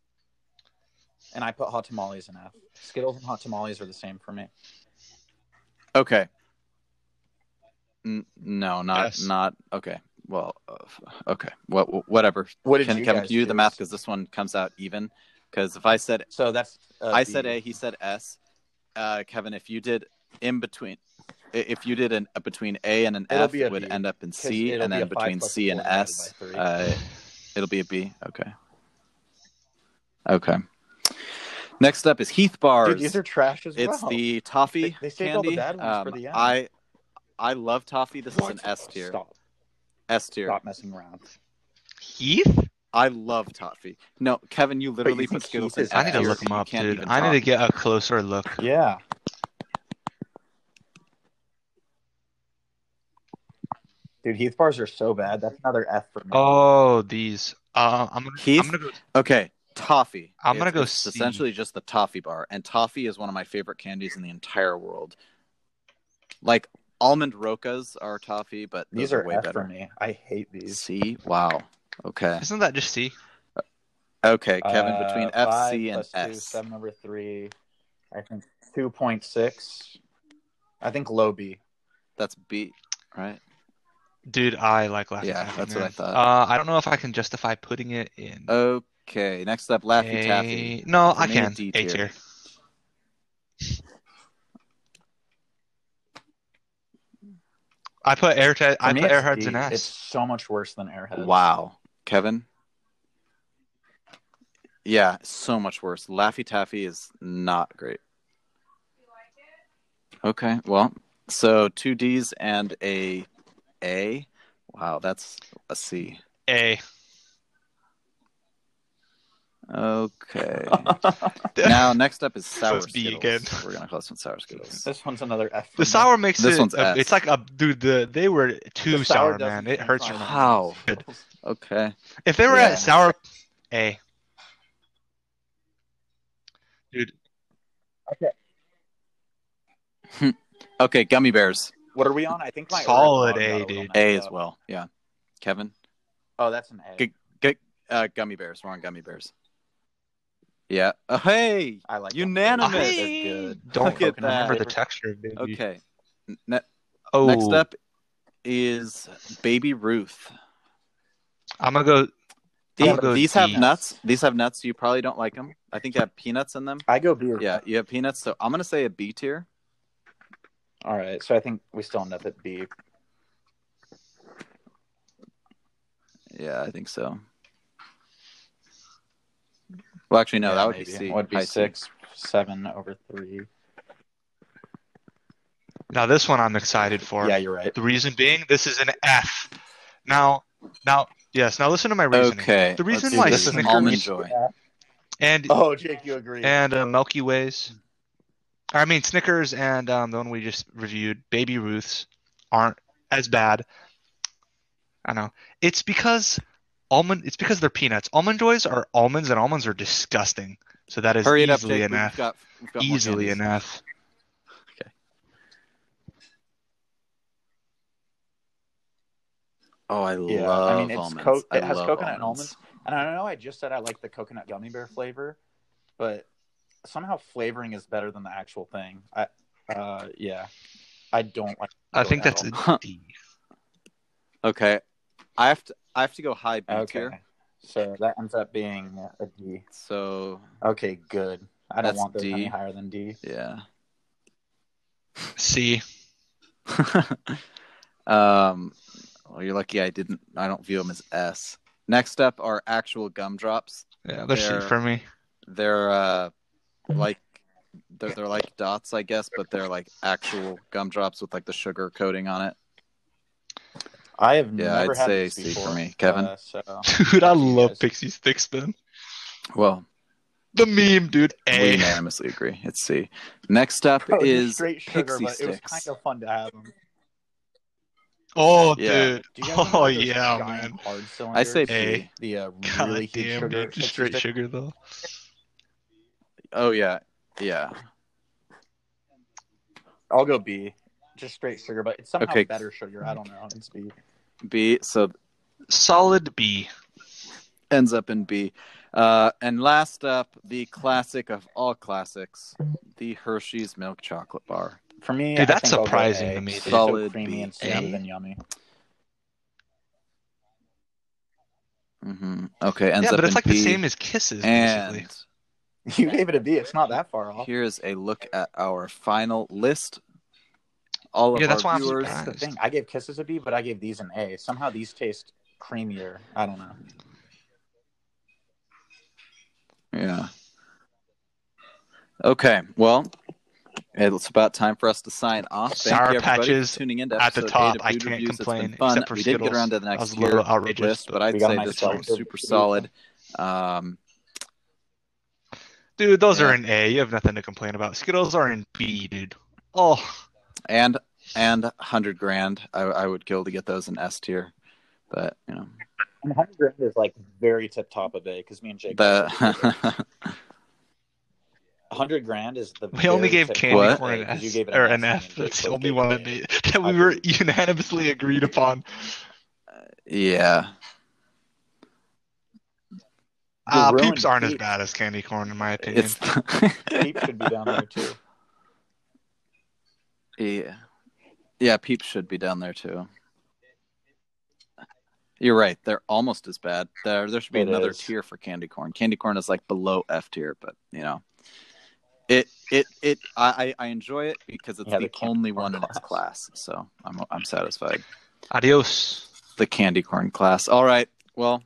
S4: and I put hot tamales in F. Skittles and hot tamales are the same for me.
S2: Okay. N- no, not
S3: Yes.
S2: not okay. Well, uh, okay. What whatever.
S4: What did
S2: Can
S4: you
S2: Kevin
S4: guys
S2: can you do the
S4: choose?
S2: math because this one comes out even? Because if I said
S4: So that's uh,
S2: I said
S4: B.
S2: A, he said S. Uh, Kevin, if you did in between, i- if you did an a between A and an
S4: It'll
S2: F,
S4: be a
S2: would
S4: B,
S2: end up in
S4: 'cause
S2: C,
S4: it'll
S2: and
S4: be
S2: then
S4: a five
S2: between
S4: plus
S2: C and
S4: four divided
S2: S,
S4: by three.
S2: uh, it'll be a B. Okay. Okay. Next up is Heath Bars.
S4: Dude, these are trash as
S2: it's
S4: well.
S2: the toffee
S4: *laughs* They- they saved all
S2: candy.
S4: the bad ones for
S2: Um,
S4: the end.
S2: I I love toffee. This is
S4: What?
S2: an S tier.
S4: Stop.
S2: S tier.
S4: Stop messing around.
S3: Heath?
S2: I love toffee. No, Kevin, you literally put
S4: think
S2: Skittles
S4: Heath
S2: in
S4: is
S2: S
S3: I need to
S2: tier,
S3: look
S2: so
S3: him
S2: you
S3: up,
S2: can't
S3: dude.
S2: even
S3: I need
S2: talk.
S3: to get a closer look.
S4: Yeah. Dude, Heath bars are so bad. That's another F for me.
S3: Oh, these. Uh, I'm gonna.
S2: Heath?
S3: I'm gonna go.
S2: Okay, toffee.
S3: I'm gonna
S2: It's-
S3: go
S2: It's
S3: C.
S2: essentially just the toffee bar, and toffee is one of my favorite candies in the entire world. Like almond rokas are toffee, but
S4: these
S2: those
S4: are,
S2: are, way
S4: F for
S2: better.
S4: me. I hate these.
S2: C. Wow. Okay.
S3: Isn't that just C?
S2: Okay, Kevin. Between
S4: Uh,
S2: F,
S4: five
S2: C, and
S4: plus two,
S2: S.
S4: Seven over three. I think two point six. I think low B.
S2: That's B, right?
S3: Dude, I like Laffy
S2: Yeah,
S3: Taffy,
S2: that's what I
S3: man.
S2: thought.
S3: Uh, I don't know if I can justify putting it in.
S2: Okay. Next up, Laffy
S3: a-
S2: Taffy.
S3: No,
S2: For
S3: I
S2: me,
S3: can.
S2: D
S3: A
S2: tier.
S3: tier. I put air. Te- I
S4: For me,
S3: put
S4: it's
S3: airheads
S4: D.
S3: in
S4: It's
S3: S.
S4: so much worse than airheads.
S2: Wow, Kevin. Yeah, so much worse. Laffy Taffy is not great. Okay, well, so two D's and a A. Wow, that's a C.
S3: A. *laughs*
S4: *laughs*
S2: Okay. now, next up is sour
S3: That's B
S2: skittles.
S3: again.
S2: We're gonna close with sour skittles.
S4: This one's another F. For
S3: The
S4: me.
S3: sour makes
S2: This
S3: it.
S2: one's
S3: uh,
S2: F.
S3: It's like a dude. The they were too
S4: The
S3: sour,
S4: doesn't
S3: man. It
S4: seem
S3: hurts your
S4: fine.
S3: mouth.
S2: Wow. Okay.
S3: If they were
S2: Yeah.
S3: at sour, A. Dude,
S2: Okay, gummy bears.
S4: What are we on? I think my
S3: Solid
S4: order
S3: A,
S4: got little
S3: dude.
S4: messed
S2: A as
S4: up.
S2: well. Yeah. Kevin.
S4: Oh, that's an A.
S2: Good. Uh, gummy bears. We're on gummy bears. Yeah. Oh, hey.
S4: I like
S2: Unanimous.
S4: Them.
S3: Hey!
S4: They're good.
S3: don't
S2: Look at
S3: fucking remember the
S4: that.
S3: texture, baby.
S2: Okay. Ne-
S3: Oh,
S2: Next up is Baby Ruth.
S3: I'm gonna go. I'm
S2: These,
S3: gonna go
S2: these have
S3: D.
S2: nuts. These have nuts. You probably don't like them. I think you have peanuts in them.
S4: I go beer.
S2: Yeah, you have peanuts. So I'm gonna say a B tier.
S4: All right. So I think we still end up at B.
S2: Yeah, I think so. Well, actually, no,
S4: Yeah,
S2: that would be
S4: maybe.
S2: C.
S4: It Would be
S2: High C.
S4: six, seven over three.
S3: Now this one I'm excited for.
S4: Yeah, you're right.
S3: The reason being, this is an F. Now, now, yes. Now listen to my reasoning.
S2: Okay.
S3: The reason
S2: let's see.
S3: why
S2: this is an
S3: Snickers-
S2: almond joy.
S3: And
S4: Oh, Jake, you agree?
S3: and uh, Milky Ways. I mean Snickers and um, the one we just reviewed, Baby Ruths, aren't as bad. I know it's because almond. It's because they're peanuts. Almond joys are almonds, and almonds are disgusting. So that is
S2: Hurry it up,
S3: easily
S2: Jake.
S3: an
S2: We've
S3: F.
S2: got, we've got more
S3: Easily
S2: candies.
S3: an F.
S2: Oh, I
S4: Yeah, I
S2: love
S4: mean, it's
S2: almonds.
S4: co-
S2: I
S4: it has
S2: love
S4: coconut and And I know I just said I like the coconut gummy bear flavor, but somehow flavoring is better than the actual thing. I, uh, yeah, I don't like.
S3: I think that's a
S4: coconut
S3: D.
S2: okay, I have to. I have to go high B
S4: at all.
S2: tier.
S4: okay. So that ends up being a D.
S2: So
S4: Okay, good. I don't
S2: That's
S4: want those
S2: D.
S4: any higher than D.
S2: yeah. *laughs*
S3: C.
S2: um, well, you're lucky I didn't. I don't view them as S. Next up are actual gumdrops.
S3: Yeah, they're C
S2: There.
S3: for me. *laughs*
S2: They're uh, like they're, they're like dots, I guess, but they're like actual gumdrops with like the sugar coating on it.
S4: I have
S2: Yeah,
S4: never
S2: I'd
S4: had
S2: say
S4: these
S2: C for
S4: before,
S2: me. Kevin?
S4: uh, so
S3: Dude, I love
S4: Yes.
S3: Pixie Stick Spin.
S2: Well,
S3: The meme, dude.
S2: we
S3: A.
S2: unanimously agree. It's C. Next up
S4: It was
S2: is
S4: straight sugar,
S2: Pixie
S4: but it was
S2: Sticks.
S4: kind of fun to have them.
S3: Oh,
S2: Yeah.
S3: dude.
S4: Do you guys remember
S3: *laughs* Oh,
S4: those
S3: yeah,
S4: giant
S3: man.
S4: Hard cylinders?
S2: I say
S3: A.
S2: B.
S4: the
S3: *laughs*
S4: uh,
S3: God
S4: really huge
S3: damn,
S4: sugar.
S3: dude. Just straight sugar, though.
S2: Oh yeah, yeah.
S4: I'll go B. just straight sugar, but it's somehow
S2: Okay.
S4: better sugar. I don't know. It's B.
S2: B. So
S3: Solid B.
S2: ends up in B. Uh, and last up, the classic of all classics, the Hershey's milk chocolate bar.
S4: For me,
S3: Dude,
S4: I
S3: that's
S4: think I'll go
S3: surprising
S4: A.
S3: to me,
S4: It's
S3: dude.
S2: Solid
S4: so creamy
S2: B.
S4: and smooth
S3: A.
S4: and yummy. *laughs*
S2: hmm Okay, ends
S3: yeah,
S2: up
S3: but it's
S2: in
S3: like
S2: B.
S3: the same as kisses,
S2: and
S3: basically.
S4: You gave it a B. It's not that far off.
S2: here is a look at our final list. All of
S3: Yeah, that's why
S2: our
S3: I'm
S2: viewers.
S4: That's the
S3: surprised.
S4: thing. I gave kisses a B, but I gave these an A. Somehow these taste creamier. I don't know.
S2: Yeah. Okay. Well, it's about time for us to sign off. Thank
S3: Sour
S2: you everybody
S3: patches
S2: for tuning in to
S3: at the
S2: episode eight
S3: top.
S2: of
S3: I
S2: Food
S3: can't
S2: Reviews. It's been
S3: complain,
S2: fun.
S3: except for
S2: we did get
S3: Skittles.
S2: around to the
S3: That
S2: next
S3: was a little
S2: tier
S3: outrageous,
S2: list, but
S3: but
S2: I'd
S4: we got
S2: say
S4: a nice
S2: this one was
S4: solid.
S2: super solid. Um,
S3: Dude, those
S2: Yeah.
S3: are in A. You have nothing to complain about. Skittles are in B, dude. Oh,
S2: and and hundred grand, I, I would kill to get those in S tier, but you know
S4: And 100 grand is like very tip top of A because me and Jake.
S2: the
S4: 100 grand is the.
S3: we only
S4: very
S3: gave
S4: tip
S3: candy
S2: What?
S3: corn an
S4: Because
S3: S
S4: you gave it
S3: or
S4: an
S3: an
S4: S,
S3: F.
S4: and then
S3: That's
S4: Jake
S3: the only
S4: gave it
S3: one
S4: an
S3: that, made, that we were unanimously agreed upon.
S2: *laughs* yeah.
S4: You're
S3: Uh,
S4: ruined
S3: peeps aren't as
S4: Peeps.
S3: bad as candy corn, in my opinion.
S2: It's *laughs*
S4: Peep should be down there too.
S2: yeah, yeah. Peeps should be down there too. You're right. They're almost as bad. There, there should be
S4: It
S2: another
S4: is.
S2: tier for candy corn. Candy corn is like below F tier, but you know, it, it, it. I, I I enjoy it because it's
S4: Yeah,
S2: the,
S4: the candy
S2: only
S4: corn
S2: one in its
S4: class.
S2: class. So I'm, I'm satisfied.
S3: Adios.
S2: The candy corn class. All right. Well,